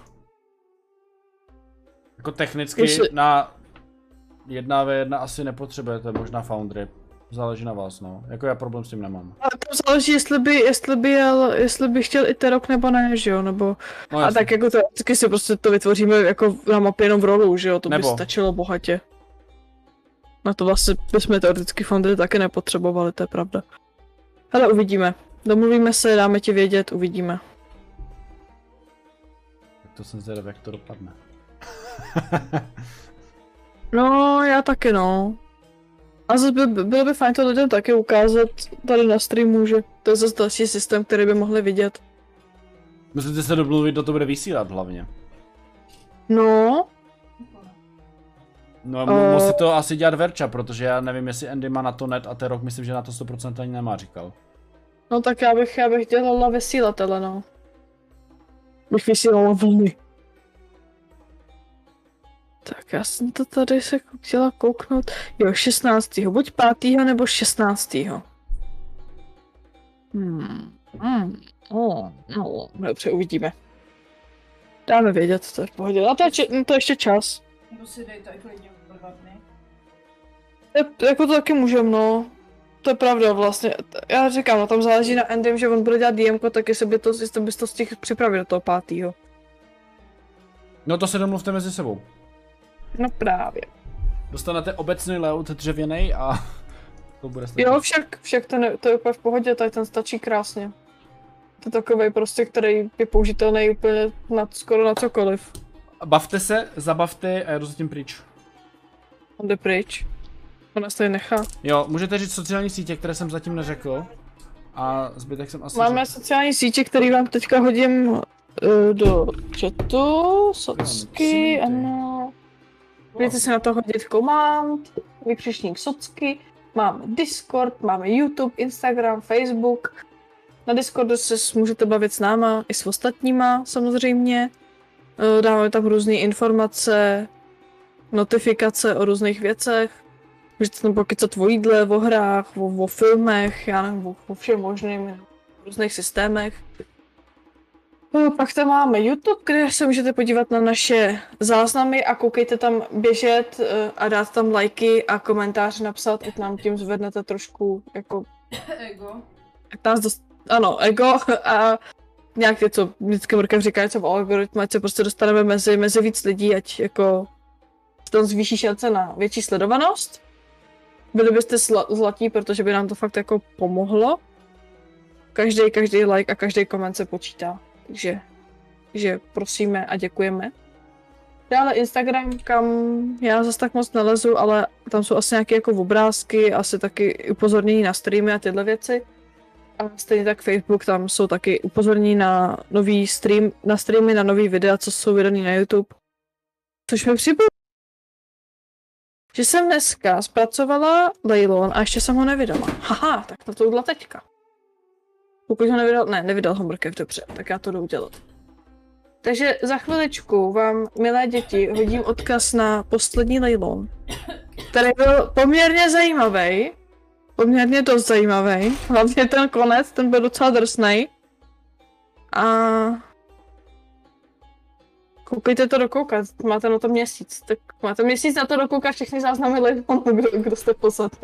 Jako technicky Jestli- na 1 v 1 asi nepotřebujete možná Foundry. Záleží na vás, no. Jako já problém s tím nemám. Ale to záleží, jestli by, jestli by, jel, jestli by chtěl i Terok nebo ne, že jo, nebo... No, A jasně. tak jako teoreticky si prostě to vytvoříme jako na mapě jenom v rolu, že jo, to Nebo- by stačilo bohatě. Na to vlastně bychom teoreticky Foundry taky nepotřebovali, to je pravda. Ale uvidíme. Domluvíme se, dáme ti vědět, uvidíme. tak to jsem zvědav, jak to dopadne. No, já taky no. A zase by, by- bylo by fajn to lidem taky ukázat tady na streamu, že to je zase další systém, který by mohli vidět. Musíte se domluvit, kdo to bude vysílat hlavně. No, No, Eh. uh... musí to asi dělat Verča, protože já nevím, jestli Andy má na to net a ten rok myslím, že na to 100% ani nemá, říkal. no tak já bych, já bych dělala vysílatele, no. Bych vysílala vlny. Tak já jsem to tady se kou- chtěla kouknout. Jo, 16. Buď 5. nebo 16. Hmm. Hmm. Oh, no. Dobře, uvidíme. Dáme vědět, to je v pohodě. A to je, če- to je ještě čas. Nebo si dej tady klidně dva dny. To je- Jako to taky můžem, no. To je pravda vlastně. T- Já říkám, no tam záleží na Endym, že on bude dělat DM, tak jestli by to, jestli bys to stihl připravit do toho pátýho. No to se domluvte mezi sebou. No právě. Dostanete obecný layout dřevěný a [LAUGHS] to bude stačit. Jo, však, však to, ne, to je úplně v pohodě, tady ten stačí krásně. To je takový prostě, který je použitelný úplně na, skoro na cokoliv. Bavte se, zabavte a já jdu zatím pryč. On jde pryč. Ona se tady nechá. Jo, můžete říct sociální sítě, které jsem zatím neřekl. A zbytek jsem asi Máme řekl. sociální sítě, který vám teďka hodím uh, do chatu. Socky, Ano, ano. Můžete si na to hodit komand, vykřičník socky. Máme Discord, máme YouTube, Instagram, Facebook. Na Discordu se s- můžete bavit s náma i s ostatníma samozřejmě. Eh, Dáváme tam různé informace, notifikace o různých věcech. Můžete tam pokecat o jídle, o hrách, o, o filmech, já nevím, o, o všem možným různých systémech. No, pak tam máme YouTube, kde se můžete podívat na naše záznamy a koukejte tam běžet eh, a dát tam lajky a komentář napsat, ať nám tím zvednete trošku, jako, [LAUGHS] Ego. ať nás dost... ano, ego a nějak něco, vždycky Morka říká něco o algoritmu, ať se prostě dostaneme mezi, mezi víc lidí, ať jako se tam zvýší šance na větší sledovanost. Byli byste sla- zlatí, protože by nám to fakt jako pomohlo. Každý, každý like a každý koment se počítá. Takže, takže prosíme a děkujeme. Dále Instagram, kam já zase tak moc nelezu, ale tam jsou asi nějaké jako obrázky, asi taky upozornění na streamy a tyhle věci. A stejně tak Facebook, tam jsou taky upozornění na nový stream, na streamy, na nový videa, co jsou vydaný na YouTube. Což mi přibylo, že jsem dneska zpracovala Leylon a ještě jsem ho nevydala. Haha, tak to to udělá teďka. Pokud ho nevydal, ne, nevydal ho mrkev, dobře, tak já to jdu udělat. Takže za chviličku vám, milé děti, hodím odkaz na poslední lejlon, který byl poměrně zajímavý, poměrně dost zajímavý, hlavně ten konec, ten byl docela drsnej. A koukejte to dokoukat, máte na to měsíc, tak máte měsíc na to dokoukat všechny záznamy lejlonu, [LAUGHS] kdo, kdo jste pozadu.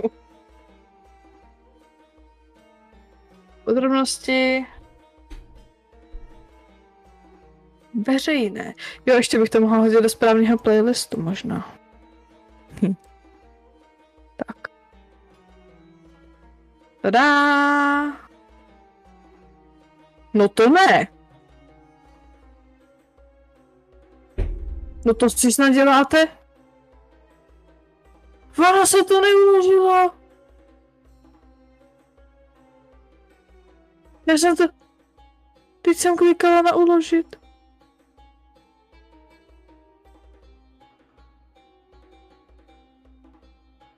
Podrobnosti Veřejné. Jo, ještě bych to mohla hodit do správného playlistu možná. Hm. Tak. Tadá! No to ne! No to si snad děláte? Vara se to neuložila! Já jsem to... Teď jsem klikala na uložit.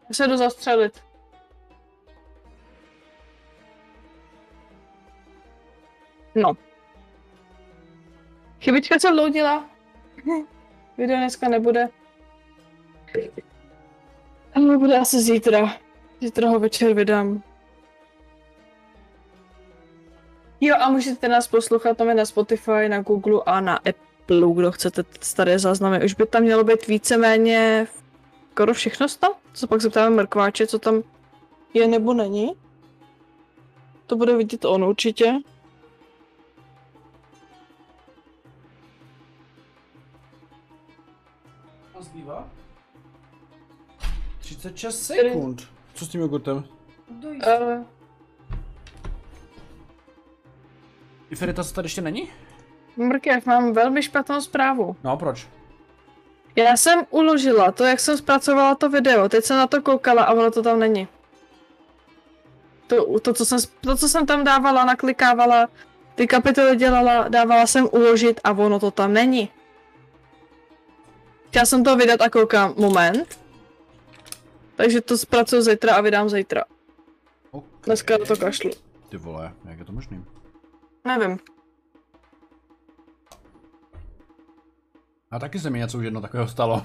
Já se jdu zastřelit. No. Chybička se vloudila. [LAUGHS] Video dneska nebude. Ale bude asi zítra. Zítra ho večer vydám. Jo, a můžete nás poslouchat tam je na Spotify, na Google a na Apple, kdo chcete t- staré záznamy. Už by tam mělo být víceméně skoro všechno tam? Co pak zeptáme mrkváče, co tam je nebo není? To bude vidět on určitě. Co zbývá? 36 sekund. Co s tím jogurtem? Dojď. Uh, Iferita se tady ještě není? Mrkev, mám velmi špatnou zprávu. No proč? Já jsem uložila to, jak jsem zpracovala to video, teď jsem na to koukala a ono to tam není. To, to, co, jsem, to co jsem tam dávala, naklikávala, ty kapitoly dělala, dávala jsem uložit a ono to tam není. Chtěla jsem to vydat a koukám, moment. Takže to zpracuju zítra a vydám zítra. Okay. Dneska na to kašlu. Ty vole, jak je to možný? Nevím. A taky se mi něco už jedno takového stalo.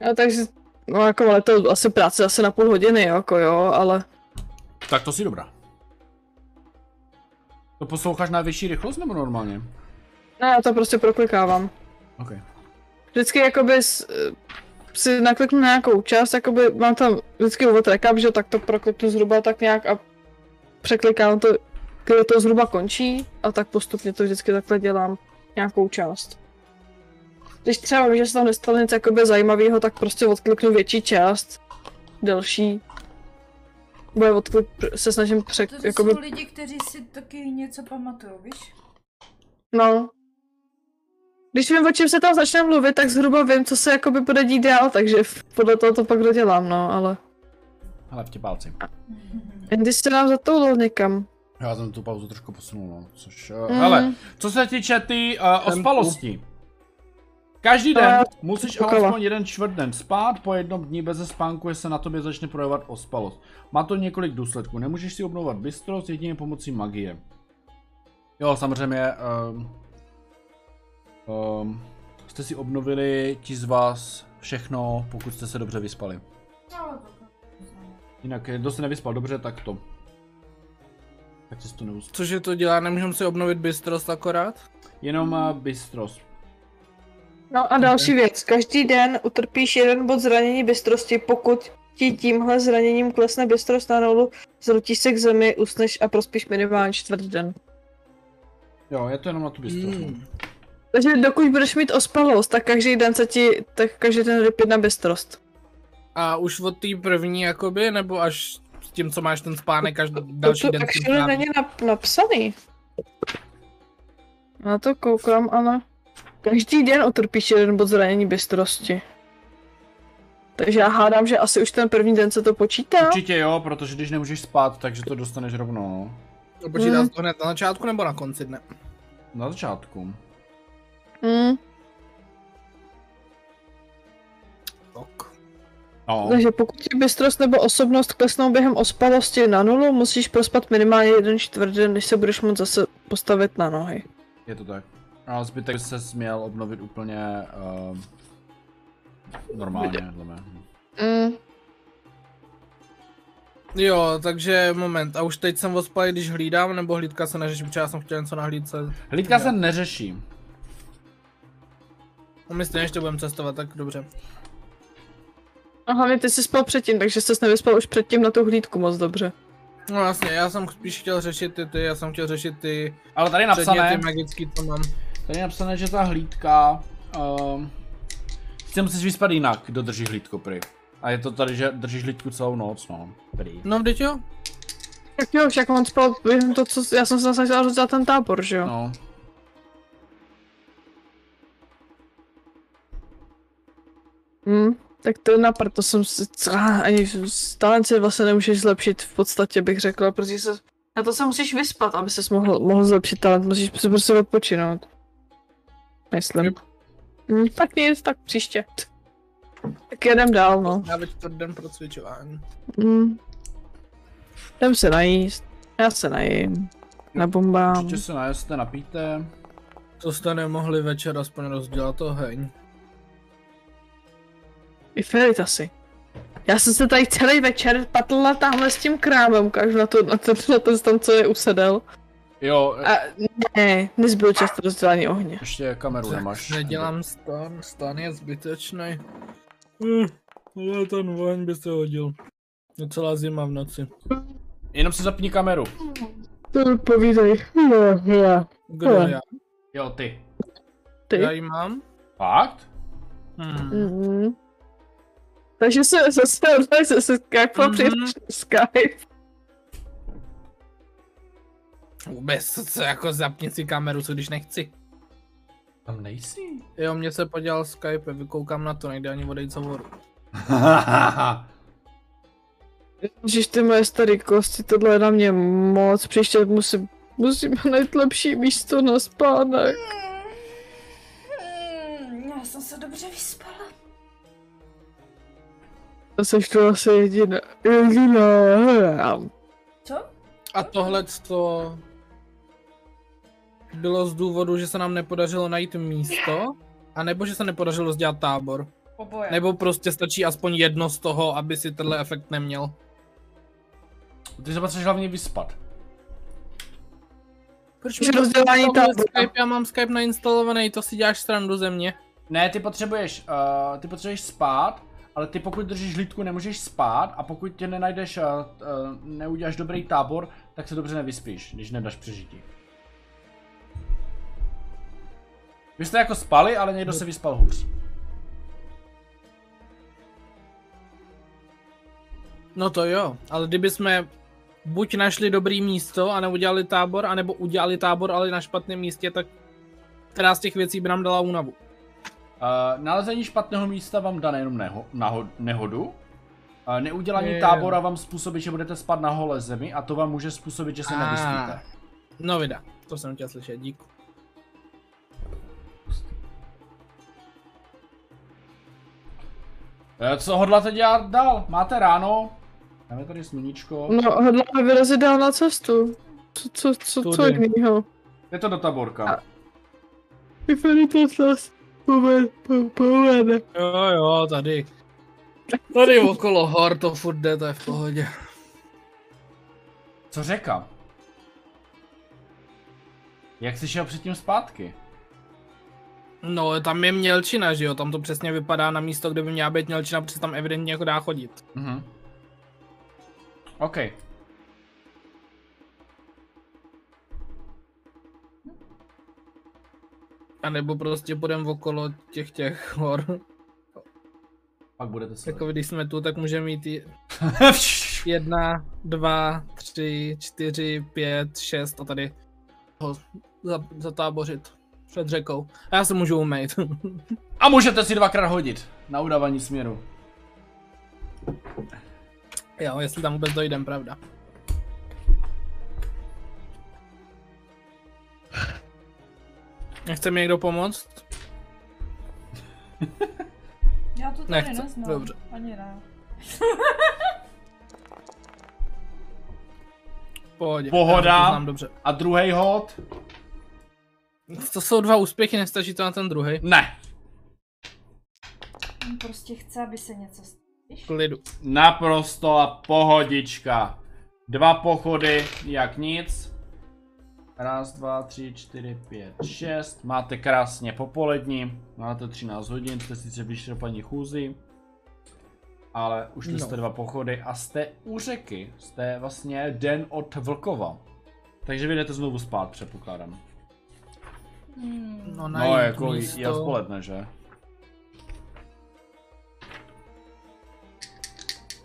No, takže, no jako ale to asi práce asi na půl hodiny, jako jo, ale... Tak to si dobrá. To posloucháš na vyšší rychlost nebo normálně? Ne, já to prostě proklikávám. OK. vždycky jakoby s, eh, si nakliknu na nějakou část, jakoby mám tam vždycky úvod recap, že jo, tak to prokliknu zhruba tak nějak a překlikám to, kde to zhruba končí a tak postupně to vždycky takhle dělám nějakou část. Když třeba vím, že se tam nestalo nic jakoby zajímavého, tak prostě odkliknu větší část, delší. Bude odklik, pr- se snažím přek, To jako jakoby, jsou lidi, kteří si taky něco pamatují, víš? no. Když vím, o čem se tam začne mluvit, tak zhruba vím, co se jakoby bude dít dál, takže podle toho to pak dodělám, no, ale... Hele, tě palci. Andy se nám zatoulil někam. Já jsem tu pauzu trošku posunul, no. Což, uh, Mm. hele, co se týče ty uh, ospalosti. Každý den Ale- musíš Eh, Okolo. alespoň jeden čtvrt den spát, po jednom dní bez spánku je se na tobě začne projevovat ospalost. Má to několik důsledků, nemůžeš si obnovovat bystrost jedině pomocí magie. Jo, samozřejmě, um, um, jste si obnovili ti z vás všechno, pokud jste se dobře vyspali. No, to- Jinak, eh, kdo se nevyspal dobře, tak to. Tak si to neus... Cože to dělá, nemůžeme si obnovit bystrost akorát? Jenom eh, bystrost. No a další věc. Každý den utrpíš jeden bod zranění bystrosti, pokud ti tímhle zraněním klesne bystrost na nulu, zrutíš se k zemi, usneš a prospíš minimálně čtvrt den. Jo, je to jenom na tu bystrost. Mm. Hmm. Takže dokud budeš mít ospalost, tak každý den se ti, tak každý den jde pět na bystrost. A už od té první jakoby, nebo až s tím, co máš ten spánek, až další to den tu s tím actually strávíš? není nap- napsaný. Na to koukám, ale... Každý den utrpíš jeden bod zranění bystrosti. Takže já hádám, že asi už ten první den se to počítá. Určitě jo, protože když nemůžeš spát, takže to dostaneš rovnou. no. To Počítá Mm. se to hned na začátku nebo na konci dne? Na začátku. Mm, Ok. No, takže pokud ti bystrost nebo osobnost klesnou během ospalosti na nulu, musíš prospat minimálně jeden čtvrt den, než se budeš moct zase postavit na nohy. je to tak. A zbytek se směl obnovit úplně uh, normálně, dle mého. Mm, Jo, takže moment, a už teď jsem ospalý, když hlídám, nebo hlídka se neřeším, protože já jsem chtěl něco na hlídce. Hlídka Jo. se neřeší. No my stejně ještě budeme cestovat, tak dobře. a hlavně ty jsi spal předtím, takže jsi nevyspal už předtím na tu hlídku moc dobře. No jasně, já jsem spíš chtěl řešit ty, ty já jsem chtěl řešit ty Ale tady je napsané, předměty magický, co mám. tady je napsané, že ta hlídka... Uh, chci musíš vyspat jinak, kdo drží hlídku pry. A je to tady, že držíš hlídku celou noc, no. Prý. No vždyť jo, Tak jo, však on spal během to, co... Já jsem se zase chtěla za ten tábor, že jo? No. Hm, tak to je na prd, to jsem si... Ah, ani s- talent se vlastně nemůžeš zlepšit v podstatě, bych řekla, protože se... Na to se musíš vyspat, aby ses mohl, mohl zlepšit talent, musíš si prostě odpočinout. Myslím. Hm, tak nic, tak příště. Tak jedem dál, no. já ve čtvrt den pro cvičování. Hm. Jdem se najíst. Já se najím. Na bombám. Určitě se najeste, napíte. To jste nemohli večer aspoň rozdělat to heň. I Ferit asi. Já jsem se tady celý večer patla tamhle s tím krámem, ukážu na to, na to, na to tam, co je usedel. Jo, A ne, nezbyl často rozdělání ohně. ještě kameru nemáš. Nedělám stan, stan je zbytečný. Uh, ale ten voň by se hodil. Docela zima v noci. Jenom si zapni kameru. To povídej. No, Kdo Hmm. já? Jo, ty. Ty. Já ji mám? Fakt? Hmm. Mhm. Takže se zase odhlasuje se Skype Mhm. mm-hmm. Skype. Vůbec, co jako zapni si kameru, co když nechci. Tam [LAUGHS] nejsi. Jo, mě se podělal Skype, vykoukám na to, nejde ani odejít z hovoru. Ježiš, ty moje starý kosti, tohle je na mě moc. Příště musím, musím najít lepší místo na spánek. Mm, já jsem se dobře vyspala. To seš tu asi jediná. Jediná. Co? A tohle to bylo z důvodu, že se nám nepodařilo najít místo, anebo že se nepodařilo sdělat tábor. Oboje. Nebo prostě stačí aspoň jedno z toho, aby si tenhle efekt neměl. Ty se potřebuješ hlavně vyspat. Proč mi to rozdělání nainstaluješ tábora? Skype, já mám Skype nainstalovaný, to si děláš srandu ze mě. Ne, ty potřebuješ, uh, ty potřebuješ spát, ale ty pokud držíš hlídku, nemůžeš spát a pokud tě nenajdeš, uh, uh, neuděláš dobrý tábor, tak se dobře nevyspíš, když nedáš přežití. Vy jste jako spali, ale někdo se vyspal hůř. No to jo, ale kdyby jsme buď našli dobrý místo a neudělali tábor, anebo udělali tábor, ale na špatném místě, tak která z těch věcí by nám dala únavu? Uh, nalezení špatného místa vám dá nejenom neho, naho, nehodu, uh, neudělání Jo, jo, jo. tábora vám způsobí, že budete spát na holé zemi a to vám může způsobit, že se Ah. nevyspíte. No vida, to jsem chtěl slyšet, dík. Eh, Co hodláte dělat dál? Máte ráno? Máme tady sluníčko. No, hodláme vyrazit dál na cestu. Co, co, co, co Tudy. jiného? Je to do taborka. A- Vypadá to z nás povede, po- povede. Jo, jo, tady. Tady okolo hor to furt jde, to je v pohodě. Co řeka? Jak jsi šel předtím zpátky? No, tam je mělčina, že jo, tam to přesně vypadá na místo, kde by měla být mělčina, protože tam evidentně jako dá chodit. Mhm. OK. A nebo prostě půjdeme okolo těch těch hor. [LAUGHS] Pak budete se... Jako když jsme tu, tak můžeme mít jedna, dva, tři, čtyři, pět, šest a tady ho za- zatábořit před řekou. A já se můžu umýt. [LAUGHS] A můžete si dvakrát hodit na udávání směru. [LAUGHS] jo, jestli tam vůbec dojdem, pravda. Nechce mi někdo pomoct? Já to tady Nechce, neznám. dobře. Ani ne. V Pohodě. Pohoda. Já to znám dobře. A druhý hod? To jsou dva úspěchy, nestačí to na ten druhý. Ne, On prostě chce, aby se něco stalo. V Klidu. naprosto a pohodička. Dva pochody, jak nic. Raz, dva, tři, čtyři, pět, šest. Máte krásně popolední. Máte 13 hodin, jste sice vyšerpaní chůzi. Ale už no. No. jste dva pochody a jste u řeky. Jste vlastně den od Vlkova. Takže vy jdete znovu spát, předpokládám. Hmm. No, najít No, jako místo. je odpoledne, že?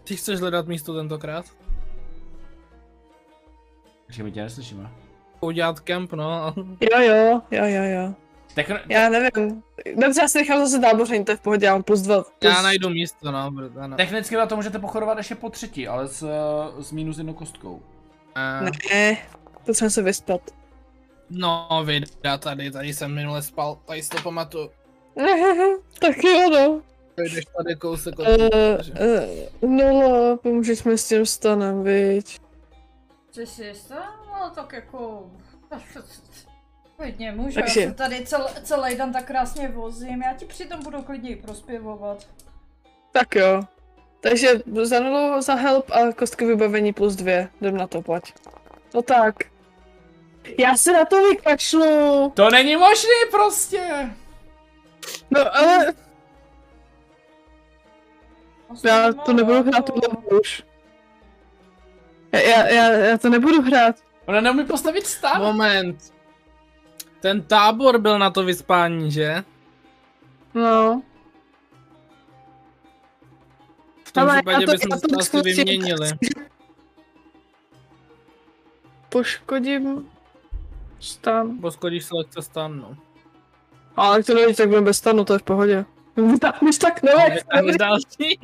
Ty chceš hledat místo tentokrát? Říkaj, my tě neslyšíme. Udělat kemp, [LAUGHS] no. Jo, jo, jo, jo, jo. Techno- Já nevím. Dobře, já si nechám zase táboření, to je v pohodě, já mám plus dva. Plus... Já najdu místo, no, brda, no. Technicky na to můžete pochodovat ještě po třetí, ale s, eh, s minus jednou kostkou. Eh, Ne, to jsem se vyspat. No, vydá tady, tady jsem minule spal, tady si to pamatuju. [LAUGHS] tak jo, no. Jdeš tady kousek od Uh, uh, no, pomůžeš mi s tím stanem, viď. Jsi si jistá? No tak jako... Klidně můžu, Takže- já se tady cel, celý den tak krásně vozím, já ti přitom budu klidně i prospěvovat. Tak jo. Takže za nulu, za help a kostky vybavení plus dvě. Jdem na to, pojď. No tak. Já se na to vykašlu. To není možný prostě! No ale já to Osmá, nebudu hrát jako- tohle už. Já, já, já, já to nebudu hrát. Ona neumí postavit stan. Moment. Ten tábor byl na to vyspání, že? No. V tom Ale já případě to- já bychom to se asi zkusím. [LAUGHS] vyměnili. Poškodím stan. Poskodíš se no. lehce stanu. Ale to není, tak budeme bez stanu, to je v pohodě. [LAUGHS] Tak, Když tak ne, Ani další.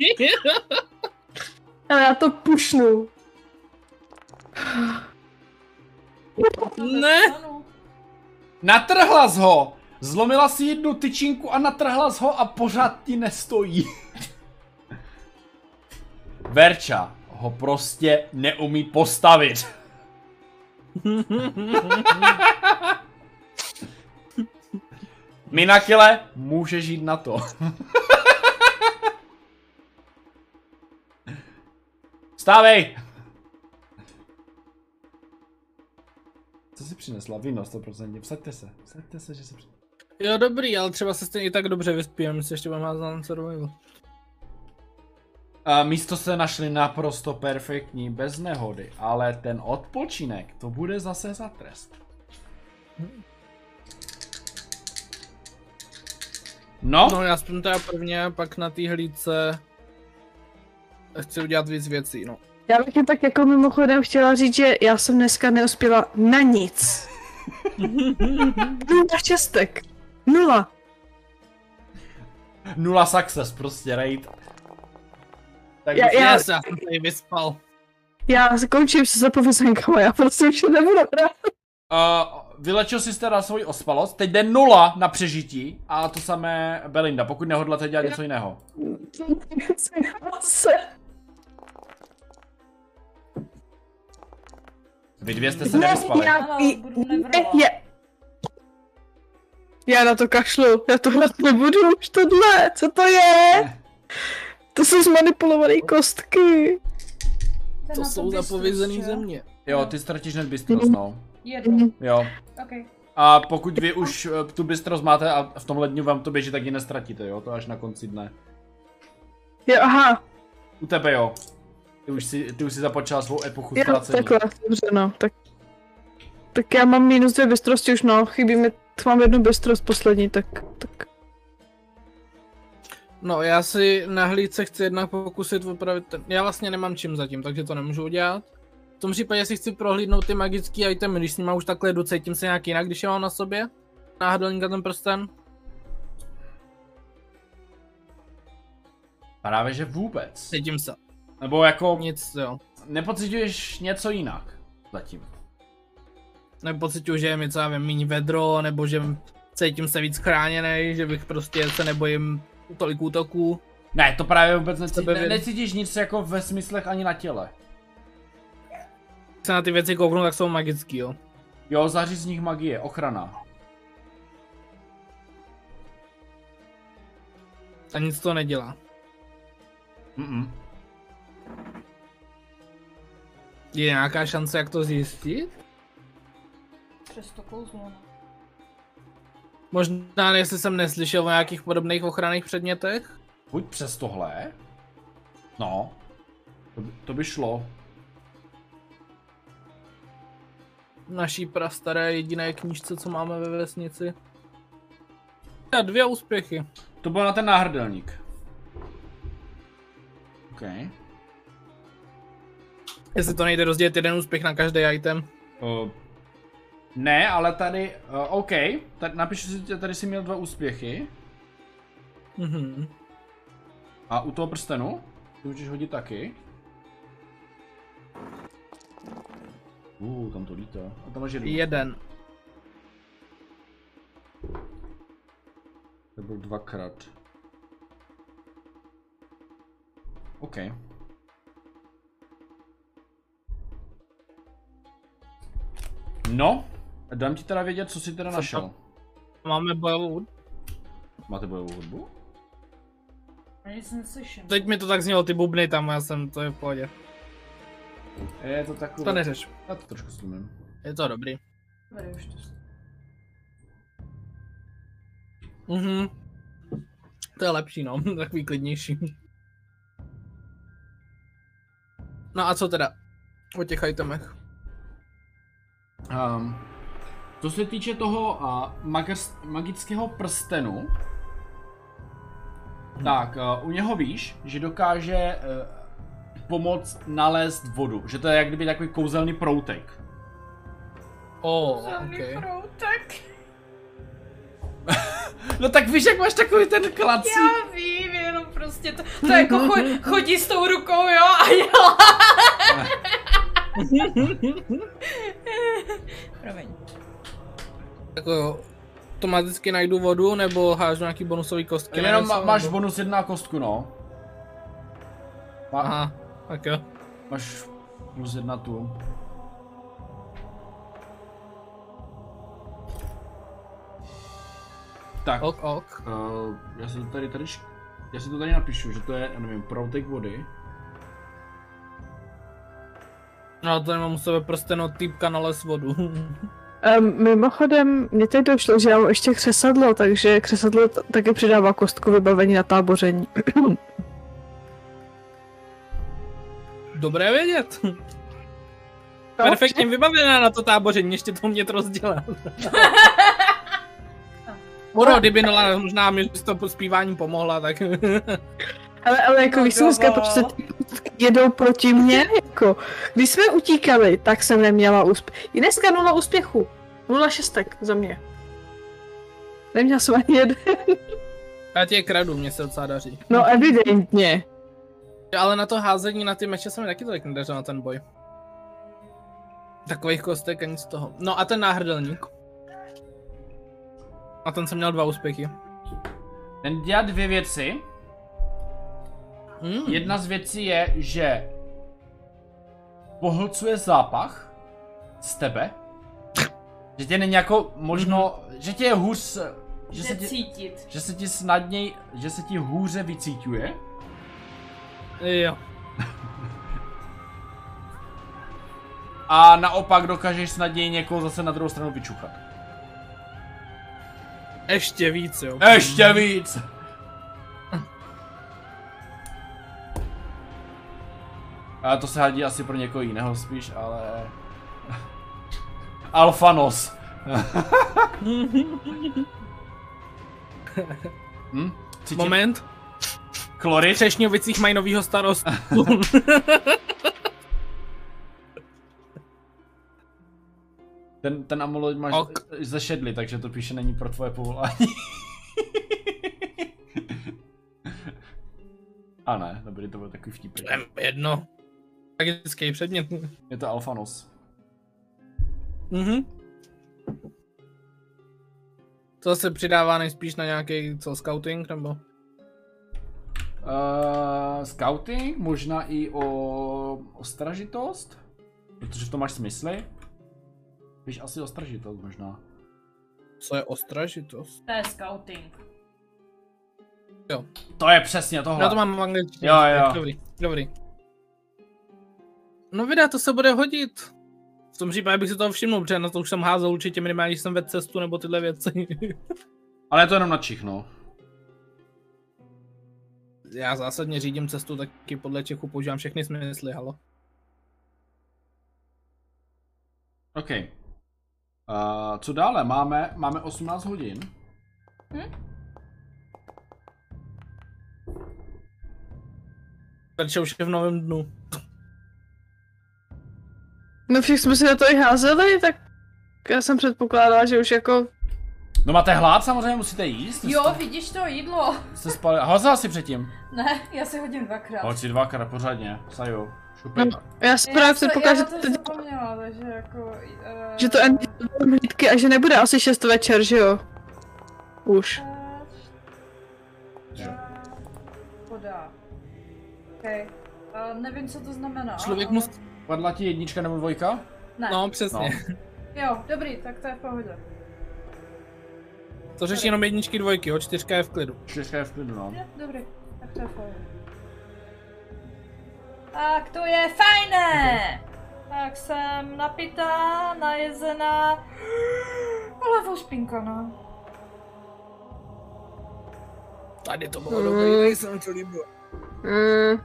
[LAUGHS] ale já to pušnu. Ne. Ano. Natrhla z ho! Zlomila si jednu tyčinku a natrhla z ho a pořád ti nestojí. [LAUGHS] Verča ho prostě neumí postavit. Minakile, může žít na to. [LAUGHS] Stávej! Co si přinesla? Víno 100%. Vsaďte se. Vsaďte se, že se přinesla. jo dobrý, ale třeba se stejně i tak dobře vyspím, se ještě budeme hrát na survival. A místo se našli naprosto perfektní, bez nehody, ale ten odpočinek, to bude zase za trest. No, No já spím teda prvně, pak na té hlídce chci udělat víc věcí, no. Já bych jen tak jako mimochodem chtěla říct, že já jsem dneska neuspěla na [LAUGHS] nic. na šestek. Nula. nula success, prostě raid. Tak Já- Já se jsem tady vyspal. Já skončím se zapovězenkama, já prostě už to nebudu [LAUGHS] brát. Uh, vylečil jsi teda svoji ospalost, teď jde nula na přežití a to samé Belinda, pokud nehodláte dělat něco jiného. Vy dvě jste se Ne, nevyspali. já- Ano, I- budu nevrovat. Ne, je. Já na to kašlu, já to hrát nebudu už tohle, co to je? To jsou zmanipulované kostky. je To na jsou bystrost, zapovězený že? země. Jo, ty ztratíš hned bystrost, no. Jedno, Jo. okej. A pokud vy už eh, tu bystrost máte a v tomhle dňu vám to běží, tak ji nestratíte, jo? To až na konci dne. Jo, aha, U tebe jo. Ty už si, ty už si započala svou epochu jo, ztrácení. takhle, dobře, no, tak. Tak já mám minus dvě bystrosti už, no, chybí mi, mám jednu bystrost poslední, tak, tak. No já si na hlídce chci jednak pokusit opravit ten... Já vlastně nemám čím zatím, takže to nemůžu udělat. V tom případě si chci prohlídnout ty magické itemy, když s nima už takhle jdu, cítím se nějak jinak, když je mám na sobě. Náhodilníka ten prsten. Právě že vůbec. Cítím se. Nebo jako Nic, jo. nepocituješ něco jinak. Zatím. Nepocituju, že je mi, co já vím, méně vedro, nebo že cítím se víc chráněný, že bych prostě se nebojím tolik útoků. Ne, to právě vůbec necítíš, Tebe ne, vím. necítíš nic jako ve smyslech ani na těle. Když se na ty věci kouknu, tak jsou magický, jo. Jo, září z nich magie, ochrana. A nic to nedělá. Mm-mm. Je nějaká šance, jak to zjistit? Přes to kouzlo. no. Možná, jestli jsem neslyšel o nějakých podobných ochranných předmětech? Buď přes tohle. No. To by, to by šlo. V naší prastaré jediné knížce, co máme ve vesnici. A dvě úspěchy. To byl na ten náhrdelník. OK. Eh, Jestli to nejde rozdělit jeden úspěch na každý item. Uh, ne, ale tady, uh, OK, tady, napíšu si, tady si měl dva úspěchy. Mhm. A u toho prstenu, ty můžeš hodit taky. Uh, tam to lítá. A tam máš jeden. Jeden. To byl dvakrát. OK. No, dám ti teda vědět, co jsi teda Co našel. tam? Máme bojovou. Máte bojovou hudbu? Já nic neslyším. Teď mi to tak znělo, ty bubny tam, já jsem, to je v pohodě. Je to takové... To neřeš. Já to trošku stlumím. Je to dobrý. Dobrý, už to Mhm. To je lepší, no, [LAUGHS] takový klidnější. No a co teda? O těch itemech. Um, co se týče toho uh, magis- magického prstenu, tak uh, u něho víš, že dokáže uh, pomoct nalézt vodu. Že to je jak kdyby takový kouzelný proutek. O, oh, Zelený okay. proutek. No tak víš, jak máš takový ten klací. Já vím, jenom prostě to, to jako cho, chodí s tou rukou, jo, a dělá. Promiň. Jako jo, automaticky najdu vodu, nebo hážu nějaký bonusový kostky? na Jenom něco, ma- máš nebo- bonus jedna kostku, no. Má, Aha, tak jo. máš plus jedna tu. Tak. Ok, ok. Uh, já si to tady tady, šk- já si to tady napíšu, že to je, já nevím, proutek vody. No to nemám u sebe prsteno týpka na les vodu. [LAUGHS] Um, mimochodem, mě teď došlo, že já mám ještě křesadlo, takže křesadlo t- taky přidává kostku vybavení na táboření. Dobré vědět. Perfektně vybavená na to táboření, ještě to umět rozdělat. Uro, kdyby Nola možná mi s to zpíváním pomohla, tak... [LAUGHS] Ale, ale jako No víš, jsem dneska, jo. protože ty kostky jedou proti mně, jako. Když jsme utíkali, tak jsem neměla úspěch. I dneska nula úspěchu. Nula šestek za mě. Neměla jsem ani jeden. Já tě kradu, mě se docela daří. No evidentně. Ale na to házení na ty meče se mi taky tolik nedařilo na ten boj. Takových kostek a nic z toho. No a ten náhrdelník. A ten jsem měl dva úspěchy. Ten dělá dvě věci. Mm. Jedna z věcí je, že pohlcuje zápach z tebe. Že tě není jako možno, že tě je hůř, s- že se ti, cítit. že se ti snadněji, že se ti hůře vycíťuje. Jo. A naopak dokážeš snadněji někoho zase na druhou stranu vyčuchat. Ještě víc, jo. Ještě víc! A to se hadí asi pro někoho jiného spíš, ale... Alfanos. Hm? Cítím Moment. klorid? V Třešňovicích mají novýho starostu. Ten, ten amulet máš Ok. zešedli, takže to píše není pro tvoje povolání. [LAUGHS] A ne, dobrý, to byl takový vtip. To je Jedno. Tragický předmět. Je to Alfanos. Mhm. To se přidává nejspíš na nějaký, co, scouting, nebo? Uh, scouting, možná i o ostražitost, protože to máš smysly. Víš, asi ostražitost možná. Co je ostražitost? To je scouting. Jo. To je přesně tohle. Já to mám v angličtině. Jo, tak jo. Dobrý, dobrý. No videa, to se bude hodit. V tom případě bych si toho všiml, protože na to už jsem házel určitě minimálně, když jsem ve cestu nebo tyhle věci. Ale je to jenom na no. čichno. [LAUGHS] Já zásadně řídím cestu, taky podle Čechu používám všechny smysly, halo. OK. Uh, co dále? Máme, máme 18 hodin. Takže už je v novém dnu. No však jsme si na to i házeli, tak já jsem předpokládala, že už jako... No máte hlad, samozřejmě musíte jíst. Jste- Jo, vidíš to jídlo? Jste spali. Hozala si předtím. Ne, já si hodím dvakrát. Hoď si dvakrát pořádně. Saju. Šupej. No, já jsem právě já, se, já předpokládala, že to to, zapomněla, takže jako... Uh, že to end hlídky a že nebude asi 6 večer, že jo? Už. Jo. Podá. Okay. Uh, nevím, co to znamená. Člověk ale- musí... Padla ti jednička nebo dvojka? Ne. No, přesně. No. Jo, dobrý, tak to je v pohodě. To řeší jenom jedničky, dvojky, o čtyřka je v klidu. Čtyřka je v klidu, no. Jo, dobrý, tak to je v pohodě. Tak to je fajné! Tak jsem napitá, najezená, [GASPS] ale no. vošpinkaná. Tady to bylo dobrý. Mm, Jsem to líbil. mm,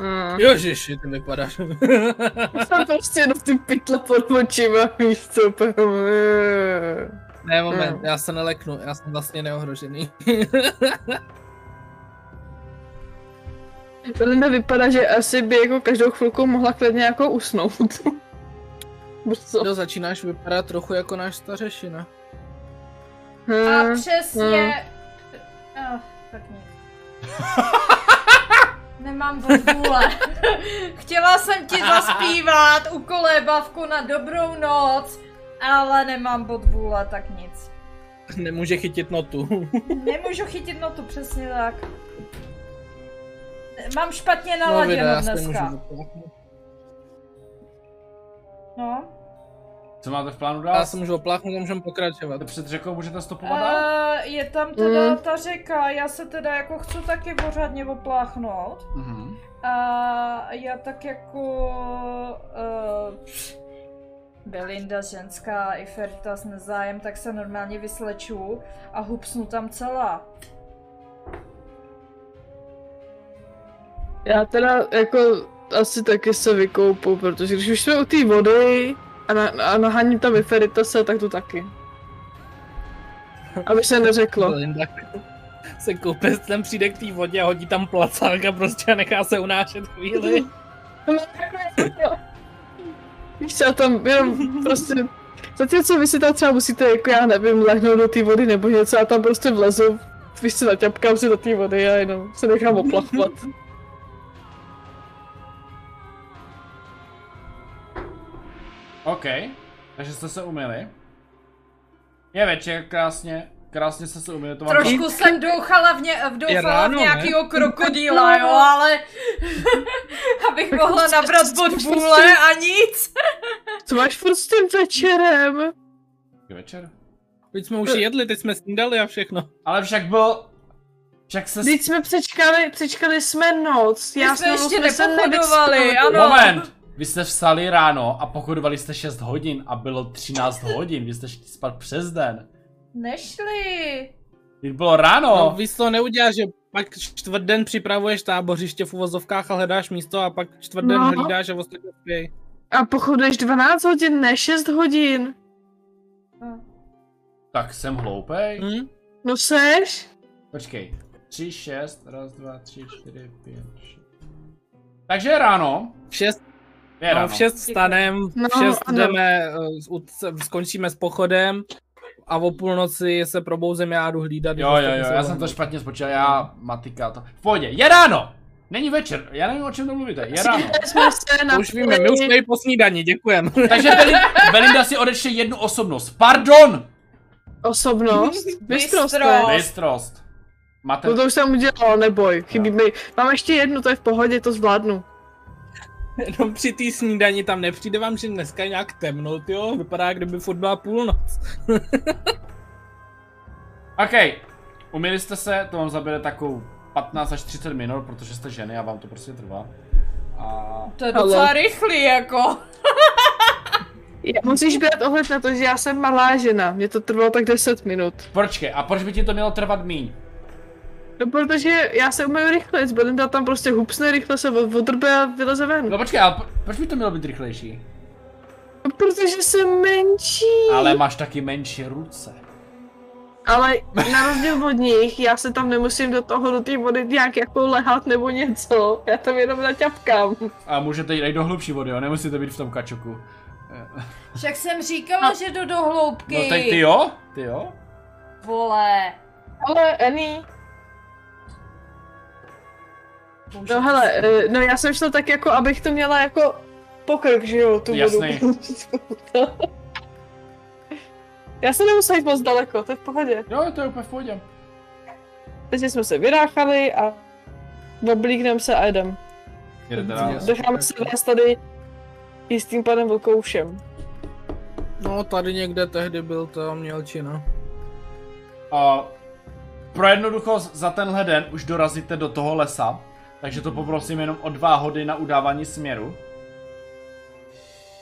mm. Jožiši, ty vypadáš. Tam prostě jenom ty pytle pod očima, víš co, úplně, mm. ne, moment, já se neleknu, já jsem vlastně neohrožený. Linda vypadá, že asi by jako každou chvilku mohla klidně jako usnout. Brzo. Jo, No, začínáš vypadat trochu jako náš stařešina. A Hmm. přesně... Ah, tak nic. [LAUGHS] Nemám dost vůle. [LAUGHS] Chtěla jsem ti zaspívat u kolébavku na dobrou noc, ale nemám bod vůle, tak nic. Nemůže chytit notu. Nemůžu chytit notu, přesně tak. Mám špatně No, naladěno videa, já se dneska. nemůžu opláchnout. No. Co máte v plánu Já dál? se můžu opláchnout a můžeme pokračovat. Před řekou můžete stopovat dál? Uh, je tam teda Mm. ta řeka, já se teda jako chci taky pořádně opláchnout. Eh. Mhm. A já tak jako... Uh, Belinda ženská, i Ferta s nezájem, tak se normálně vysleču a hupsnu tam celá. Já teda jako asi taky se vykoupu, protože když už jsme u té vody a, na, a naháním tam se, tak to taky. Aby se neřeklo. Linda se koupestlem přijde k té vodě a hodí tam placák a prostě nechá se unášet chvíli. Víš co, já tam jenom prostě... Zatímco vy si tam třeba musíte, jako já nevím, lehnout do té vody nebo něco, já tam prostě vlezu, víš se naťapkám si do té vody a jenom se nechám oplachovat. OK, takže jste se umyli. Je večer, krásně, krásně jste se umyli, to vám Trošku jsem doufala v, ně, Je doufala ráno, v ne? nějakýho krokodýla, jo, ale [LAUGHS] abych mohla nabrat bod vůle a nic. Co máš furt s tím večerem? dá... večer. Teď jsme už jedli, teď jsme snídali a všechno. Ale však byl... Však se... Teď jsme přečkali, přečkali jsme noc. My jsme s ještě Novou se nepochodovali, nevyspali. ano. Moment! Vy jste vstali ráno a pochodovali jste 6 hodin a bylo 13 hodin, vy jste šli spát přes den. Nešli. Teď bylo ráno! No, víš to neuděláš, že pak čtvrt den připravuješ tábořiště v uvozovkách a hledáš místo a pak čtvrt den No. hlídáš a ostatní spěj. A pochoduješ 12 hodin, ne 6 hodin. Tak jsem hloupej. Hm? No seš? Počkej. 3, 6, raz, 2, 3, 4, 5, 6. Takže je ráno. V šest, Je no, ráno. v šest stanem, No, v šest ano. jdeme, eh, s- ut- skončíme s pochodem a o půlnoci se probouzím já a jdu hlídat. když Jo, jo, ostatní jo, prostě jsou já jsem to lehnou. špatně spočítal, já matika to. V pohodě, je ráno! Není večer, já nevím o čem to mluvíte, je ráno. Jsme se na To Už víme, my už jsme i po snídani, děkujem. [LAUGHS] Takže Belin- Belinda si odečte jednu osobnost. Pardon! Osobnost. Bystrost. ne? Bystrost. Bystrost. Máte... No to už jsem udělal, neboj. Chybí Jo. mi. Mám ještě jednu, to je v pohodě, to zvládnu. Jenom při té snídani tam nepřijde vám, že dneska je nějak temno, jo? Vypadá, kdyby furt byla půlnoc. OK. Uměli jste se, to vám zabere takovou 15 až 30 minut, protože jste ženy a vám to prostě trvá. A To je Halo. docela rychlý, jako. Já musíš brát ohled na to, že já jsem malá žena. Mě to trvalo tak 10 minut. Počkej, a proč by ti to mělo trvat míň? No protože já se umím rychle, budem dát tam prostě hupsne, rychle se od- odrbe a vyleze ven. No No, počkej, ale po- proč by to mělo být rychlejší? protože jsem menší. Ale máš taky menší ruce. Ale na rozdíl od nich, já se tam nemusím do toho, do té vody nějak jako lehat nebo něco. Já tam jenom naťapkám. A můžete jít i do hlubší vody, jo? Nemusíte být v tom kačoku. Však jsem říkala, že jdu do hloubky. No tak ty jo? Ty jo? Vole. Ale Annie, Bože. no hele, eh, no já jsem šla tak jako, abych to měla jako pokrk, že jo, tu Jasný. vodu. [LAUGHS] já jsem nemusela jít moc daleko, to je v pohodě. Jo, to je úplně v pohodě. Teď jsme se vyráchali a oblíkneme se a jdem. Jedete dál. Yes. Necháme se vás tady jistým panem Vlkoušem. No, tady někde tehdy byl ta mělčina. A pro jednoduchost za tenhle den už dorazíte do toho lesa, takže to poprosím jenom o dva hody na udávání směru.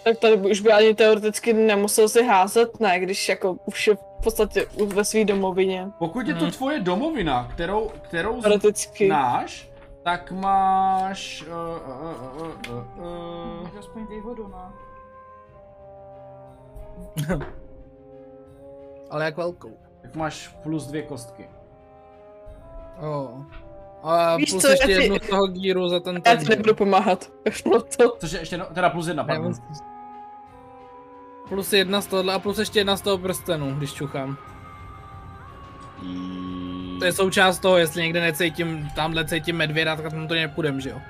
Tak tady by už by ani teoreticky nemusel si házet, ne, když jako už je v podstatě u- ve své domovině. Pokud je to Hmm. tvoje domovina, kterou, kterou Teoreticky. znáš, tak máš... Uh, uh, uh, uh, uh, Aspoň výhodu, no. Ale jak velkou. eh, tak máš plus dvě kostky. Oh. A Víš plus co, já ještě ti- jednu z toho gíru za ten Já ten ti díl. nebudu pomáhat. [LAUGHS] No to. Což je ještě, jedno- teda plus jedna, pardon. Plus jedna z tohle a plus ještě jedna z toho prstenu, když čuchám. To je součást toho, jestli někde necítím, tamhle cítím medvěda, tak tam to nepůjdem, že jo?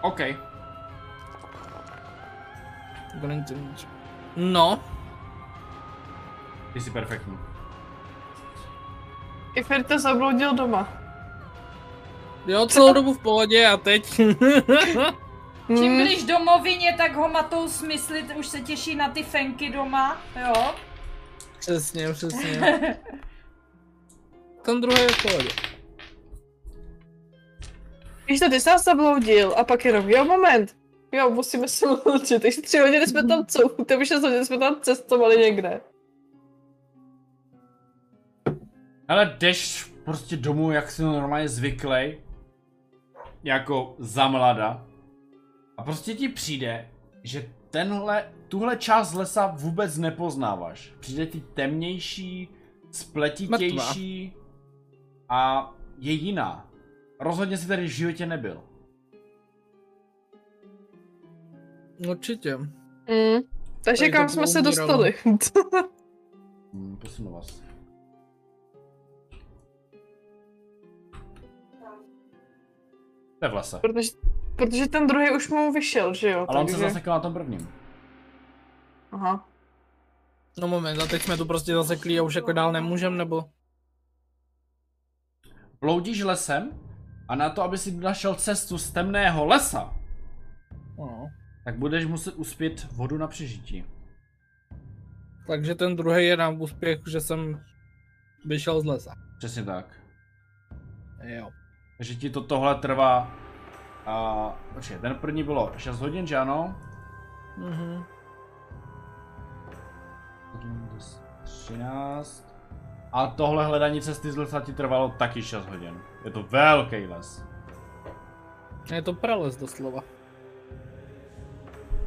OK. To Jako není to nic. No, Ty jsi perfektní. Iferta zabloudil doma. jo, celou dobu v pohodě a teď. [LAUGHS] Čím Hmm. blíž domovině, tak ho matou smyslit, už se těší na ty fenky doma, jo? přesně, [LAUGHS] přesně. Ten druhý je v pohodě. Víš to, ty jsi nás zabloudil a pak jenom, jo moment. Jo, musíme se mluvit, takže tři hodiny jsme tam, co, to už šest hodin jsme tam cestovali někde. Ale jdeš prostě domů, jak jsi normálně zvyklý, jako za mlada. A prostě ti přijde, že tenhle, tuhle část lesa vůbec nepoznáváš. Přijde ti temnější, spletitější a je jiná. Rozhodně si tady v životě nebyl. Určitě. Mm. Takže Tady kam to jsme se poumíralo. dostali? Hmm, Posunu vás. To je v lese. [LAUGHS] protože, protože ten druhý už mu vyšel, že jo? Ale on se zasekl na tom prvním. Aha. No moment, a teď jsme tu prostě zasekli a už jako dál nemůžem, nebo? Bloudíš lesem a na to, aby si našel cestu z temného lesa, No. tak budeš muset uspět vodu na přežití. Takže ten druhý je nám úspěch, že jsem vyšel z lesa. Přesně tak. Jo. Takže ti to tohle trvá... A... Počkej, ten první bylo 6 hodin, že ano? Mhm. 13... A tohle hledání cesty z lesa ti trvalo taky 6 hodin. Je to velký les. Je to prales doslova.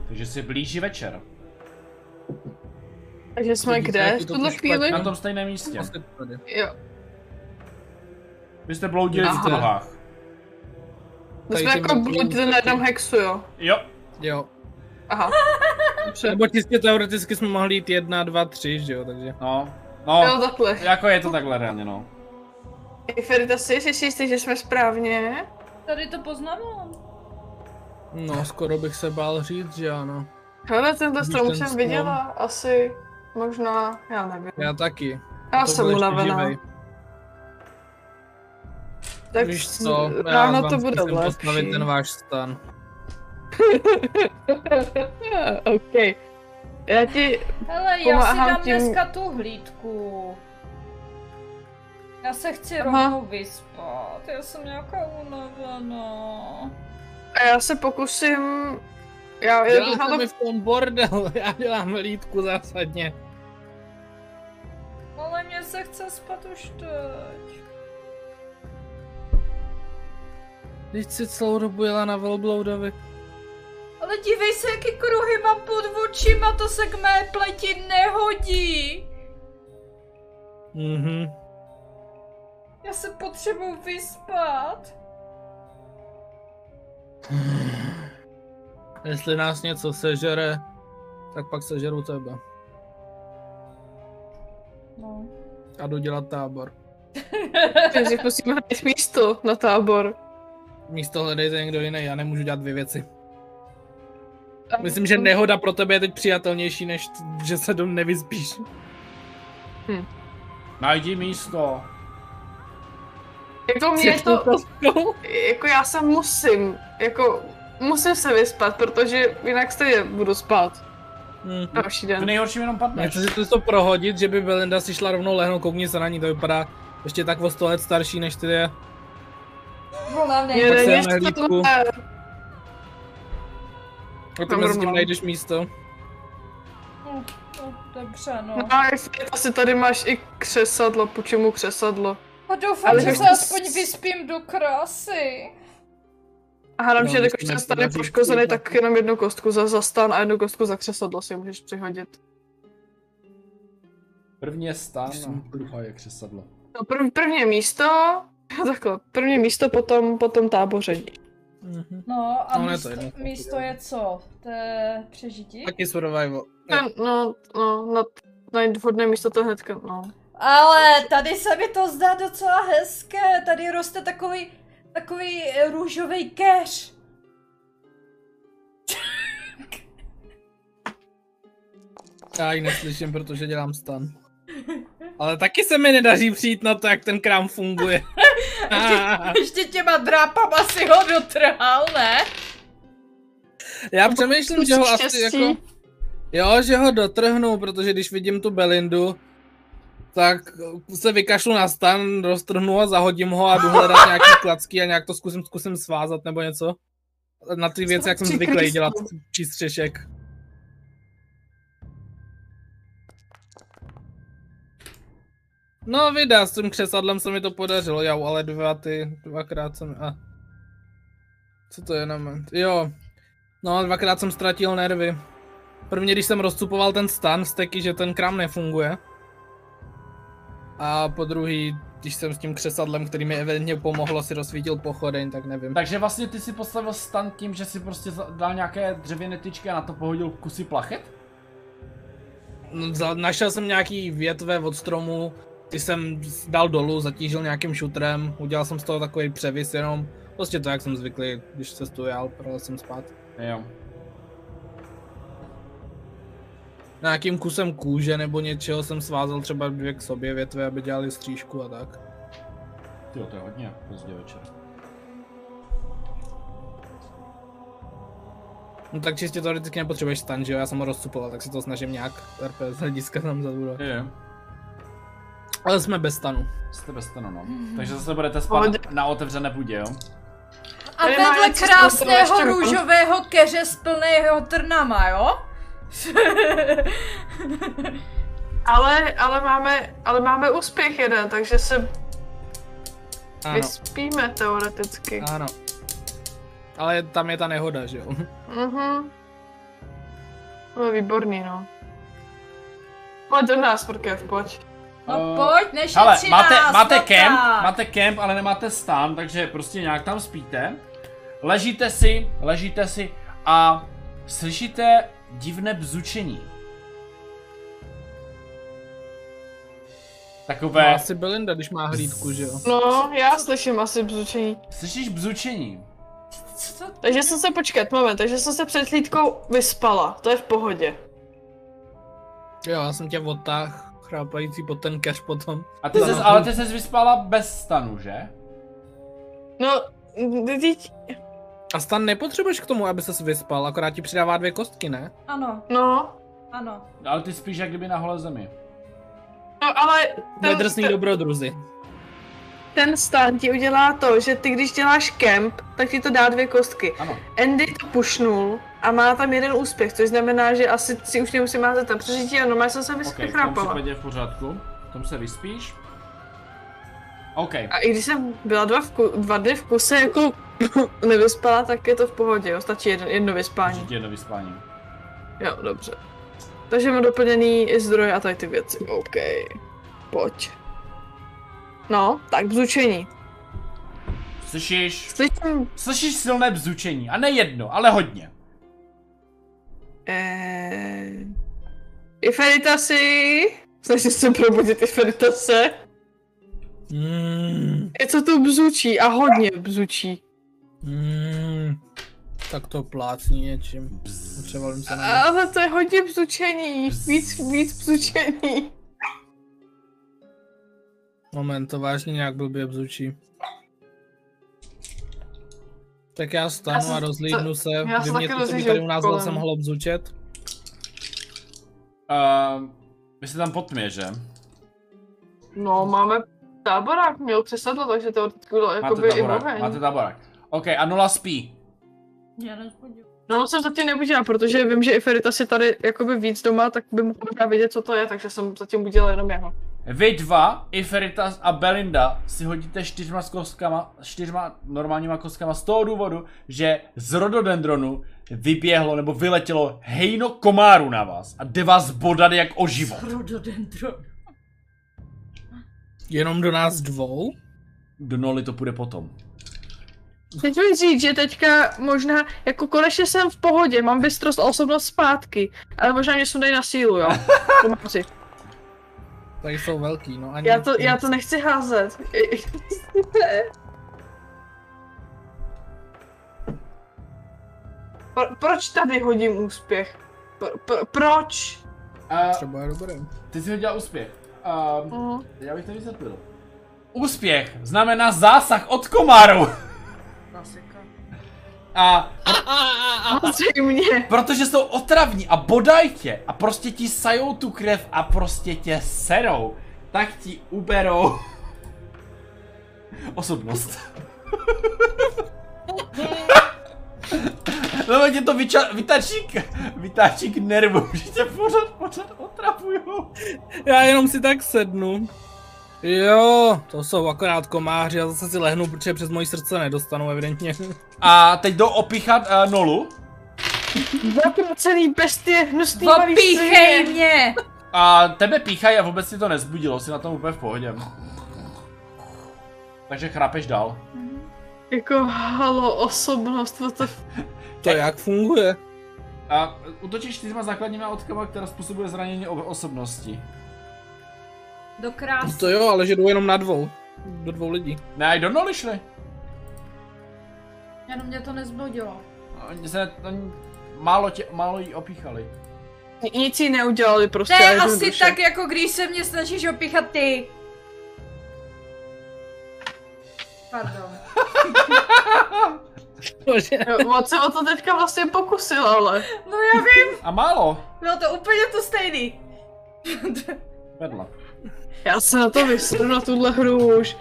Takže se blíží večer. Takže jsme Vidíte, kde jak v je to tuhle tu chvíli? špatně? Na tom stejném místě. Asi tady. Jo. Vy jste bloudili v Aha. trhách. My Tady jsme ty jako mrtví bludili na jednom hexu, jo. Jo, Jo. Aha. Dobře. Nebo čistě teoreticky jsme mohli jít jedna, dva, tři, že jo, takže. no. No, Jo, takhle. jako je to takhle reálně, no. Ferita, si jsi jistý, že jsme správně? Tady to poznám. No, skoro bych se bál říct, že ano. Hele, tenhle Vidíš strom ten jsem strom? viděla asi možná, já nevím. Já taky. Já To jsem byl ještě unavená. živej. Tak Víš co, já ráno vám to bude zkusím postavit lepší. [LAUGHS] ten váš stan. OK. Já ti, Hele, já si Pomáhám dám tím- dneska tu hlídku. Já se chci Aha. rovnou vyspat, já jsem nějaká unavená. A já se pokusím... Já jedu na Děláte to... mi v tom bordel, [LAUGHS] já dělám lídku zásadně. Ale mě se chce spat už teď. Teď si celou dobu jela na Velbloudovi. Ale dívej se, jaký kruhy mám pod očima, to se k mé pleti nehodí. Mhm. Já se potřebuji vyspat. Jestli nás něco sežere, tak pak sežeru tebe. No. A jdu dělat tábor. Takže musím hledat místo na tábor. Místo hledejte někdo jiný, já nemůžu dělat dvě věci. Myslím, že nehoda pro tebe je teď přijatelnější, než t- že se dom nevyspíš. Najdi místo. Jako mě je to... to... Jako já se musím, jako musím se vyspat, protože jinak stejně budu spát Hm. další V den. nejhorším jenom padneš. Nechci si to- to prohodit, že by Belinda si šla rovnou lehnout, koukni se na ní, to vypadá ještě tak o 100 let starší než ty je. Volám Mě Pak se není na hlídku. špatné. A ty Tam mezi tím rovnou. najdeš místo. No, no, dobře, no. No a jestli asi tady máš i křesadlo, počemu křesadlo? A doufám, Ale že tak- se aspoň vyspím do krásy. A hádám, No, že když jakož to se nepodaří, stane poškozený, přijde. tak jenom jednu kostku za, za stan a jednu kostku za křesadlo si můžeš přihodit. První je stan no. Jsem a druhá je křesadlo. No prv, první místo, [LAUGHS] takhle, první místo, potom, potom táboření. Mhm. No a No, ne, místo, to je jedno. místo je co? To je přežití? Taky survival. Ten, no, no, na, najít vhodné místo to hnedka, no. Ale tady se mi to zdá docela hezké, tady roste takový, takový eh, růžový keř. Já ji neslyším, protože dělám stan. Ale taky se mi nedaří přijít na to, jak ten krám [LAUGHS] funguje. Ještě těma drápama si ho dotrhal, ne? Já přemýšlím, že ho asi Štěstí. jako... Jo, že ho dotrhnu, protože když vidím tu Belindu, tak se vykašlu na stan, roztrhnu a zahodím ho a jdu hledat nějaký klacky a nějak to zkusím, zkusím svázat nebo něco. Na ty věci, jak jsem Svatý zvyklý Kriste. dělat přístřešek. No vydá, s tím křesadlem se mi to podařilo, jau, ale dva ty, dvakrát jsem, a... Co to je na moment? Jo, No, dvakrát jsem ztratil nervy. Prvně, když jsem rozcupoval ten stan z teky, že ten kram nefunguje. A po druhý, když jsem s tím křesadlem, který mi evidentně pomohlo, si rozsvítil pochodeň, tak nevím. Takže vlastně ty si postavil stan tím, že si prostě za- dal nějaké dřevěné tyčky a na to pohodil kusy plachet? No, za- Našel jsem nějaký větve od stromu, ty jsem dal dolů, zatížil nějakým šutrem, udělal jsem z toho takový převis jenom. Prostě to, jak jsem zvyklý, když se stojal, pral jsem spát. Jo. Nějakým kusem kůže nebo něčeho jsem svázal třeba dvě k sobě větve, aby dělali střížku a tak. Ty to je hodně pozdě večer. No tak čistě teoreticky nepotřebuješ stan, že jo? Já jsem ho rozcupoval, tak se to snažím nějak RP z hlediska tam zabudovat. Jo. Ale jsme bez stanu. Jste bez stanu, [LAUGHS] no. Takže zase budete spát Pohodě. na otevřené půdě, jo? A Tady má vedle něco krásného zkušeného. růžového keře s plného trnama, jo? Ale, ale máme, ale máme úspěch jeden, takže se Ano, vyspíme teoreticky. ano. Ale tam je ta nehoda, že jo? Mhm. No výborný, no. Pojď do nás, Prkev, pojď. No Eh, pojď, než je Hele, 13, máte, máte no kemp, tak. máte kemp, ale nemáte stán, takže prostě nějak tam spíte. Ležíte si, ležíte si a slyšíte divné bzučení. Má Takové, No, asi Belinda, když má hlídku, že jo? No, já slyším asi bzučení. slyšíš bzučení? Co to Takže jsem se, počkat, moment, takže jsem se před hlídkou vyspala, to je v pohodě. Jo, já jsem tě odtáhl, chrápající pod ten keř potom. A ty ses, ale ty ses vyspala bez stanu, že? No, teď, A stan nepotřebuješ k tomu, aby ses vyspal, akorát ti přidává dvě kostky, ne? Ano, no, ano. Ale ty spíš jak kdyby na holé zemi. no ale... Nedrsný dobrodruzi. ten stát ti udělá to, že ty když děláš kemp, tak ti to dá dvě kostky. Ano. Andy to pušnul a má tam jeden úspěch, což znamená, že asi si už nemusím házet na přežití a normálně jsem se OK, v tom vychrápala. případě v pořádku. V tom se vyspíš. OK, A i když jsem byla dva, v ku, dva dny v kuse jako [COUGHS] nevyspala, tak je to v pohodě, jo. stačí jedno, jedno vyspání. určitě jedno vyspání. Jo, dobře. Takže mám doplněný i zdroj a tady ty věci, OK. Pojď. No, tak bzučení. Slyšíš? Slyším, Slyšíš silné bzučení. A ne jedno, ale hodně. eh... Iferitasi! Snažím se probudit Iferitase. Mm, Je co tu bzučí a hodně bzučí. Mm, hmm. tak to plácní něčím. Potřeboval se na Ale to je hodně bzučení. Víc, víc bzučení. Moment, to vážně nějak blbě bzučí. Tak já Já stanu jsem- a rozlídnu se. já jsem Vy mě to, co by taky rozlížel tady u nás bylo, kolem. se mohlo bzučet. Uh, vy jste tam pod tmě, že? No, máme táborák, měl přesadlo, takže to bylo jakoby i taborák, máte oheň. taborák. OK, a nula spí. Já nespodívám. No, jsem zatím neudělala, protože vím, že Iferita si tady jakoby víc doma, tak by mohl možná vědět, co to je, takže jsem zatím udělala jenom jeho. Vy dva, Iferitas a Belinda, si hodíte čtyřma, s kostkama, čtyřma normálníma kostkama z toho důvodu, že z rododendronu vyběhlo nebo vyletělo hejno komáru na vás a jde vás bodat jak o život. Rododendron. Jenom do nás dvou? Do noly to půjde potom. Teď mi říct, že teďka možná, jako konečně jsem v pohodě, mám bystrost a osobnost zpátky, ale možná mě sundají na sílu, jo. To mám si. Tak jsou velký, no ani... Já to, já to nechci házet. [LAUGHS] Pro, proč tady hodím úspěch? Pro, pro, proč? A Třeba je dobré. ty jsi hodila úspěch. A Mhm. já bych to vysvětlil. Úspěch znamená zásah od komáru. Klasika. A Zřejmě. Protože jsou otravní a bodají tě a prostě ti sajou tu krev a prostě tě serou, tak ti uberou [LAUGHS] osobnost. [LAUGHS] No, tě to vyča- vytačí, k- vytáčí k nervu, [LAUGHS] že tě pořád, pořád otravujou. já jenom si tak sednu. Jo, to jsou akorát komáři, já zase si lehnu, protože přes moje srdce nedostanu evidentně. A teď jdou opíchat uh, nolu Zatracený bestie, hnusný malý Popíchej svině. mě! a tebe píchají a vůbec ti to nezbudilo, jsi na tom úplně v pohodě. Takže chrápeš dál. Jako halo, osobnost, what the f... To jak funguje? A útočíš čtyřma základníma odkama, která způsobuje zranění o- osobnosti. Do krásy. To jo, ale že jdu jenom na dvou. Do dvou [LAUGHS] lidí. Ne, i do noli šli. Jenom mě to nezbudilo. Oni se, oni málo, tě, málo jí opíchali. Nic jí neudělali To prostě. a je asi jednoduše. tak, jako když se mě snažíš opíchat ty. Pardon. Bože. Jo, Moc se o to teďka vlastně pokusil, ale... No já vím, A málo. bylo to úplně to stejný. Vedla. Já se na to vysru na tuhle hru už.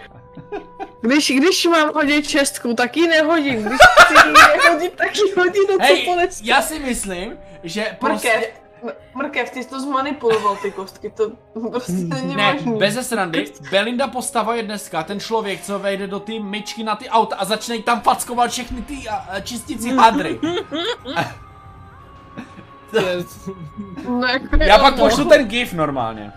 Když, když mám hodit čestku, tak ji nehodím. Když chci ji nehodit, tak ji hodím do [LAUGHS] co Hej, to nesmí. já si myslím, že prostě... Mrkev, m- mrkev, ty jsi to zmanipuloval ty kostky, to prostě není Hmm. Ne, možný. bez srandy, Belinda postava je dneska ten člověk, co vejde do ty myčky na ty auta a začne jí tam fackovat všechny ty a, a čistící [LAUGHS] hadry. To je- No, jako Já pak ono. pošlu ten gif normálně.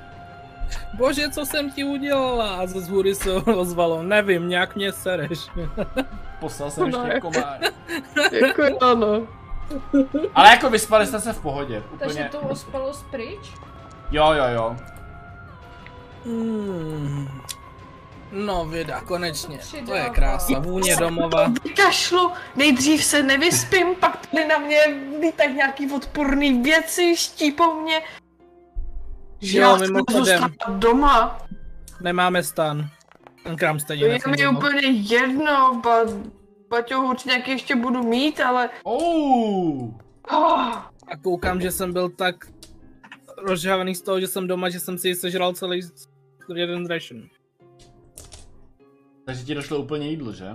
Bože, co jsem ti udělala? A ze zhůry se ozvalo, nevím, nějak mě sereš. Poslal jsem No, ještě jako- komár. Jako ano. Ale jako vyspali jste se v pohodě. Takže Úplně. to ospalo pryč? Jo, jo, jo. Hmm. Mm. No vida, konečně. To To je přidává. krása, vůně domova. Vykašlu, nejdřív se nevyspím, pak tady na mě lítají nějaký odporný věci, štípou mě. Že Jo, já chci mimochodem. zůstat doma. Nemáme stan. Ten krám stejně Je mi nefungoval. úplně jedno, ba, Baťo určitě ještě budu mít, ale... Oh. Oh, A koukám, že jsem byl tak rozžávaný z toho, že jsem doma, že jsem si sežral celý s- jeden ration. Takže ti došlo úplně jídlo, že?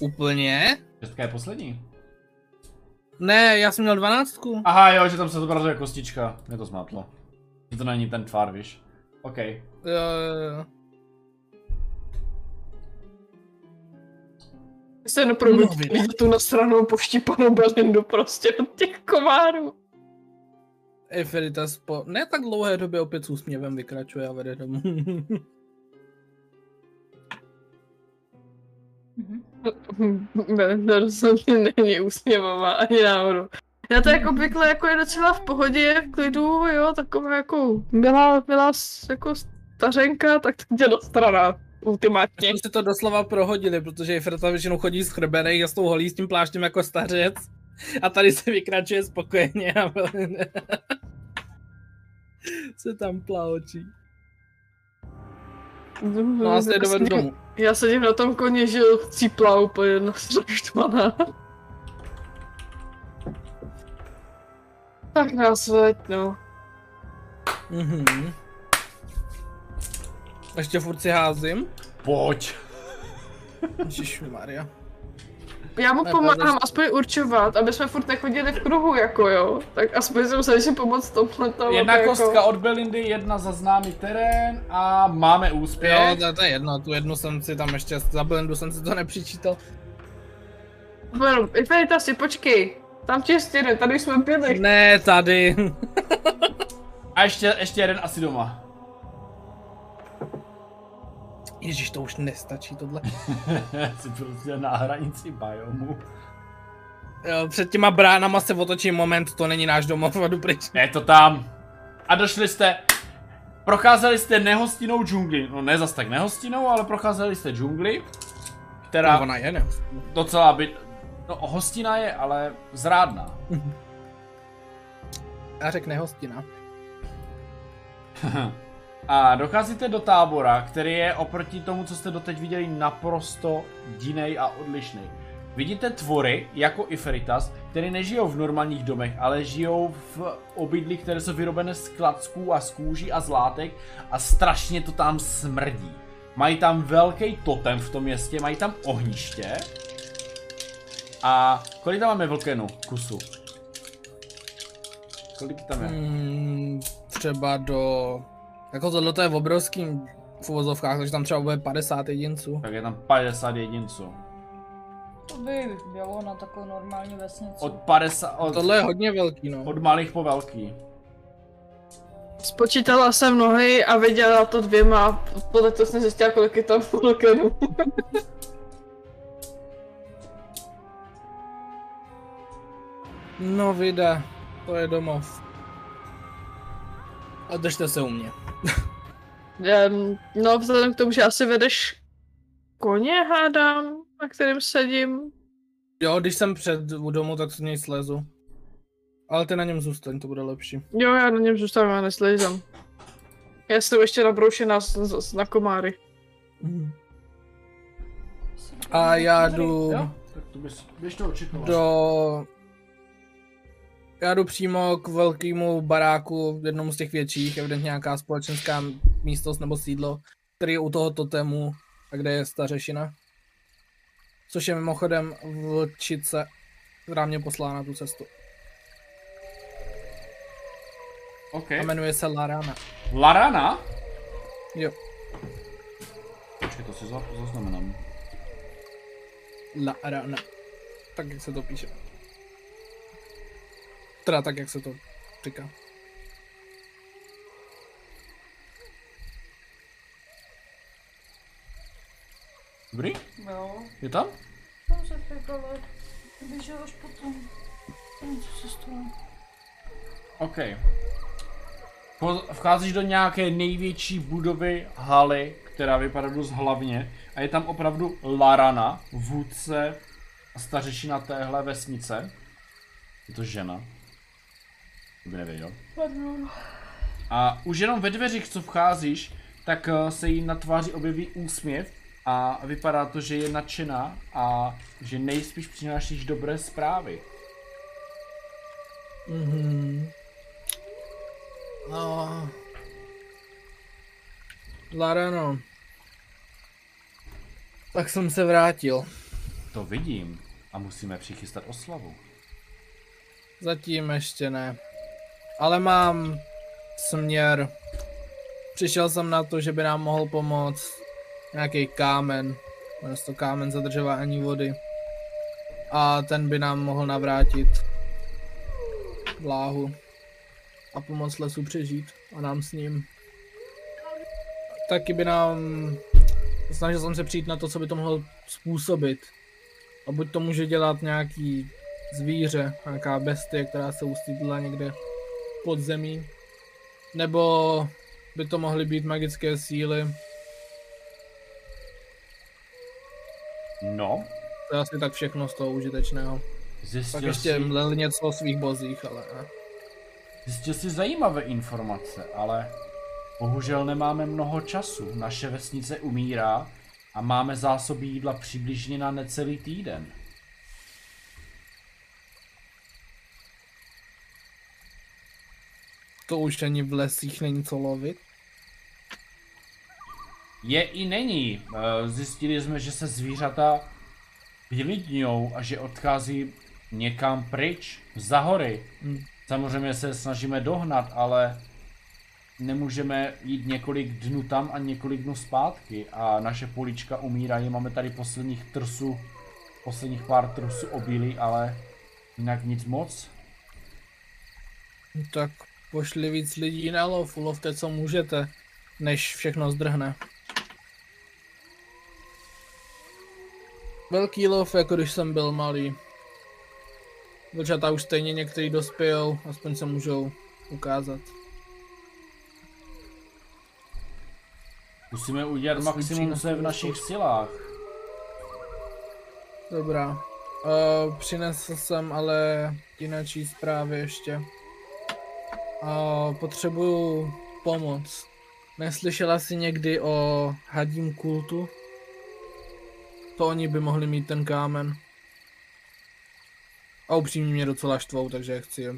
Úplně? Šestka je poslední. Ne, já jsem měl dvanáctku. Aha jo, že tam se zobrazuje kostička. Mě to zmátlo. Že to není ten tvar, víš. OK. Jo, jo, jo. Se jen probudí Mluvit. no, tu nasranou poštípanou balindu prostě od těch komárů. Eferitas po ne tak dlouhé době opět s úsměvem vykračuje a vede domů. Mhm. Ne, to rozhodně není úsměvavá ani náhodou. Já to jako obvykle jako je docela v pohodě, v klidu, jo, taková jako milá, milá s- jako stařenka, tak teď je dostraná ultimátně. Jsme si to doslova prohodili, protože Eferitas většinou chodí s chrbenej a s tou holí s tím pláštěm jako stařec. A tady se vykračuje spokojeně a [LAUGHS] se tam plaočí. No a se Jako dovedu sedím- domů. Já sedím na tom koně, že cípla úplně nasraštvaná. Tak nás veď, no. Mhm. Ještě furt si házím. Pojď. Maria. Já mu Ne, pomáhám pozor. aspoň určovat, aby jsme furt nechodili v kruhu, jako jo. Tak aspoň jsem se snažím pomoct tomhle tomu. Jedna jako... kostka od Belindy, jedna za známý terén a máme Jo, úspěch. to, to je jedno, tu jednu jsem si tam ještě, za blendu jsem si to nepřičítal. Bueno, i tady ta si, počkej. Tam tě stěne, tady jsme byli. Ne, tady. A ještě, ještě jeden asi doma. [LAUGHS] Ježíš, to už nestačí tohle. Jsi prostě na hranici biomu. Jo, před těma bránama se otočí moment, to není náš domov a jdu pryč. Je to tam. A došli jste. Procházeli jste nehostinou džungli. No ne zas tak nehostinou, ale procházeli jste džungli, která No, ona je, ne? docela by... No hostina je, ale zrádná. Já řekne hostina. A docházíte do tábora, který je oproti tomu, co jste doteď viděli, naprosto jiný a odlišný. Vidíte tvory, jako Iferitas, které nežijou v normálních domech, ale žijou v obydlí, které jsou vyrobené z klacků a z kůží a z látek a strašně to tam smrdí. Mají tam velký totem v tom městě, mají tam ohniště. A kolik tam máme vlkenu kusu? Kolik tam je? Hmm, třeba do... Jako tohle to je v obrovským v uvozovkách, takže tam třeba bude 50 jedinců. Tak je tam 50 jedinců. To by bylo na takovou normální vesnici. Od 50... Od... Tohle je hodně velký, no. Od malých po velký. Spočítala jsem nohy a viděla to dvěma a podle toho jsem zjistila, kolik je tam lokenů. No vida, to je domov. A držte se u mě. Ehm, no, vzhledem k tomu, že asi vedeš koně, hádám, na kterém sedím. Jo, když jsem před u domu, tak se něj slezu. Ale ty na něm zůstaň, to bude lepší. Jo, já na něm zůstávám, já neslejzám. Já jsem ještě nabroušená s- s- na komáry. Hmm. A já jdu Tak to bys, běž to no. očekovat. do... Já jdu přímo k velkému baráku, jednomu z těch větších, evidentně nějaká společenská místnost nebo sídlo, který je u toho totemu, a kde je stařešina. Což je mimochodem vlčice, která mě poslala na tu cestu. OK. A jmenuje se Larana. Larana? Jo, Počkej, to si za, zaznamenám. Larana. Tak jak se to píše. Teda tak jak se to říká. Dobrý? Jo, Je tam? tam se pěkala. Běžel až potom. Nevím, co se stalo. OK. Po, vcházíš do nějaké největší budovy haly, která vypadá dost hlavně. A je tam opravdu Larana, vůdce a stařešina téhle vesnice. Je to žena. To by nevěděl. Pardon. A už jenom ve dveřích, co vcházíš, tak eh, se jí na tváři objeví úsměv a vypadá to, že je nadšená a že nejspíš přinášíš dobré zprávy. Mhm. No. Larano. no. Tak jsem se vrátil. To vidím. A musíme přichystat oslavu. Zatím ještě ne. Ale mám směr. Přišel jsem na to, že by nám mohl pomoct nějaký kámen. Jmenuje se to kámen zadržování vody. A ten by nám mohl navrátit vláhu a pomoct lesu přežít a nám s ním. Taky by nám... Snažil jsem se přijít na to, co by to mohlo způsobit. A buď to může dělat nějaký zvíře, nějaká bestie, která se ustydla někde pod zemí. Nebo by to mohly být magické síly. No, To je asi tak všechno z toho užitečného. Pak zjistil, ještě jsi, mlel něco o svých bozích, ale ne. zjistil jsi zajímavé informace, ale bohužel nemáme mnoho času. Naše vesnice umírá a máme zásoby jídla přibližně na necelý týden. To už ani v lesích není co lovit. Je i není. Eh, Zjistili jsme, že se zvířata vylidňou a že odchází někam pryč, za hory. Hmm. Samozřejmě se snažíme dohnat, ale nemůžeme jít několik dnů tam a několik dnů zpátky a naše polička umírají. Máme tady posledních trsů, posledních pár trsů obilí, ale jinak nic moc. No Tak pošli víc lidí na lov, ulovte co můžete, než všechno zdrhne. Velký lov, jako když jsem byl malý. Vlčata už stejně některý dospějou, aspoň se můžou ukázat. Musíme udělat Aspoň maximum, přijde co je v spoustu. našich silách. Dobrá. Uh, přinesl jsem ale jinačí zprávy ještě. Uh, potřebuju pomoc. Neslyšela jsi někdy o hadím kultu? To oni by mohli mít ten kámen. A upřímně mě docela štvou, takže chci je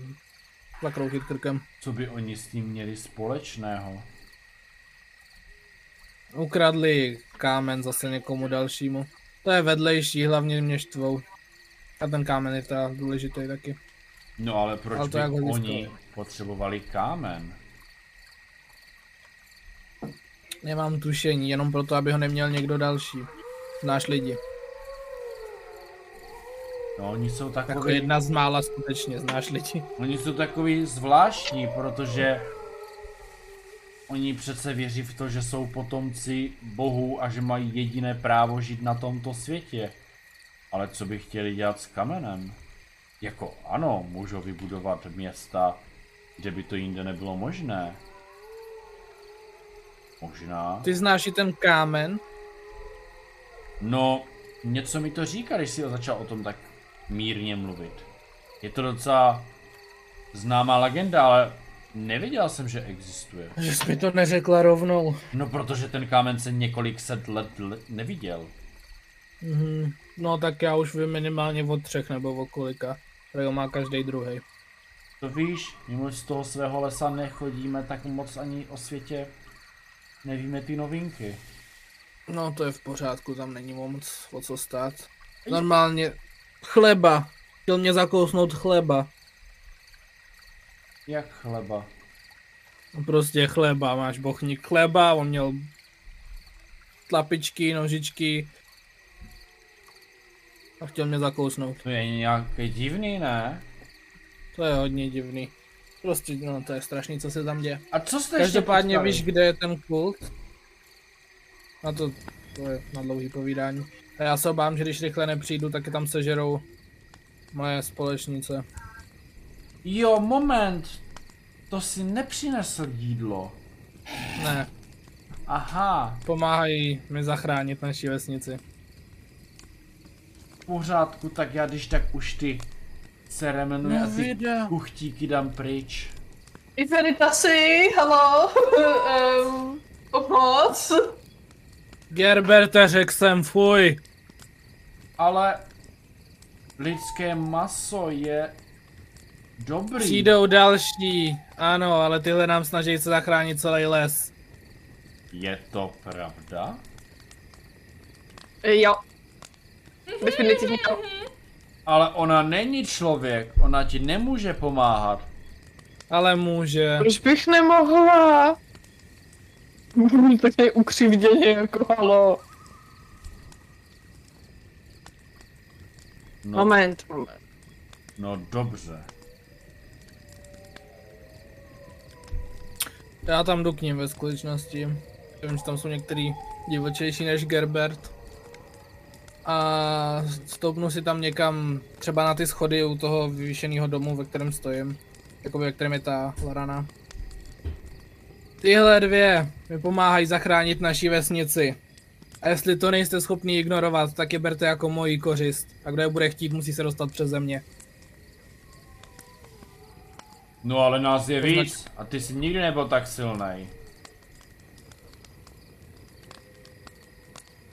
zakroutit krkem. Co by oni s tím měli společného? Ukradli kámen zase někomu dalšímu. To je vedlejší, hlavně mě štvou. A ten kámen je teda důležitý taky. No ale proč Ale ale to by jak hodně oni stojí. potřebovali kámen? Nemám tušení, jenom proto, aby ho neměl někdo další. Znáš lidi. No oni jsou Jako takový, jedna z mála skutečně, znáš lidi. oni jsou takový zvláštní, protože oni přece věří v to, že jsou potomci bohů a že mají jediné právo žít na tomto světě. Ale co by chtěli dělat s kamenem? Jako ano, můžou vybudovat města, kde by to jinde nebylo možné. Možná. Ty znáš i ten kámen, No, něco mi to říká, když si začal o tom tak mírně mluvit. Je to docela známá legenda, ale nevěděl jsem, že existuje. že jsi mi to neřekla rovnou. No, protože ten kámen se několik set let le- neviděl. Mhm. No tak já už vím minimálně o třech nebo o kolika. Tady ho má každý druhý. To víš, mimo z toho svého lesa nechodíme tak moc ani o světě. Nevíme ty novinky. No to je v pořádku, tam není o moc o co stát. Normálně chleba. Chtěl mě zakousnout chleba. Jak chleba. Prostě chleba, máš bochník chleba, on měl tlapičky, nožičky a chtěl mě zakousnout. To je nějaký divný, ne? To je hodně divný. Prostě, no to je strašný, co se tam děje. A co jste ještě Každopádně potkali? víš, kde je ten kult? Na to, to je na dlouhý povídání. A já se obávám, že když rychle nepřijdu, tak je tam sežerou moje společnice. Jo, moment. To si nepřinesl jídlo. Ne, Aha, pomáhají mi zachránit naši vesnici. v pořádku, tak já když tak už ty ceremonie a ty Nevěděl. kuchtíky dám pryč. Iferitasy, halo, [LAUGHS] um, pomoc. Gerberte, řekl jsem, fuj! Ale lidské maso je dobrý. Přijdou další, ano, ale tyhle nám snaží se zachránit celý les. Je to pravda? E, Jo. Mhm. Definitivně jo. Ale ona není člověk, ona ti nemůže pomáhat. Ale může. Proč bych nemohla? Mluvím také ukřivděně jako halo. No, Moment, moment. no dobře. Já tam jdu k ním ve skutečnosti. Já vím, že tam jsou některý divočejší než Gerbert. A stoupnu si tam někam, třeba na ty schody u toho vyvýšeného domu, ve kterém stojím. Jakoby ve kterém je ta Larana. Tyhle dvě mi pomáhají zachránit naši vesnici. A jestli to nejste schopni ignorovat, tak je berte jako moji kořist. A kdo je bude chtít, musí se dostat přes mě. No ale nás je Poznač- víc a ty jsi nikdy nebyl tak silný.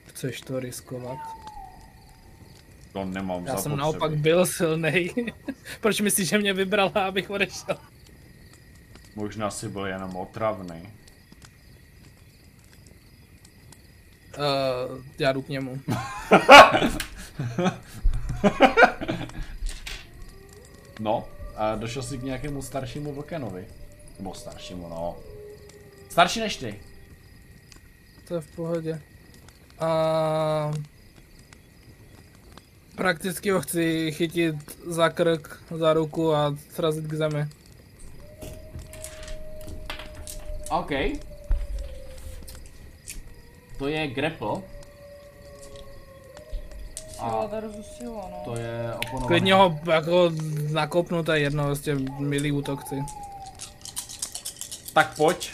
Chceš to riskovat? To nemám Já za jsem potřeby. naopak byl silný. [LAUGHS] Proč myslíš, že mě vybrala, abych odešel? Možná si byl jenom otravný. Uh, já jdu k němu. No, a došel jsi k nějakému staršímu vlkenovi. Nebo staršímu, no. Starší než ty. To je v pohodě. Uh, prakticky ho chci chytit za krk, za ruku a srazit k zemi. OK. To je grapple. Jo, to rozustilo, no. To je oponované. Klidně ho jako nakopnu, to je jedno, vlastně milý útok chci. Tak pojď.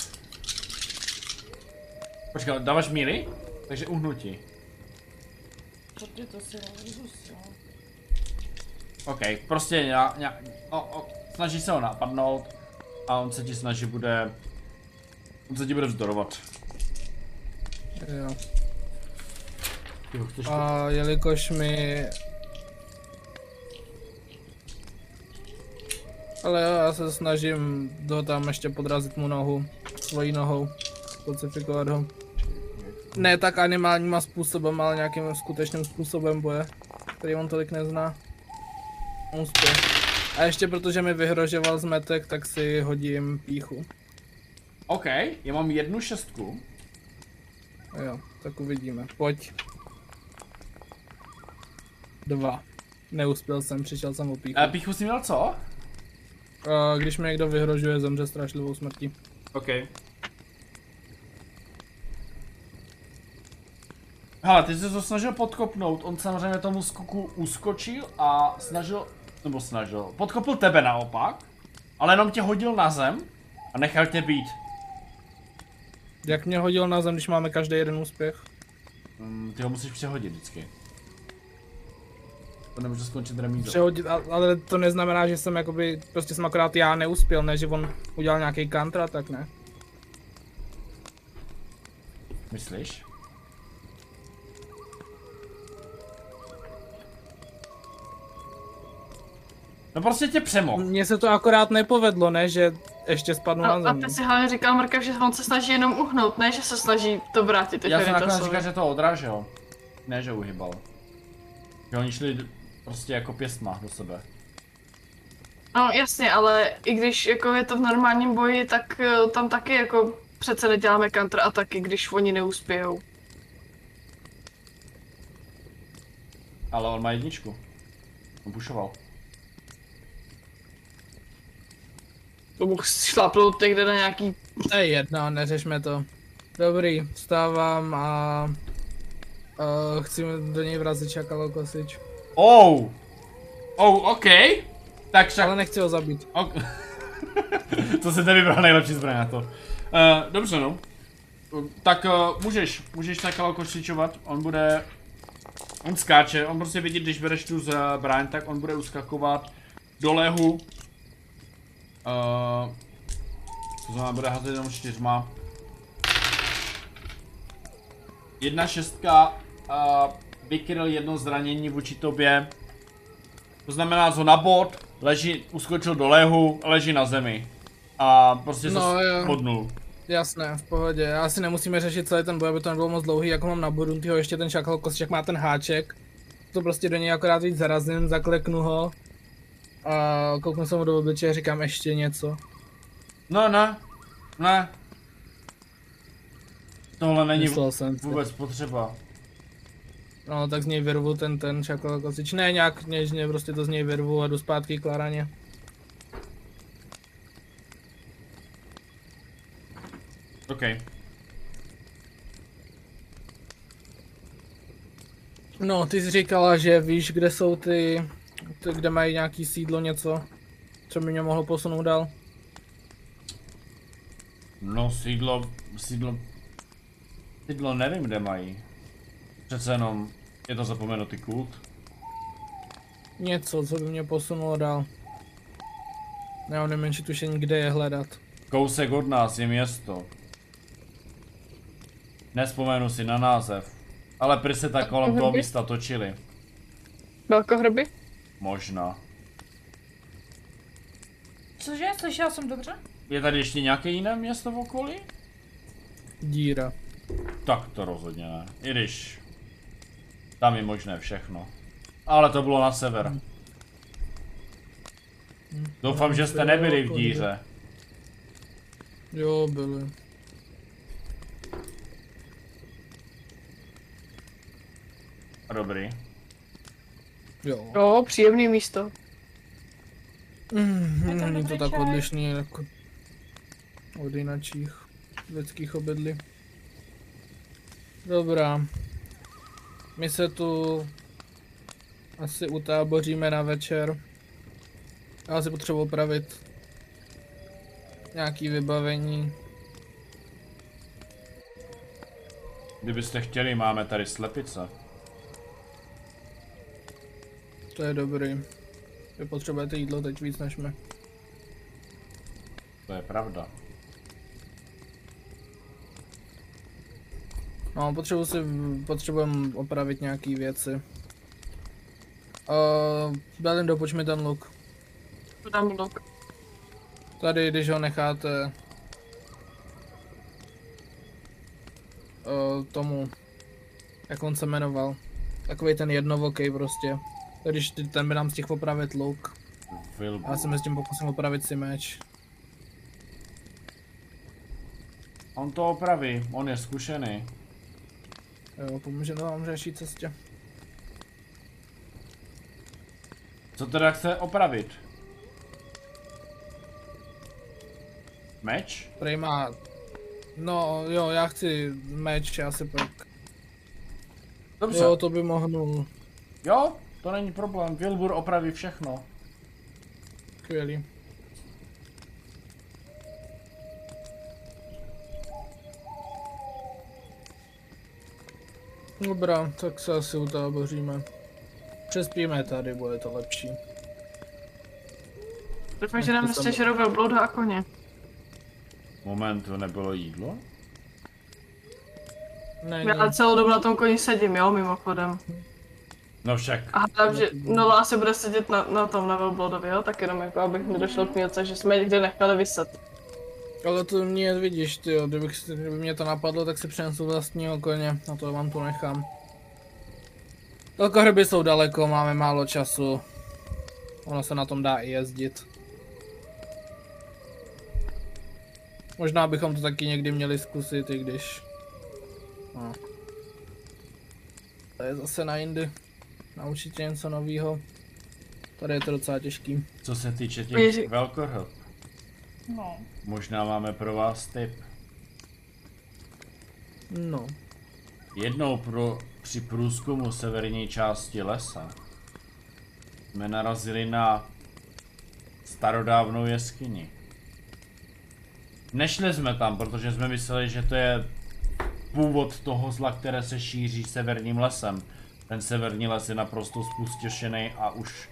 Počkej, dáváš míry? Takže uhnutí. To ty to si rozustilo. OK, prostě já, já o, o, snaží se ho napadnout a on se ti snaží bude, on se ti bude vzdorovat. Jo. Ty ho chceš A jelikož mi... Ale jo, já se snažím do tam ještě podrazit mu nohu, svojí nohou, specifikovat ho. Ne tak animálníma způsobem, ale nějakým skutečným způsobem boje, který on tolik nezná. Úspěch. A ještě protože mi vyhrožoval zmetek, tak si hodím píchu. OK, já mám jednu šestku. Jo, tak uvidíme. Pojď. Dva. Neuspěl jsem, přišel jsem o píchu. A píchu si měl co? A když mi někdo vyhrožuje, zemře strašlivou smrtí. OK. Hele, ty jsi to snažil podkopnout, on samozřejmě tomu skoku uskočil a snažil, nebo snažil, podkopl tebe naopak, ale jenom tě hodil na zem a nechal tě být. Jak mě hodil na zem, když máme každý jeden úspěch? Mm, ty ho musíš přehodit vždycky. To nemůže skončit remízou. Přehodit, a- ale to neznamená, že jsem jakoby, prostě jsem akorát já neuspěl, ne, že on udělal nějaký kantra, tak ne. Myslíš? No prostě tě přemohl. Mně se to akorát nepovedlo, ne, že ještě spadnu A, na a zem. no. ty si hlavně říkal, Marka, že on se snaží jenom uhnout, ne, že se snaží to vrátit Já jsem nakonec Eferitasovi. říkal, že to odrážel. Ne, že uhybal. Že oni šli d- prostě jako pěstma do sebe. No jasně, ale i když jako je to v normálním boji, tak eh, tam taky jako přece neděláme counterataky, když oni neuspějou. Ale on má jedničku. On pušoval. To mohl šlápnout někde na nějaký... To je jedno, neřešme to. Dobrý, vstávám a... Uh, chci do něj vrazit čakalo kosič. Oh! Oh, OK! Tak však Ale nechci ho zabít. Ok. [LAUGHS] to se nevybral nejlepší zbraň na to. Uh, dobře no. Uh, Tak uh, můžeš, můžeš tak košičovat, on bude... On skáče, on prostě vidí, když bereš tu zbraň, tak on bude uskakovat do lehu. Eh, Uh, to znamená, bude házet jenom čtyřma. Jedna šestka uh, vykryl jedno zranění vůči tobě. To znamená, co na bod, leží, uskočil do lehu, leží na zemi. A prostě No, se jo. podnul. Jasné, v pohodě. Asi nemusíme řešit celý ten boj, aby to nebylo moc dlouhý, jako mám na Buruntyho ještě ten šakal kosček má ten háček. To prostě do něj akorát víc zarazím, zakleknu ho. A kouknu se mu do obličeje, říkám ještě něco. No, ne. Ne. Tohle není Myslel jsem si. vůbec potřeba. No, tak z něj vyrvu ten, ten šakal kosič. Ne, nějak něžně, prostě to z něj vyrvu a jdu zpátky k Laraně. OK. No, ty jsi říkala, že víš, kde jsou ty, ty kde mají nějaký sídlo, něco, co by mě mohlo posunout dál. No, sídlo, sídlo, sídlo nevím, kde mají. Přece jenom je to zapomenutý kult. Něco, co by mě posunulo dál. Nemám nejmenší tušení, kde je hledat. Kousek od nás je město. Nespomenu si na název. Ale prý se tak kolem toho místa točili. Velkohroby? Možná. Cože? Slyšela jsem dobře? Je tady ještě nějaké jiné město v okolí? Díra. Tak to rozhodně ne. I když... Tam je možné všechno. Ale to bylo na sever. Doufám, že jste nebyli v díře. Jo, byly. Dobrý. Jo. Jo, příjemný místo. Mm, Je tam není to dobrý tak čaj. odlišný jako od jinačích lidských obydlí. Dobrá. My se tu asi utáboříme na večer. Já si potřebuji opravit nějaký vybavení. Kdybyste chtěli, máme tady slepice. To je dobrý. Vy potřebujete jídlo teď víc než my. To je pravda. No, potřebuji si, potřebujem opravit nějaký věci. Uh, Belin, dopoč mi ten luk. To dám luk. Tady, když ho necháte... Uh, tomu... Jak on se jmenoval. Takový ten jednovokej prostě. Když ty- ten by nám stihl opravit luk. Vilbu. Já se mezi tím pokusím opravit si meč. On to opraví, on je zkušený. Jo, pomůže to vám řešit cestě. Co teda chce opravit? Meč? Prej má... No jo, já chci meč, já si pak... Dobře. Jo, to by mohl. jo, to není problém. Vilbur opraví všechno. Skvělý. Dobrá, tak se asi utáboříme. Přespíme tady, bude to lepší. Doufám, že nám Nechci tam- šerové blouda a koně. Moment, to nebylo jídlo? Ne, Já ne, celou dobu na tom koni sedím, jo, mimochodem. No však, A hádám, že Nola asi bude sedět na, na tom, na Velblodově, jo, tak jenom jako, abych nedošlo k mílce, že jsme je někde nechali vyset. ale to mě vidíš, ty jo, kdybych, si- kdyby mě to napadlo, tak si přinesu vlastního koně, na to vám tu nechám. Velkohryby jsou daleko, máme málo času. Ono se na tom dá i jezdit. Možná bychom to taky někdy měli zkusit, i když... No. To je zase na jindy. Na určitě něco novýho. Tady je to docela těžký. co se týče těch Ježi- velkohod, No. možná máme pro vás tip. No. Jednou pro, při průzkumu severní části lesa jsme narazili na starodávnou jeskyni. Nešli jsme tam, protože jsme mysleli, že to je původ toho zla, které se šíří severním lesem. Ten severní les je naprosto spustošený a už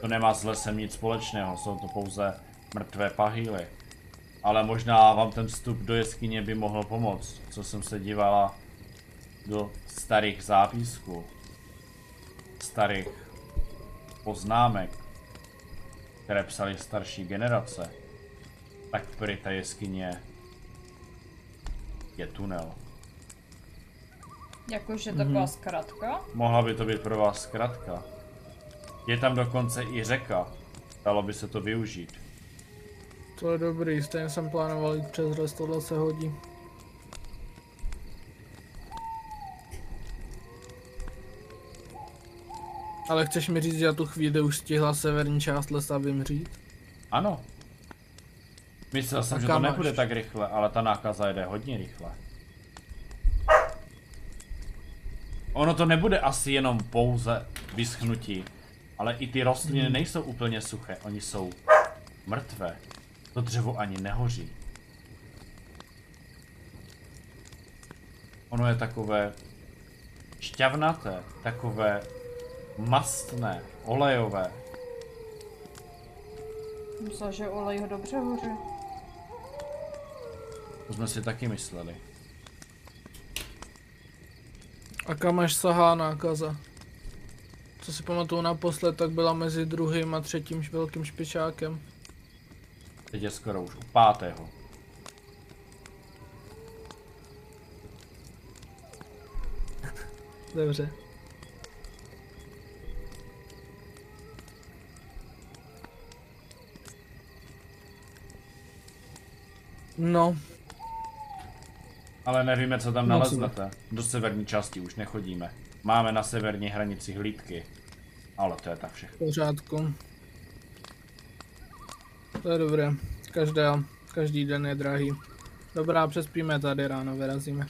to nemá s lesem nic společného, jsou to pouze mrtvé pahýly. Ale možná vám ten vstup do jeskyně by mohl pomoct, co jsem se dívala do starých zápisků, starých poznámek, které psali starší generace, tak prý ta jeskyně je tunel. Jakože taková zkratka. Mohla by to být pro vás zkratka. Je tam dokonce i řeka. Dalo by se to využít. To je dobrý, stejně jsem plánoval jít přes les, tohle se hodí. Ale chceš mi říct, že já tu chvíli už stihla severní část lesa vymřít? Ano. Myslel jsem, A že to kam až? nebude tak rychle, ale ta nákaza jede hodně rychle. Ono to nebude asi jenom pouze vyschnutí, ale i ty rostliny nejsou úplně suché, oni jsou mrtvé. To dřevo ani nehoří. Ono je takové šťavnaté, takové mastné, olejové. Myslela, že olej ho dobře hoří. To jsme si taky mysleli. A kam až sahá nákaza? Co si pamatuju naposled, tak byla mezi druhým a třetím š- velkým špičákem. Teď je skoro už u pátého. Dobře. No, Ale nevíme, co tam No, naleznete. Do severní části už nechodíme. Máme na severní hranici hlídky. Ale to je tak všechno. v pořádku. To je dobré. Každá, každý den je drahý. Dobrá, přespíme tady, ráno vyrazíme.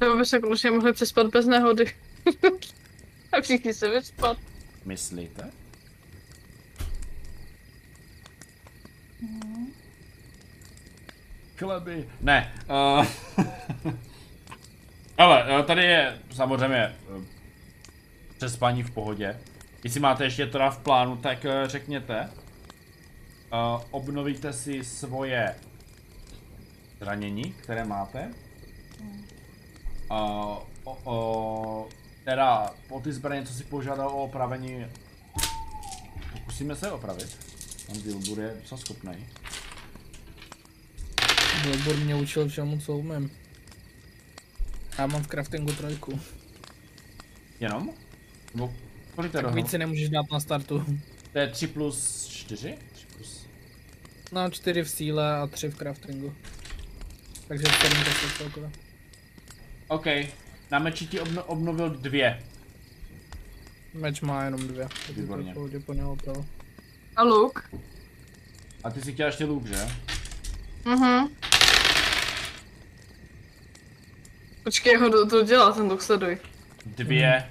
Nebo by se kluci mohli přespat bez nehody. [LAUGHS] a všichni se vyspat. Myslíte? Chleby. Ne. Uh... [LAUGHS] Ale eh, tady je samozřejmě eh, přespání v pohodě. Jestli máte ještě teda v plánu, tak eh, řekněte. Eh, Obnovíte si svoje zranění, které máte. A o, o, teda po ty zbraně, co si požádal o opravení, pokusíme se je opravit. Pan Dilbur je docela schopnej. Blbor mě učil všemu, co umím. Já mám v craftingu trojku. Jenom? Nebo kolik to je Tak dohromady? víc si nemůžeš dát na startu. To je 3 plus 4? 3 plus... No, čtyři v síle a tři v craftingu. Takže sedm to celkově. OK. Na meči ti obno, obnovil dvě. Meč má jenom dvě. Výborně. Pohodě po něho opravil. A luk? A ty si chtěl ještě luk, že? Mhm. Počkej, ho to, to dělá, ten luk sleduj. Dvě.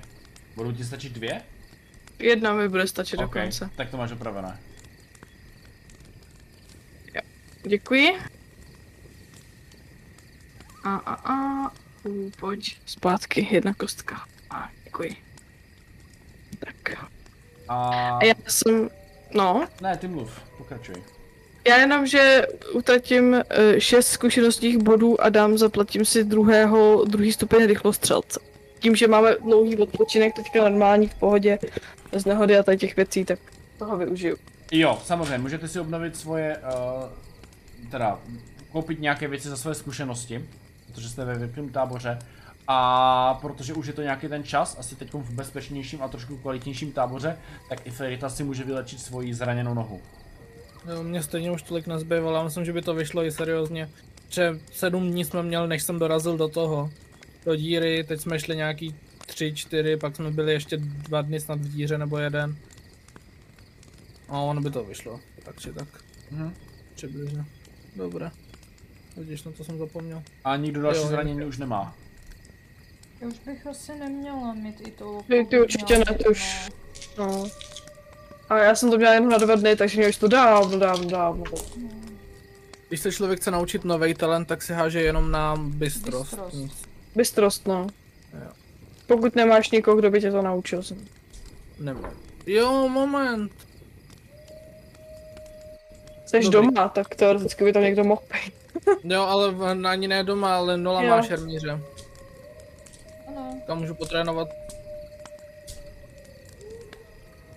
Budou ti stačit dvě? Jedna mi bude stačit okay. OK, dokonce. Tak to máš opravené. Děkuji. A a a. U, pojď zpátky, jedna kostka. A, děkuji. Tak. A... A já jsem, no, Ne, ty mluv. Pokračuj. já jenom, že utratím eh, šest zkušenostních bodů a dám, zaplatím si druhého, druhý stupeň rychlostřelce. Tím, že máme dlouhý odpočinek, teďka normální v pohodě, bez nehody a tady těch věcí, tak toho využiju. Jo, samozřejmě, můžete si obnovit svoje, uh, teda koupit nějaké věci za své zkušenosti, protože jste ve vypném táboře. A protože už je to nějaký ten čas, asi teď v bezpečnějším a trošku kvalitnějším táboře, tak i Ferita si může vylečit svoji zraněnou nohu. Jo, Mně stejně už tolik nezbývalo, já myslím, že by to vyšlo i seriózně. Že sedm dní jsme měli, než jsem dorazil do toho. Do díry, teď jsme šli nějaký tři, čtyři, pak jsme byli ještě dva dny snad v díře nebo jeden. A ono by to vyšlo, tak či tak. Mhm. Přibližně. Dobré. Vidíš, na to jsem zapomněl. A nikdo další Jo, zranění už nemá. Já už bych asi neměla mít i to. Ty- ty určitě ne, ty už- No. A já jsem to měla jenom na dva dny, takže mě už to dávno, dávno, dávno. Když se člověk chce naučit nový talent, tak si háže jenom na bystrost. Bystrost. Nic Bystrost, no. Jo. Pokud nemáš někoho, kdo by tě to naučil. jsem- Nemám. Jo, moment. Jsi Dobrý. doma, tak teoreticky by tam někdo mohl být. Jo, ale v- ani ne doma, ale Nola Jo. má šermíře. Ano, Tam můžu potrénovat.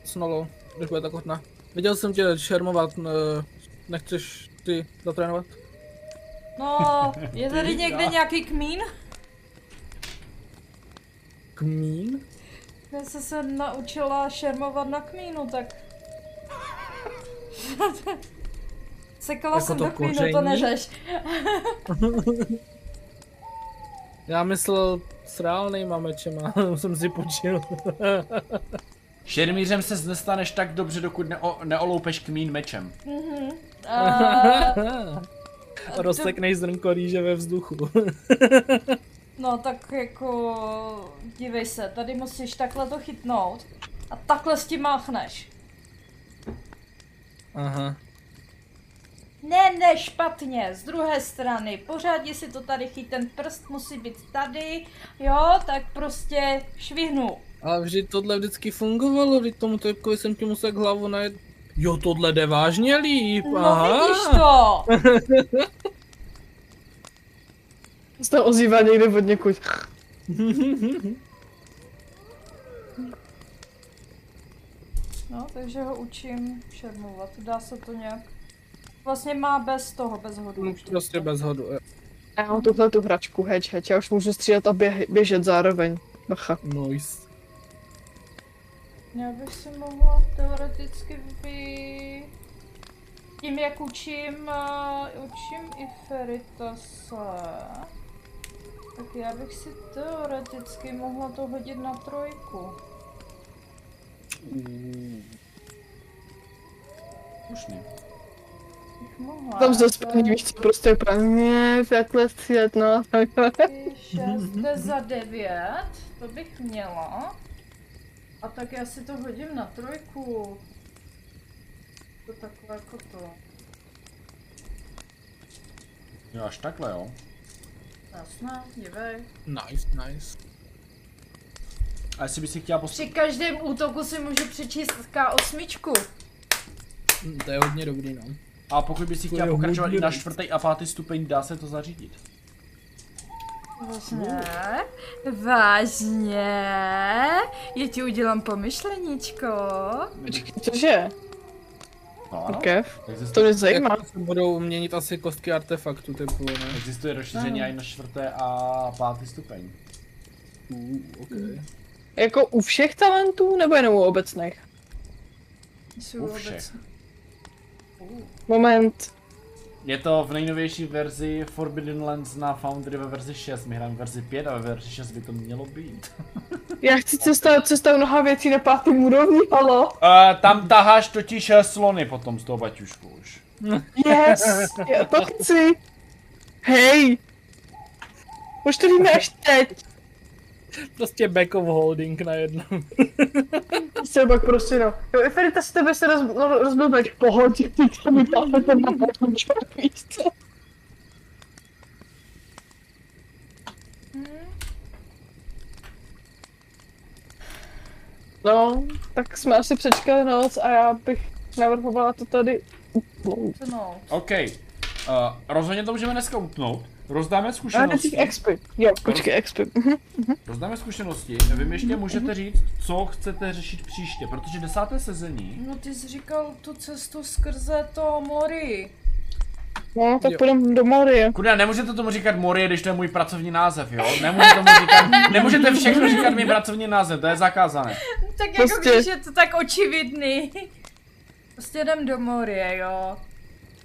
S Nolou, když bude tak hodná. Viděl jsem tě šermovat, ne- eh, nechceš ty zatrénovat? No, je tady někde nějaký kmín? Kmín? Já jsem se naučila šermovat na kmínu, tak... [LAUGHS] Sekala Jako jsem to do kmínu, to koření? neřeš. Já myslel s reálnýma mečema, [LAUGHS] jsem si počil. Šermířem se nestaneš tak dobře, dokud neo, neoloupeš kmín mečem. Mhm. [LAUGHS] Uh, Rozseknej zrnko rýže ve vzduchu. no tak jako... Dívej se, tady musíš takhle to chytnout. A takhle s tím máchneš. Aha. Ne, ne, špatně. Z druhé strany, pořádně si to tady chyt, ten prst musí být tady, jo, tak prostě švihnu. Ale vždy tohle vždycky fungovalo, když tomu typkovi jsem ti musel hlavu najet. Jo, tohle jde vážně líp, No aha. vidíš to! Se to ozývá někde od někud. No, takže ho učím šermovat, dá se to nějak. Vlastně má bez toho, bez hodu. No, už to. Prostě bez hodu, jo. Já mám tuhle tu hračku, heč, heč, já už můžu střílet a běh, běžet zároveň. Bacha. Nice. Já bych si mohla teoreticky vy... Tím, jak učím, eh, učím i Feritase, tak já bych si teoreticky mohla to hodit na trojku. Už ne. Bych mohla. Tam to zase první víš, co prostě právě takhle střílet, no. je šest, to je za devět, to bych měla. A tak já si to hodím na trojku. To takhle jako to. Jo, až takhle jo. Jasné, dívej. Nice, nice. A jestli by si chtěla post... Při každém útoku si můžu přečíst K8. Hm, To je hodně dobrý, no. A pokud by si je chtěla pokračovat i hodně na dobrý. čtvrtý a pátý stupeň, dá se to zařídit. Vážně? Vážně? Já ti udělám pomyšleničko. Počkej, cože? No ano. Kev? To Existuje, mě zajímá. Jak se budou měnit asi kostky artefaktu, typu, ne? existuje rozšíření i na čtvrté a pátý stupeň. Uh, okay. Jako u všech talentů nebo jenom u obecných? U Jsou všech. Moment. Je to v nejnovější verzi Forbidden Lands na Foundry ve verzi 6. My hrajeme verzi 5 a ve verzi 6 by to mělo být. Já chci cestovat cestou mnoha věcí na pátém úrovni, halo? Uh, tam taháš totiž eh, slony potom z toho baťušku už. Yes, já to chci. Hej. Už to víme až teď. Prostě back of holding na jedno. Třeba prostě no. Jo, Iferita se tebe se roz, no, rozbil tak v pohodě, ty to mi dáme ten na potomčok, víš co? Hmm. No, tak jsme asi přečkali noc a já bych navrhovala to tady utnout. No, OK. Uh, rozhodně to můžeme dneska utnout. Rozdáme Já na těch zkušenosti. expy. Jo, počkej, expy. Mhm. Rozdáme zkušenosti. Vy mi ještě můžete říct, co chcete řešit příště, protože desáté sezení. no ty jsi říkal tu cestu skrze to mory. No, tak Jo. půjdem do Morie. Kurňa, nemůžete tomu říkat Morie, když to je můj pracovní název, jo? Nemůžete, tomu říkat, nemůžete všechno říkat mi pracovní název, to je zakázané. Tak jako Prostě- když je to tak očividný. Prostě jdem do mory, jo.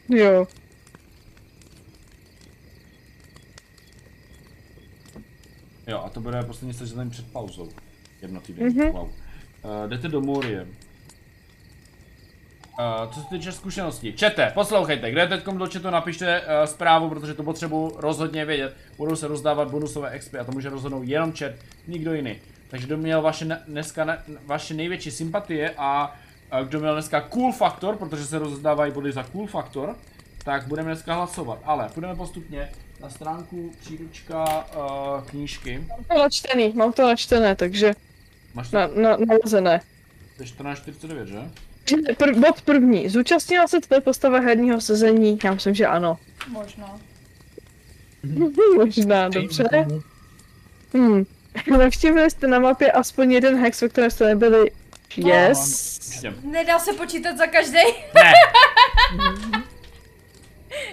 Jo. Jo, a to bude poslední sezení před pauzou. Jedno týden, mm-hmm. wow. Uh, jdete do Morie. Uh, co se týče zkušeností, čete, poslouchejte, kdo je teď do chatu, napište uh, zprávu, protože to potřebuji rozhodně vědět. Budou se rozdávat bonusové expy a to může rozhodnout jenom chat, nikdo jiný. Takže kdo měl vaše ne- dneska ne- vaše největší sympatie a uh, kdo měl dneska cool faktor, protože se rozdávají body za cool faktor, tak budeme dneska hlasovat. Ale půjdeme postupně na stránku příručka uh, knížky. Mám to načtený, mám to načtené, takže Máš to na, na, nalezené. to je 14.49, že? Pr- bod první. Zúčastnila se tvé postava herního sezení? Já myslím, že ano. Možná. Možná, dobře. Hmm. Navštívili jste na mapě aspoň jeden hex, ve kterém jste nebyli. No, Yes. Určitě. Nedá se počítat za každý. Ne!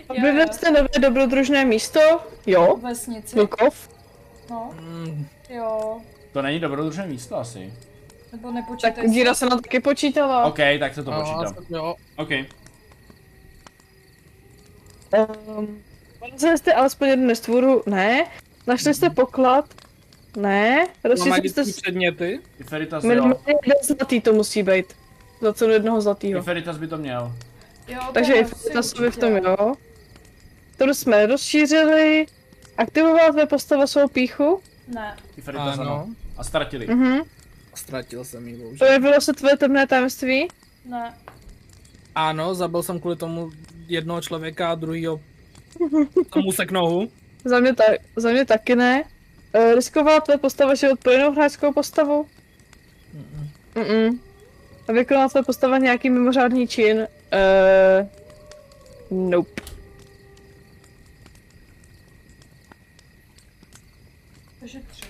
Objevil jste nové dobrodružné místo? Jo. Vesnici, Vlkov? no, Hm, Mm, jo. To není dobrodružné místo asi. Nebo nepočítej Tak díra se na to taky počítala. OK, tak se to no, počítám. aspoň jo. OK. Um, Porazili jste alespoň jednu nestvůru? Ne. Našli Mhm. jste poklad? Ne. Má Rozšířili jste magické předměty. Iferitas jo. minimálně jeden zlatý to musí být. Za cenu jednoho zlatýho. Iferitas by to měl. Jo, to Takže i asi ta sobě v určitě. tom jo. To jsme rozšířili. Aktivovala tvé postava svou píchu? Ne, Iferitas ano. no. Ano. A ztratili. Mhm. Ztratil jsem ji, bohužel. Projevilo se tvoje temné tajemství? ne, Ano, zabil jsem kvůli tomu jednoho člověka a druhýho tomu sek nohu. Za mě, ta, za mě taky ne. E, riskovala tvoje postava život pro jinou hráčskou postavu? Mm-mm. A vykonala tvoje postava nějaký mimořádný čin? E, nope. takže tři.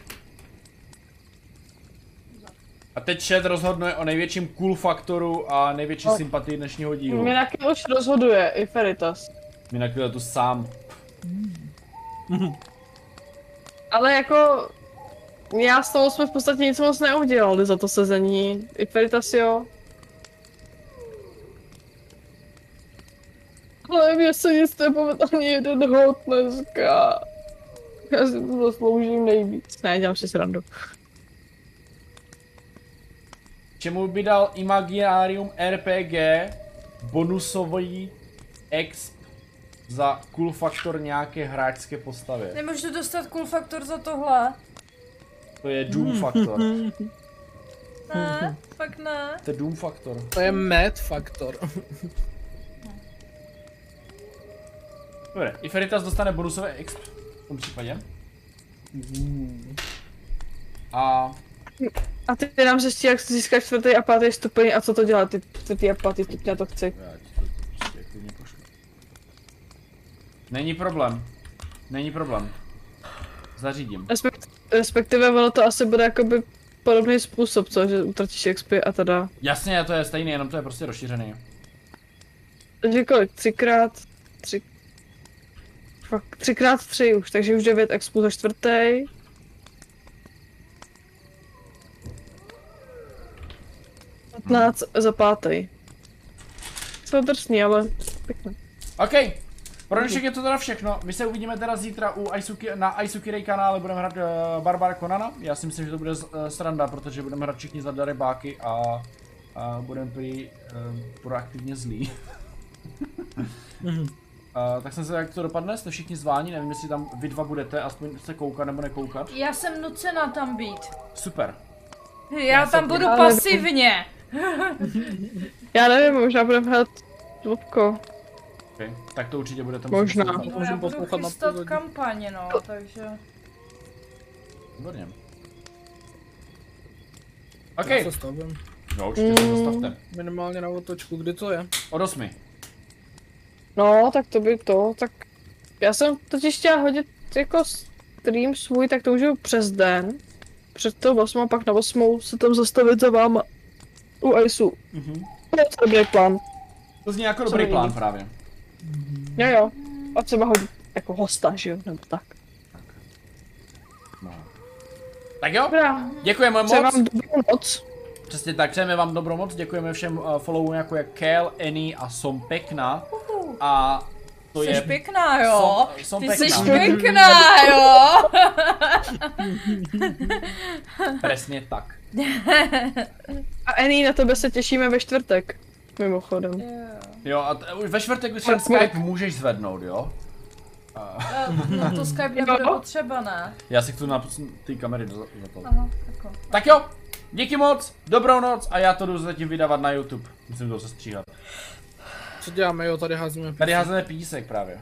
A teď chat rozhodne o největším cool faktoru a největší No. sympatii dnešního dílu. Mě taky už rozhoduje i Feritas. Mě na tu sám. Ale jako... Já s tou jsme v podstatě nic moc neudělali za to sezení. I Feritas jo. Ale mě se nic nepovedl ani jeden hod dneska. Já si to zasloužím nejvíc. Ne, dělám si srandu. Čemu by dal Imaginarium RPG bonusový exp za cool faktor nějaké hráčské postavě? Nemůžu dostat cool faktor za tohle. To je Doom faktor. Mhm. Ne, fakt ne. To je Doom faktor. To je mad faktor. Dobře, Iferitas dostane bonusové exp v tom případě. A A ty nám řeští, jak získat čtvrtý a pátý stupeň a co to dělá ty čtvrtý a pátý stupeň, já to chci. Já ti to prostě klidně pošlu. Není problém. Není problém. Zařídím. Respekt, respektive ono to asi bude jakoby podobný způsob, co, že utratíš XP a teda. Jasně, to je stejný, jenom to je prostě rozšířený. Takže kolik? Jako Třikrát? Tři... Fakt, třikrát tři už, takže už devět expů za čtvrtý. Patnáct za pátý. To je drsný, ale pěkné. OK. Pro dnešek je to teda všechno. My se uvidíme teda zítra u Aisuki, na Aisuki Ray kanále budeme hrát uh, Barbara Konana. Já si myslím, že to bude uh, sranda, protože budeme hrát všichni za darebáky a, a budeme prý uh, proaktivně [LAUGHS] zlí. Uh, tak jsem se jak to dopadne, jste všichni zváni, nevím jestli tam vy dva budete, aspoň se koukat nebo nekoukat. Já jsem nucena tam být. Super. Já, tam budu pasivně. Já nevím, možná budeme hrát dvopko. Okay. Tak to určitě budete Možná. sledovat. No, já Můžeme budu poslouchat na chystat pozadí. kampaně, no, takže... Výborně. Já se OK, stavím. no určitě se zastavte. Minimálně na otočku, kde to je? Od osmi. No, tak to by to, tak... Já jsem totiž chtěla hodit jako stream svůj, tak to můžu přes den. Před tou 8 a pak na 8 se tam zastavit za váma. U ISU. Mhm. To je dobrý plán. To zní jako dobrý Co plán není? právě. Jo jo. A třeba hodit jako hosta, že jo, nebo tak. No. Tak jo, Dobrá, děkujeme přeji moc. vám dobrou noc. Přesně tak, přejeme vám dobrou moc, děkujeme všem uh, followům jako je Kel, Annie a Som Pekna. A to Jsi je... pěkná, jo. Som, som Ty Pekna. jsi pěkná, [LAUGHS] jo. [LAUGHS] Přesně tak. A Annie, na tebe se těšíme ve čtvrtek. Mimochodem. Jo, a t- už ve čtvrtek už ten Skype můžeš zvednout, jo? Eh, No to Skype nebude potřeba, ne? jako. Já si chci na ty kamery do, za to. Aha, tako. Tak jo, díky moc, dobrou noc a já to jdu zatím vydávat na YouTube. Musím to zastříhat. Co děláme? Jo, tady házíme Tady házíme písek právě.